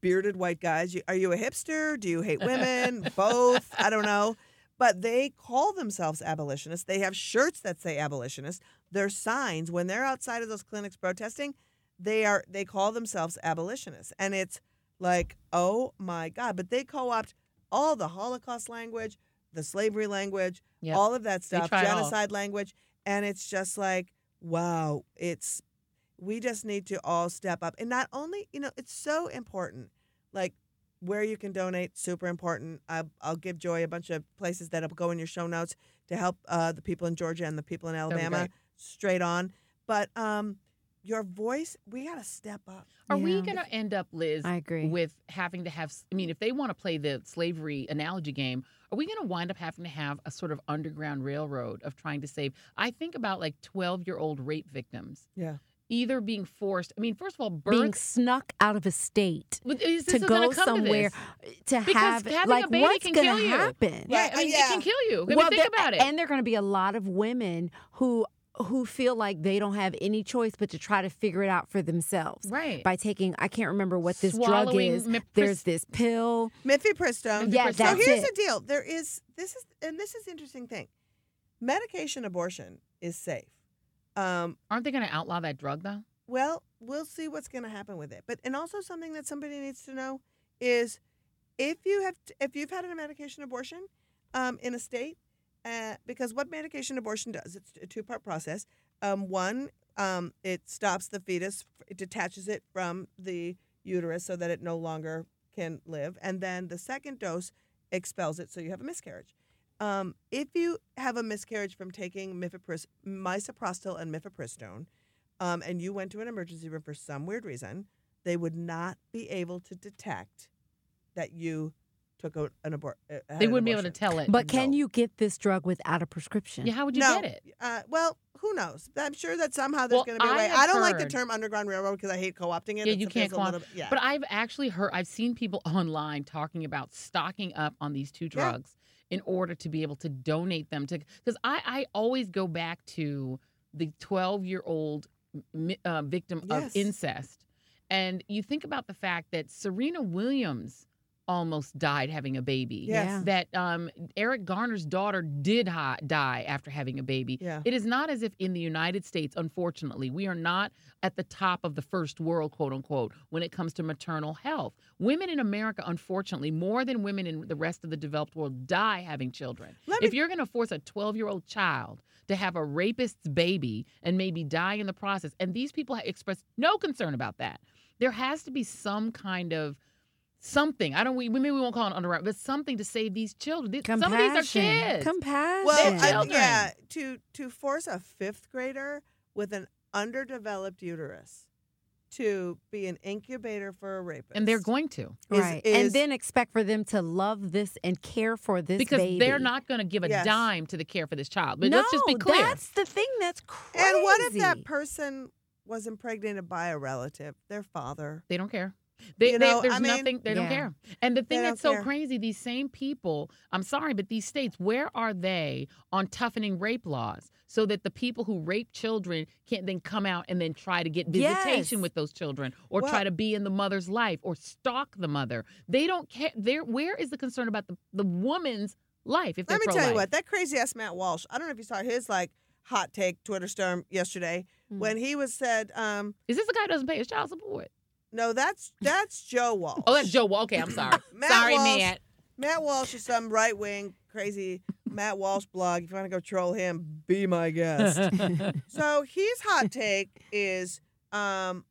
Speaker 3: bearded white guys. You, are you a hipster? Do you hate women? Both? I don't know. But they call themselves abolitionists. They have shirts that say abolitionist. Their signs when they're outside of those clinics protesting, they are they call themselves abolitionists, and it's like, oh my god! But they co-opt all the Holocaust language the slavery language,
Speaker 2: Yep.
Speaker 3: all of that
Speaker 2: They
Speaker 3: stuff,
Speaker 2: try it all.
Speaker 3: genocide language, and it's just like, wow, it's we just need to all step up. And not only, you know, it's so important. Like where you can donate, super important. I, I'll give Joy a bunch of places that'll go in your show notes to help uh, the people in Georgia and the people in
Speaker 2: be
Speaker 3: Alabama
Speaker 2: great.
Speaker 3: straight on. But um, your voice, we gotta step up.
Speaker 2: Are we
Speaker 1: Yeah.
Speaker 2: going to end up, Liz,
Speaker 1: I agree.
Speaker 2: with having to have? I mean, if they want to play the slavery analogy game, are we going to wind up having to have a sort of underground railroad of trying to save? I think about like twelve-year-old rape victims.
Speaker 3: Yeah.
Speaker 2: Either being forced. I mean, first of all,
Speaker 1: Being
Speaker 2: births.
Speaker 1: snuck out of a state
Speaker 2: With- is
Speaker 1: to
Speaker 2: this gonna
Speaker 1: go
Speaker 2: come to
Speaker 1: somewhere
Speaker 2: this?
Speaker 1: to,
Speaker 2: Because
Speaker 1: have
Speaker 2: having a
Speaker 1: like
Speaker 2: baby
Speaker 1: what's
Speaker 2: can
Speaker 1: going
Speaker 2: kill
Speaker 1: to
Speaker 2: you.
Speaker 1: happen.
Speaker 2: Right. I
Speaker 3: Right,
Speaker 2: mean,
Speaker 3: yeah.
Speaker 2: it can kill you. I mean, think
Speaker 1: there-
Speaker 2: about it.
Speaker 1: And there are going to be a lot of women who who feel like they don't have any choice but to try to figure it out for themselves
Speaker 2: right.
Speaker 1: by taking. I can't remember what this drug
Speaker 2: Swallowing
Speaker 1: is.
Speaker 2: mip-
Speaker 1: There's this pill.
Speaker 3: Mifepristone.
Speaker 1: Yeah,
Speaker 2: Mifepristone.
Speaker 3: So
Speaker 1: that's
Speaker 3: here's
Speaker 1: it.
Speaker 3: the deal. There is this is and this is the interesting thing. Medication abortion is safe. Um,
Speaker 2: Aren't they going to outlaw that drug though?
Speaker 3: well, we'll see what's going to happen with it. But and also something that somebody needs to know is if you have if you've had a medication abortion um, in a state, uh, because what medication abortion does, it's a two part process. Um, one, um, it stops the fetus, it detaches it from the uterus so that it no longer can live, and then the second dose expels it, so you have a miscarriage. Um, if you have a miscarriage from taking mifepris- misoprostol and mifepristone, um, and you went to an emergency room for some weird reason, they would not be able to detect that you took a, an abort. Uh, had
Speaker 2: They
Speaker 3: an
Speaker 2: wouldn't be able to
Speaker 3: abortion.
Speaker 2: tell it.
Speaker 1: But can
Speaker 3: No.
Speaker 1: you get this drug without a prescription?
Speaker 2: yeah, how would you
Speaker 3: No.
Speaker 2: get it?
Speaker 3: Uh, well, who knows? I'm sure that somehow there's
Speaker 2: Well,
Speaker 3: going to be a
Speaker 2: I
Speaker 3: way.
Speaker 2: have
Speaker 3: I don't like the
Speaker 2: heard-
Speaker 3: term underground railroad because I hate co-opting it.
Speaker 2: Yeah,
Speaker 3: It's-
Speaker 2: you
Speaker 3: it feels
Speaker 2: can't
Speaker 3: a
Speaker 2: co-op-
Speaker 3: little bit- Yeah,
Speaker 2: But I've actually heard, I've seen people online talking about stocking up on these two
Speaker 3: Yeah.
Speaker 2: drugs in order to be able to donate them to. Because I, I always go back to the 12 year old uh, victim
Speaker 3: Yes.
Speaker 2: of incest. And you think about the fact that Serena Williams almost died having a baby.
Speaker 3: Yes.
Speaker 1: Yeah.
Speaker 2: That um, Eric Garner's daughter did hi- die after having a baby.
Speaker 3: yeah.
Speaker 2: It is not as if in the United States, unfortunately, we are not at the top of the first world, quote unquote, when it comes to maternal health. Women in America, unfortunately, more than women in the rest of the developed world, die having children.
Speaker 3: Let
Speaker 2: If you're going to force a 12 year old child to have a rapist's baby and maybe die in the process, and these people ha- express no concern about that, there has to be some kind of something. I don't, we, maybe we won't call it underwrite, but something to save these children. These- Some of these are kids.
Speaker 1: Compassion.
Speaker 3: well,
Speaker 2: They're
Speaker 3: I-
Speaker 2: children.
Speaker 3: yeah. To to force a fifth grader with an underdeveloped uterus to be an incubator for a rapist,
Speaker 2: and they're going to.
Speaker 3: is-
Speaker 1: right.
Speaker 3: is-
Speaker 1: and then expect for them to love this and care for this
Speaker 2: because
Speaker 1: baby.
Speaker 2: they're not going to give a
Speaker 3: Yes.
Speaker 2: dime to the care for this child. But
Speaker 1: no,
Speaker 2: let's just be clear.
Speaker 1: That's the thing that's crazy.
Speaker 3: And what if that person was impregnated by a relative, their father?
Speaker 2: They don't care. They,
Speaker 3: You
Speaker 2: they-
Speaker 3: know,
Speaker 2: there's
Speaker 3: I mean-
Speaker 2: nothing. They don't
Speaker 1: Yeah.
Speaker 2: care. And the thing
Speaker 3: don't
Speaker 2: that's so
Speaker 3: care.
Speaker 2: crazy, these same people. I'm sorry, but these states, where are they on toughening rape laws so that the people who rape children can't then come out and then try to get visitation
Speaker 1: Yes.
Speaker 2: with those children or
Speaker 3: Well-
Speaker 2: try to be in the mother's life or stalk the mother? They don't care. There, where is the concern about the the woman's life? If they're
Speaker 3: Let me tell
Speaker 2: pro-life?
Speaker 3: you what, that crazy ass Matt Walsh. I don't know if you saw his like hot take Twitter storm yesterday
Speaker 1: Mm.
Speaker 2: Hmm.
Speaker 3: when he was said, um,
Speaker 2: is this the guy who doesn't pay his child support?
Speaker 3: No, that's that's Joe Walsh.
Speaker 2: Oh, that's Joe Wall. Okay, I'm sorry.
Speaker 3: Matt
Speaker 2: sorry,
Speaker 3: Walsh.
Speaker 2: Matt.
Speaker 3: Matt Walsh is some right wing crazy Matt Walsh blog. If you want to go troll him, be my guest. so his hot take is um,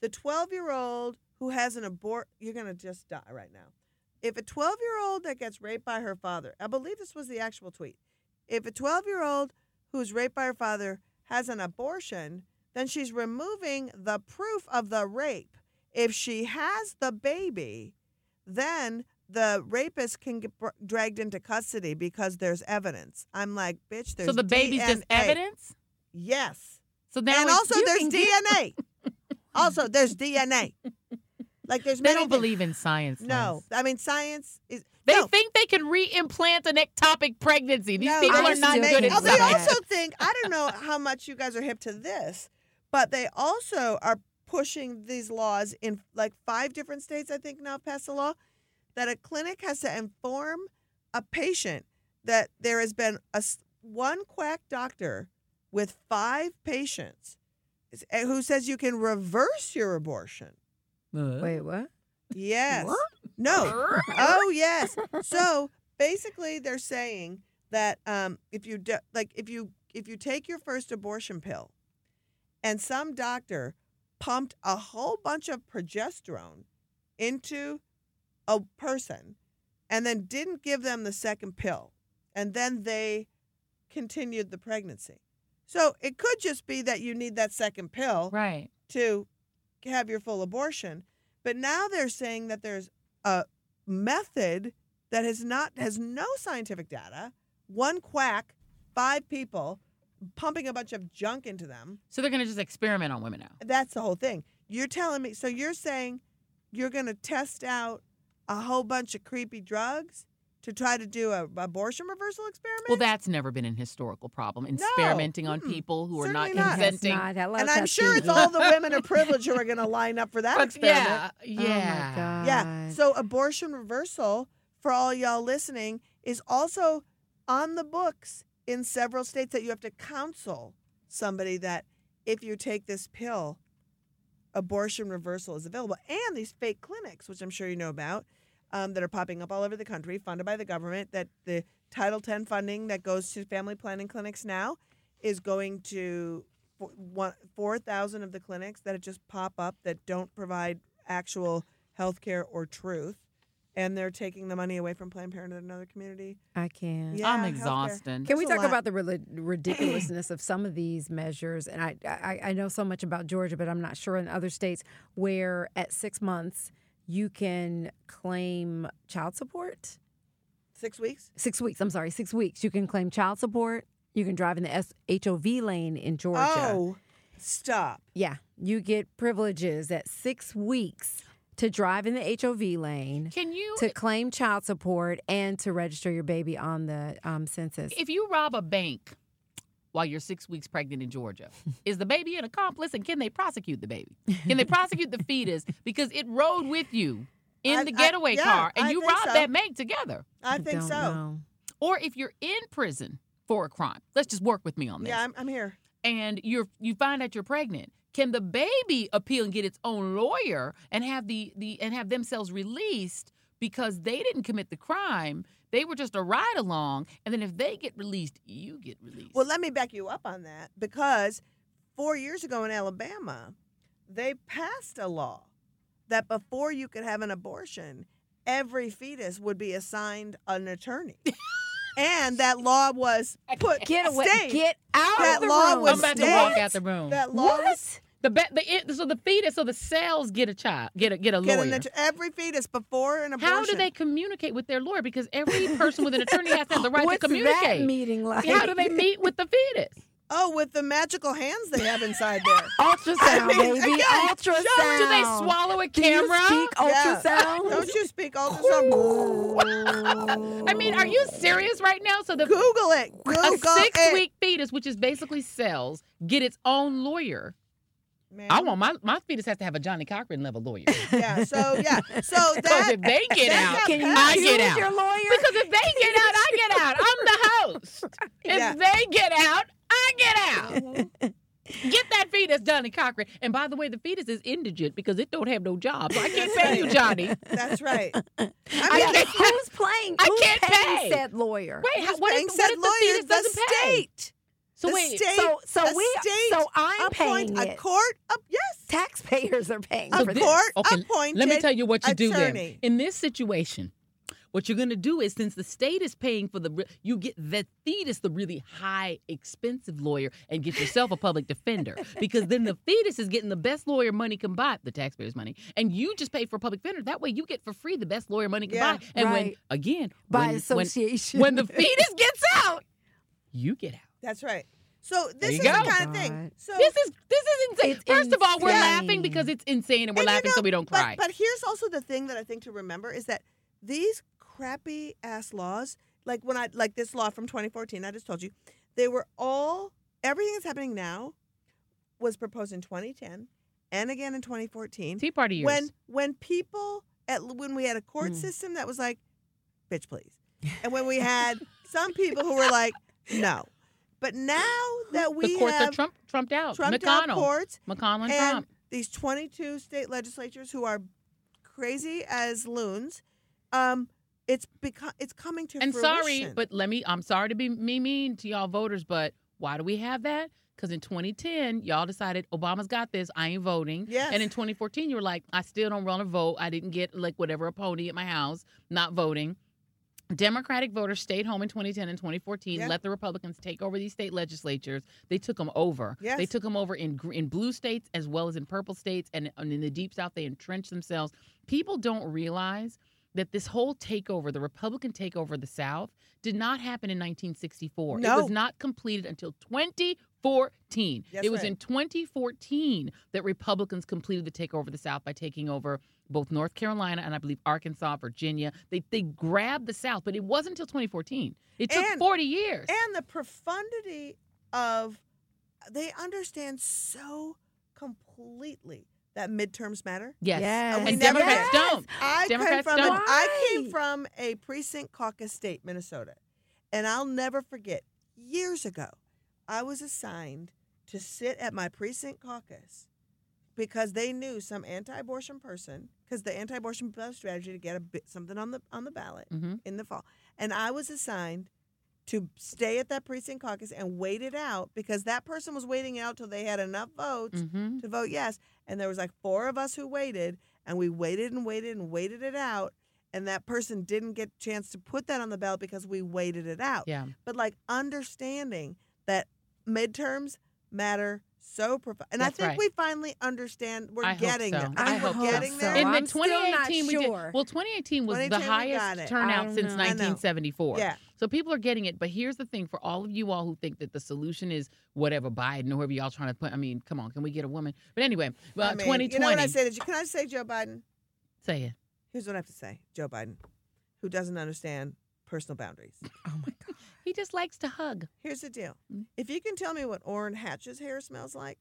Speaker 3: the 12 year old who has an abort. You're gonna just die right now. If a 12 year old that gets raped by her father, I believe this was the actual tweet. If a 12 year old who's raped by her father has an abortion, then she's removing the proof of the rape. If she has the baby, then the rapist can get br- dragged into custody because there's evidence. I'm like, bitch, there's
Speaker 2: so the baby's just
Speaker 3: DNA.
Speaker 2: evidence.
Speaker 3: Yes.
Speaker 2: So now
Speaker 3: and
Speaker 2: it's-
Speaker 3: also
Speaker 2: you
Speaker 3: there's
Speaker 2: can get-
Speaker 3: DNA. also there's DNA. Like there's
Speaker 2: They
Speaker 3: many
Speaker 2: don't
Speaker 3: things-
Speaker 2: believe in science.
Speaker 3: No,
Speaker 2: Liz.
Speaker 3: I mean science is
Speaker 2: They
Speaker 3: no.
Speaker 2: think they can re-implant an ectopic pregnancy. These
Speaker 3: No,
Speaker 2: people
Speaker 3: I
Speaker 2: are not
Speaker 1: still
Speaker 2: good
Speaker 1: think-
Speaker 2: at
Speaker 3: Oh,
Speaker 1: Oh,
Speaker 3: they
Speaker 1: that.
Speaker 2: science.
Speaker 3: also think I don't know how much you guys are hip to this, but they also are pushing these laws in like five different states. I think now have passed a law that a clinic has to inform a patient that there has been a s- one quack doctor with five patients is- eh, who says you can reverse your abortion.
Speaker 1: Wait, what?
Speaker 3: Yes. No. Oh yes. So basically, they're saying that um, if you do, like if you if you take your first abortion pill, and some doctor pumped a whole bunch of progesterone into a person, and then didn't give them the second pill, and then they continued the pregnancy. So it could just be that you need that second pill
Speaker 2: Right.
Speaker 3: to have your full abortion. But now they're saying that there's a method that has not has no scientific data. One quack, five people pumping a bunch of junk into them.
Speaker 2: So they're going to just experiment on women now.
Speaker 3: That's the whole thing. You're telling me so you're saying you're going to test out a whole bunch of creepy drugs to try to do a abortion reversal experiment?
Speaker 2: Well, that's never been an historical problem.
Speaker 3: No.
Speaker 2: Experimenting on
Speaker 3: Mm-mm.
Speaker 2: people who are
Speaker 3: Certainly
Speaker 2: not
Speaker 1: It has
Speaker 3: not.
Speaker 2: consenting.
Speaker 1: not. Hello,
Speaker 3: and I'm sure it's
Speaker 1: Tuskegee.
Speaker 3: all the women of privilege who are going to line up for that
Speaker 2: But
Speaker 3: experiment.
Speaker 2: yeah,
Speaker 1: Oh my
Speaker 2: yeah.
Speaker 1: God.
Speaker 3: Yeah. So abortion reversal for all y'all listening is also on the books in several states that you have to counsel somebody that if you take this pill, abortion reversal is available. And these fake clinics, which I'm sure you know about, um, that are popping up all over the country, funded by the government, that the Title X funding that goes to family planning clinics now is going to four- one- 4,000 of the clinics that just pop up that don't provide actual health care or truth. And they're taking the money away from Planned Parenthood and other community.
Speaker 1: I can't.
Speaker 3: Yeah,
Speaker 2: I'm
Speaker 3: healthcare.
Speaker 2: exhausted.
Speaker 1: Can we
Speaker 3: There's a
Speaker 1: talk
Speaker 3: lot.
Speaker 1: about the reli- ridiculousness of some of these measures? And I, I, I know so much about Georgia, but I'm not sure in other states where at six months you can claim child support.
Speaker 3: Six weeks?
Speaker 1: Six weeks, I'm sorry, six weeks. You can claim child support. You can drive in the S- HOV lane in Georgia.
Speaker 3: Oh, stop.
Speaker 1: Yeah. You get privileges at six weeks to drive in the HOV lane,
Speaker 2: Can you,
Speaker 1: to claim child support, and to register your baby on the um, census.
Speaker 2: if you rob a bank while you're six weeks pregnant in Georgia, is the baby an accomplice and can they prosecute the baby? Can they prosecute the fetus because it rode with you in
Speaker 3: I-
Speaker 2: the
Speaker 3: I-
Speaker 2: getaway
Speaker 3: yeah,
Speaker 2: car and
Speaker 3: I
Speaker 2: you
Speaker 3: think
Speaker 2: robbed
Speaker 3: so.
Speaker 2: that bank together?
Speaker 3: I think
Speaker 1: don't
Speaker 3: so.
Speaker 1: know.
Speaker 2: Or if you're in prison for a crime, let's just work with me on this.
Speaker 3: Yeah, I'm, I'm here.
Speaker 2: and you're you find out you're pregnant can the baby appeal and get its own lawyer and have the the and have themselves released because they didn't commit the crime they were just a ride along and then if they get released you get released
Speaker 3: Well, let me back you up on that because four years ago in Alabama, they passed a law that before you could have an abortion, every fetus would be assigned an attorney. and that law was put
Speaker 1: Get away.
Speaker 3: stayed.
Speaker 1: Get out
Speaker 3: That
Speaker 1: of the
Speaker 3: law
Speaker 1: room.
Speaker 3: was
Speaker 2: i'm about to
Speaker 3: State?
Speaker 2: walk out the room
Speaker 3: that law
Speaker 1: What?
Speaker 3: was
Speaker 2: the, ba- the it, so the fetus so the cells get a child get a get a
Speaker 3: get an
Speaker 2: lawyer
Speaker 3: att- every fetus before an abortion.
Speaker 2: how do they communicate with their lawyer because every person with an attorney has to have the right
Speaker 1: What's
Speaker 2: to communicate
Speaker 1: that meeting like?
Speaker 2: how do they meet with the fetus
Speaker 3: Oh, with the magical hands they have inside there.
Speaker 1: Ultrasound,
Speaker 3: I mean,
Speaker 1: baby.
Speaker 3: again,
Speaker 1: ultrasound.
Speaker 2: do they swallow a
Speaker 1: Do you
Speaker 2: camera
Speaker 1: speak
Speaker 3: Yeah.
Speaker 1: ultrasound?
Speaker 3: Don't you speak ultrasound?
Speaker 2: I mean, are you serious right now? So the
Speaker 3: Google it. Google
Speaker 2: a six
Speaker 3: it.
Speaker 2: week fetus, which is basically cells, get its own lawyer.
Speaker 3: Man.
Speaker 2: I want my my fetus has to have a Johnny Cochran level lawyer.
Speaker 3: Yeah. So yeah. So
Speaker 2: Because
Speaker 3: that
Speaker 2: if they get
Speaker 3: that's
Speaker 2: out,
Speaker 3: not
Speaker 1: Can you
Speaker 2: I
Speaker 1: choose
Speaker 2: get out.
Speaker 1: your lawyer?
Speaker 2: Because if they get out, I get out. I'm the host. If
Speaker 3: Yeah.
Speaker 2: they get out, I get out.
Speaker 3: Uh-huh.
Speaker 2: Get that fetus, Johnny Cochran. And by the way, the fetus is indigent because it don't have no job. So I can't pay you, Johnny.
Speaker 3: That's right.
Speaker 1: I
Speaker 3: I mean,
Speaker 1: can't- who's playing?
Speaker 2: I
Speaker 1: who's
Speaker 2: can't
Speaker 1: paying
Speaker 2: pay.
Speaker 1: said lawyer?
Speaker 2: Wait, how,
Speaker 3: who's
Speaker 2: what,
Speaker 3: paying
Speaker 2: if, what
Speaker 3: said
Speaker 2: if the
Speaker 3: lawyer?
Speaker 2: fetus doesn't
Speaker 3: the
Speaker 2: pay?
Speaker 3: state.
Speaker 2: So
Speaker 3: The
Speaker 2: wait,
Speaker 3: state.
Speaker 1: So, so
Speaker 3: the
Speaker 1: we,
Speaker 3: state
Speaker 1: so I'm
Speaker 3: appoint
Speaker 1: paying
Speaker 3: a
Speaker 1: it.
Speaker 3: court. Up, yes,
Speaker 1: Taxpayers are paying
Speaker 3: a
Speaker 1: for this.
Speaker 3: court
Speaker 2: Okay,
Speaker 3: appointed.
Speaker 2: Let me tell you what you do then.
Speaker 3: attorney.
Speaker 2: In this situation, what you're going to do is since the state is paying for the, re- you get the fetus, the really high, expensive lawyer, and get yourself a public defender because then the fetus is getting the best lawyer money can buy, the taxpayers' money, and you just pay for a public defender. That way, you get for free the best lawyer money can
Speaker 3: Yeah,
Speaker 2: buy. And when
Speaker 1: right.
Speaker 2: again,
Speaker 1: By
Speaker 2: when, when,
Speaker 1: association.
Speaker 2: when the fetus gets out, you get out.
Speaker 3: That's right. So
Speaker 2: There you
Speaker 3: this is the
Speaker 2: go.
Speaker 3: kind of
Speaker 1: God.
Speaker 3: thing. So
Speaker 2: This is this is insane.
Speaker 1: It's
Speaker 2: First of all, we're
Speaker 1: insane.
Speaker 2: laughing because it's insane, and we're
Speaker 3: And you
Speaker 2: laughing
Speaker 3: know-
Speaker 2: so we don't cry.
Speaker 3: But, but here's also the thing that I think to remember is that these crappy ass laws, like when I like this law from 2014, I just told you, they were all everything that's happening now was proposed in 2010 and again in 2014.
Speaker 2: Tea party years.
Speaker 3: When when people at when we had a court
Speaker 1: Mm.
Speaker 3: system that was like, bitch, please, and when we had some people who were like, no, but now that we
Speaker 2: the courts are
Speaker 3: have
Speaker 2: Trump, trumped out.
Speaker 3: trumped out
Speaker 2: McConnell.
Speaker 3: courts
Speaker 2: McConnell and,
Speaker 3: and
Speaker 2: Trump.
Speaker 3: these 22 state legislatures who are crazy as loons um it's become it's coming to
Speaker 2: And sorry,
Speaker 3: fruition.
Speaker 2: but let me, I'm sorry to be me mean to y'all voters, but why do we have that? Because in 2010, y'all decided Obama's got this, I ain't voting.
Speaker 3: Yes.
Speaker 2: And in 2014, you were like, I still don't want to vote. I didn't get like whatever a pony at my house, not voting. Democratic voters stayed home in 2010 and 2014,
Speaker 3: Yeah.
Speaker 2: let the Republicans take over these state legislatures. They took them over.
Speaker 3: Yes.
Speaker 2: They took them over in gr- in blue states as well as in purple states and, and in the deep south they entrenched themselves. People don't realize that this whole takeover, the Republican takeover of the South, did not happen in 1964. It
Speaker 3: No.
Speaker 2: was not completed until 2014.
Speaker 3: That's
Speaker 2: it was
Speaker 3: right.
Speaker 2: in 2014 that Republicans completed the takeover of the South by taking over both North Carolina and I believe Arkansas, Virginia. They they grabbed the South, but it wasn't until 2014. It took
Speaker 3: And-
Speaker 2: 40 years.
Speaker 3: and the profundity of they understand so completely that midterms matter
Speaker 2: yes.
Speaker 1: Yes.
Speaker 3: And we
Speaker 2: And
Speaker 3: never
Speaker 2: Democrats
Speaker 1: did.
Speaker 2: don't.
Speaker 3: I
Speaker 2: Democrats
Speaker 3: came from
Speaker 2: don't.
Speaker 3: an- I
Speaker 1: Why?
Speaker 3: came from a precinct caucus state, Minnesota, and I'll never forget. Years ago, I was assigned to sit at my precinct caucus because they knew some anti-abortion person because the anti-abortion ballot strategy to get a bit something on the on the ballot
Speaker 2: Mm-hmm.
Speaker 3: in the fall, and I was assigned to stay at that precinct caucus and wait it out because that person was waiting out till they had enough votes
Speaker 2: Mm-hmm.
Speaker 3: to vote yes. And there was like four of us who waited, and we waited and waited and waited it out. And that person didn't get a chance to put that on the ballot because we waited it out.
Speaker 2: Yeah.
Speaker 3: But like understanding that midterms matter so profound. And
Speaker 2: That's
Speaker 3: I think
Speaker 2: right.
Speaker 3: we finally understand we're
Speaker 2: I hope
Speaker 3: getting
Speaker 2: so.
Speaker 3: there.
Speaker 2: I
Speaker 3: I think
Speaker 2: hope
Speaker 3: we're getting
Speaker 1: so.
Speaker 3: there.
Speaker 1: In
Speaker 2: And
Speaker 1: I'm
Speaker 2: then
Speaker 1: still not
Speaker 2: 2018 we
Speaker 1: sure.
Speaker 2: did. Well, 2018 was the
Speaker 3: 2018 we got
Speaker 2: highest
Speaker 3: it.
Speaker 1: I
Speaker 2: turnout
Speaker 1: don't
Speaker 2: since
Speaker 1: know. I know.
Speaker 2: 1974.
Speaker 3: yeah.
Speaker 2: So people are getting it, but here's the thing for all of you all who think that the solution is whatever Biden or whoever y'all trying to put. I mean, come on, can we get a woman? But anyway, well,
Speaker 3: I mean,
Speaker 2: 2020.
Speaker 3: You know what I say to you? Can I say Joe Biden?
Speaker 2: Say it.
Speaker 3: Here's what I have to say Joe Biden, who doesn't understand personal boundaries.
Speaker 1: Oh my God.
Speaker 2: He just likes to hug.
Speaker 3: Here's the deal.
Speaker 2: Mm.
Speaker 3: If you can tell me what Orrin Hatch's hair smells like,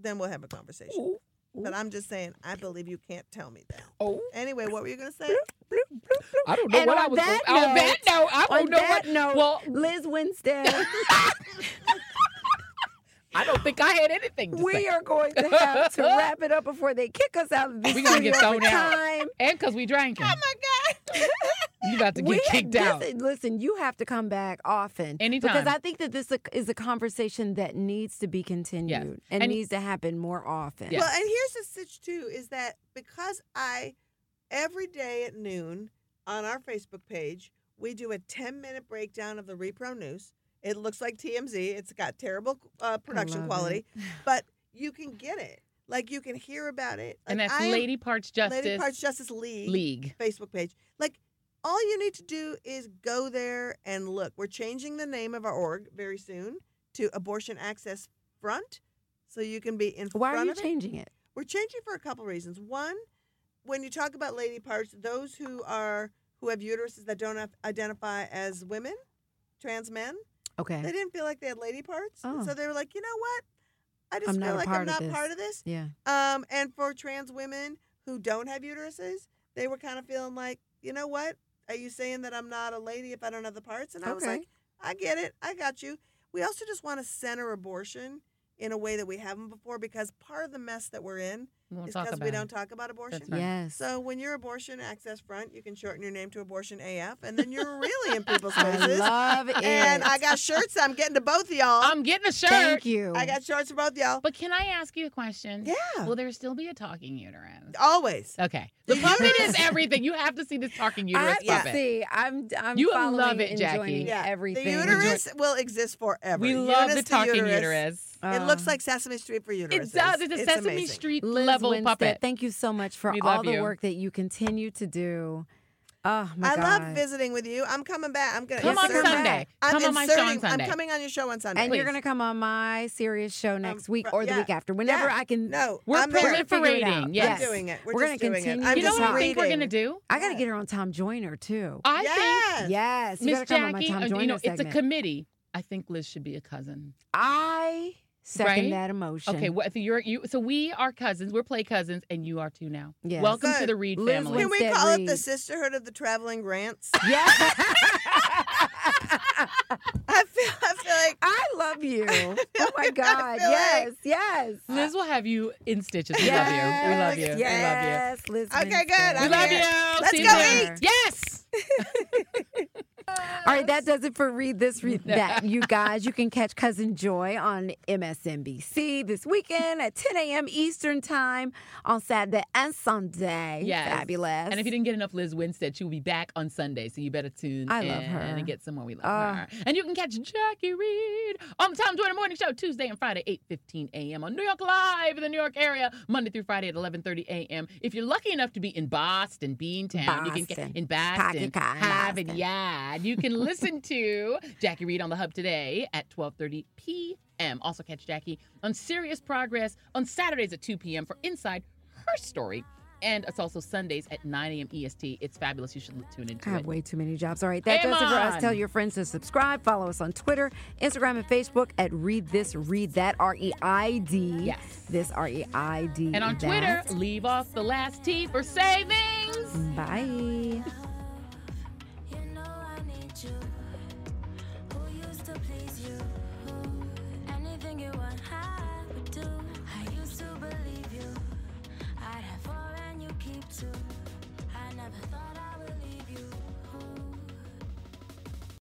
Speaker 3: then we'll have a conversation.
Speaker 1: Oh,
Speaker 3: But I'm just saying, I believe you can't tell me that.
Speaker 2: Oh,
Speaker 3: Anyway, what were you going to say?
Speaker 2: I don't
Speaker 1: know And what on I was that gonna- on that
Speaker 2: note, I
Speaker 1: On that note,
Speaker 2: oh, Well,
Speaker 1: Liz Winstead,
Speaker 2: I don't think I had anything
Speaker 1: we are going to have to wrap it up before they kick us out of this
Speaker 2: We gonna get
Speaker 1: studio for
Speaker 2: thrown out.
Speaker 1: time. Oh
Speaker 2: and because we drank it,
Speaker 3: my God.
Speaker 2: you about to get
Speaker 1: We-
Speaker 2: kicked
Speaker 1: this
Speaker 2: out.
Speaker 1: is- listen, you have to come back often.
Speaker 2: Anytime.
Speaker 1: Because I think that this is a conversation that needs to be continued and,
Speaker 2: And-
Speaker 1: needs to happen more often.
Speaker 2: Yes.
Speaker 3: Well, and here's the stitch, too, is that because I, every day at noon on our Facebook page, we do a 10 minute breakdown of the Repro News. It looks like TMZ, it's got terrible uh, production
Speaker 1: love
Speaker 3: quality,
Speaker 1: it.
Speaker 3: but you can get it. Like, you can hear about it.
Speaker 2: and
Speaker 3: Like,
Speaker 2: that's
Speaker 3: I am
Speaker 2: Lady Parts Justice
Speaker 3: Lady Parts Justice League.
Speaker 2: League.
Speaker 3: Facebook page. Like, all you need to do is go there and look. We're changing the name of our org very soon to Abortion Access Front, so you can be in
Speaker 1: Why are
Speaker 3: front
Speaker 1: you
Speaker 3: of it.
Speaker 1: changing it?
Speaker 3: We're changing for a couple reasons. One, when you talk about lady parts, those who are who have uteruses that don't have, identify as women, trans men, they
Speaker 1: Okay.
Speaker 3: didn't feel like they had lady parts, and
Speaker 1: Oh.
Speaker 3: so they were like, you know what? I just
Speaker 1: I'm not
Speaker 3: feel
Speaker 1: a
Speaker 3: like
Speaker 1: part
Speaker 3: I'm
Speaker 1: of
Speaker 3: not
Speaker 1: this."
Speaker 3: part of this.
Speaker 1: Yeah.
Speaker 3: Um, and for trans women who don't have uteruses, they were kind of feeling like, you know what? Are you saying that I'm not a lady if I don't have the parts? And I was
Speaker 1: Okay.
Speaker 3: like, I get it. I got you. We also just want to center abortion in a way that we haven't before because part of the mess that we're in
Speaker 2: We won't
Speaker 3: is
Speaker 2: talk
Speaker 3: because
Speaker 2: about
Speaker 3: we
Speaker 2: it.
Speaker 3: don't talk about abortion.
Speaker 2: Right.
Speaker 1: Yes.
Speaker 3: So when you're abortion access front, you can shorten your name to abortion AF, and then you're really in people's
Speaker 1: I
Speaker 3: faces.
Speaker 1: love it.
Speaker 3: and I got shirts. I'm getting to both y'all.
Speaker 2: I'm getting a shirt.
Speaker 1: Thank you.
Speaker 3: I got shirts for both y'all.
Speaker 2: But can I ask you a question?
Speaker 3: Yeah,
Speaker 2: Will there still be a talking uterus?
Speaker 3: always.
Speaker 2: Okay. The
Speaker 3: The
Speaker 2: puppet is
Speaker 3: uterus.
Speaker 2: everything. You have to see this talking uterus
Speaker 1: I
Speaker 3: yeah.
Speaker 2: puppet.
Speaker 1: see. I'm. I'm
Speaker 2: You
Speaker 1: following,
Speaker 2: love it, Jackie.
Speaker 1: enjoying
Speaker 3: Yeah,
Speaker 1: everything.
Speaker 3: The uterus will exist forever.
Speaker 2: We love the
Speaker 3: Eunice
Speaker 2: talking uterus. Um,
Speaker 1: Uh,
Speaker 3: It looks like Sesame Street for uterus.
Speaker 2: It does. It's a Sesame Street
Speaker 1: Liz
Speaker 2: level
Speaker 1: Winstead,
Speaker 2: puppet.
Speaker 1: Thank you so much for
Speaker 2: We
Speaker 1: all
Speaker 2: love
Speaker 1: the
Speaker 2: you.
Speaker 1: work that you continue to do. Oh my
Speaker 3: I
Speaker 1: God.
Speaker 3: love visiting with you. I'm coming back. I'm gonna
Speaker 2: Come on
Speaker 1: Yes, sir.
Speaker 3: insert-
Speaker 2: Sunday.
Speaker 3: I'm
Speaker 2: Come on my show on
Speaker 3: inserting-
Speaker 2: Sunday.
Speaker 3: I'm coming on your show on Sunday.
Speaker 1: And you're
Speaker 2: Please.
Speaker 1: going to come on my serious show next week
Speaker 3: fr-
Speaker 1: or the
Speaker 3: Um, yeah.
Speaker 1: week after, whenever
Speaker 3: Yeah.
Speaker 1: I can.
Speaker 3: no,
Speaker 2: We're
Speaker 3: I'm
Speaker 1: We're
Speaker 3: there.
Speaker 1: gonna figure it out.
Speaker 2: Proliferating, yes.
Speaker 3: We're doing it. We're,
Speaker 1: We're
Speaker 3: just
Speaker 1: gonna
Speaker 3: doing it.
Speaker 1: continue
Speaker 3: I'm
Speaker 2: you know
Speaker 1: just
Speaker 2: what I think we're
Speaker 3: reading.
Speaker 2: going to do?
Speaker 1: I got to get her on Tom Joyner too.
Speaker 2: I think,
Speaker 3: yes.
Speaker 1: yes, you got to
Speaker 2: Miss
Speaker 1: come on my
Speaker 2: Jackie,
Speaker 1: Tom
Speaker 2: uh,
Speaker 1: Joyner
Speaker 2: you know, it's a
Speaker 1: segment.
Speaker 2: committee. I think Liz should be a cousin.
Speaker 1: I second
Speaker 2: Right?
Speaker 1: that emotion.
Speaker 2: Okay, well, so you're you. So we are cousins. We're play cousins, and you are too now.
Speaker 1: Yes.
Speaker 2: Welcome to
Speaker 3: Good.
Speaker 2: the Reed
Speaker 1: Liz
Speaker 2: family.
Speaker 1: Win-
Speaker 3: Can we
Speaker 1: Instead
Speaker 3: call it the
Speaker 1: read.
Speaker 3: Sisterhood of the Traveling Grants?
Speaker 1: Yeah.
Speaker 3: I feel. I feel like.
Speaker 1: I love you. Oh my God.
Speaker 3: feel
Speaker 1: Yes.
Speaker 3: like-
Speaker 1: Yes.
Speaker 2: Liz will have you in stitches. We love you. We love you.
Speaker 1: Yes. We love you. Liz
Speaker 3: Okay, good.
Speaker 1: Winstead.
Speaker 3: I
Speaker 2: We love you. We love you.
Speaker 3: Let's
Speaker 2: See you
Speaker 3: go
Speaker 2: later.
Speaker 1: eat.
Speaker 2: Yes.
Speaker 1: All right, that does it for Read This, Read That. You guys, you can catch Cousin Joy on MSNBC this weekend at 10 a.m. Eastern Time on Saturday and Sunday.
Speaker 2: Yes.
Speaker 1: Fabulous.
Speaker 2: And if you didn't get enough Liz Winstead, she will be back on Sunday. So you better tune
Speaker 1: I
Speaker 2: in
Speaker 1: love her.
Speaker 2: and get some more. We love
Speaker 1: Ah.
Speaker 2: her. And you can catch Jackie Reed on the Tom Joyner Morning Show Tuesday and Friday, 8.15 a.m. on New York Live in the New York area, Monday through Friday at 11.30 a.m. If you're lucky enough to be in Boston, Beantown, you can get
Speaker 1: Boston.
Speaker 2: in Boston,
Speaker 1: Pocket Con,
Speaker 2: Hive
Speaker 1: Boston.
Speaker 2: and Yard. You can listen to Jackie Reed on The Hub today at 12.30 p.m. Also catch Jackie on Serious Progress on Saturdays at 2 p.m. for Inside Her Story. And it's also Sundays at 9 a.m. EST. E It's fabulous. You should tune
Speaker 1: I
Speaker 2: into
Speaker 1: have
Speaker 2: it.
Speaker 1: way too many jobs. All right, that does it for us.
Speaker 2: Amon.
Speaker 1: Tell your friends to subscribe. Follow us on Twitter, Instagram, and Facebook at Read This, Read That, R E I D.
Speaker 2: Yes.
Speaker 1: This R E I D.
Speaker 2: And on
Speaker 1: that.
Speaker 2: Twitter, leave off the last T for savings.
Speaker 1: Bye.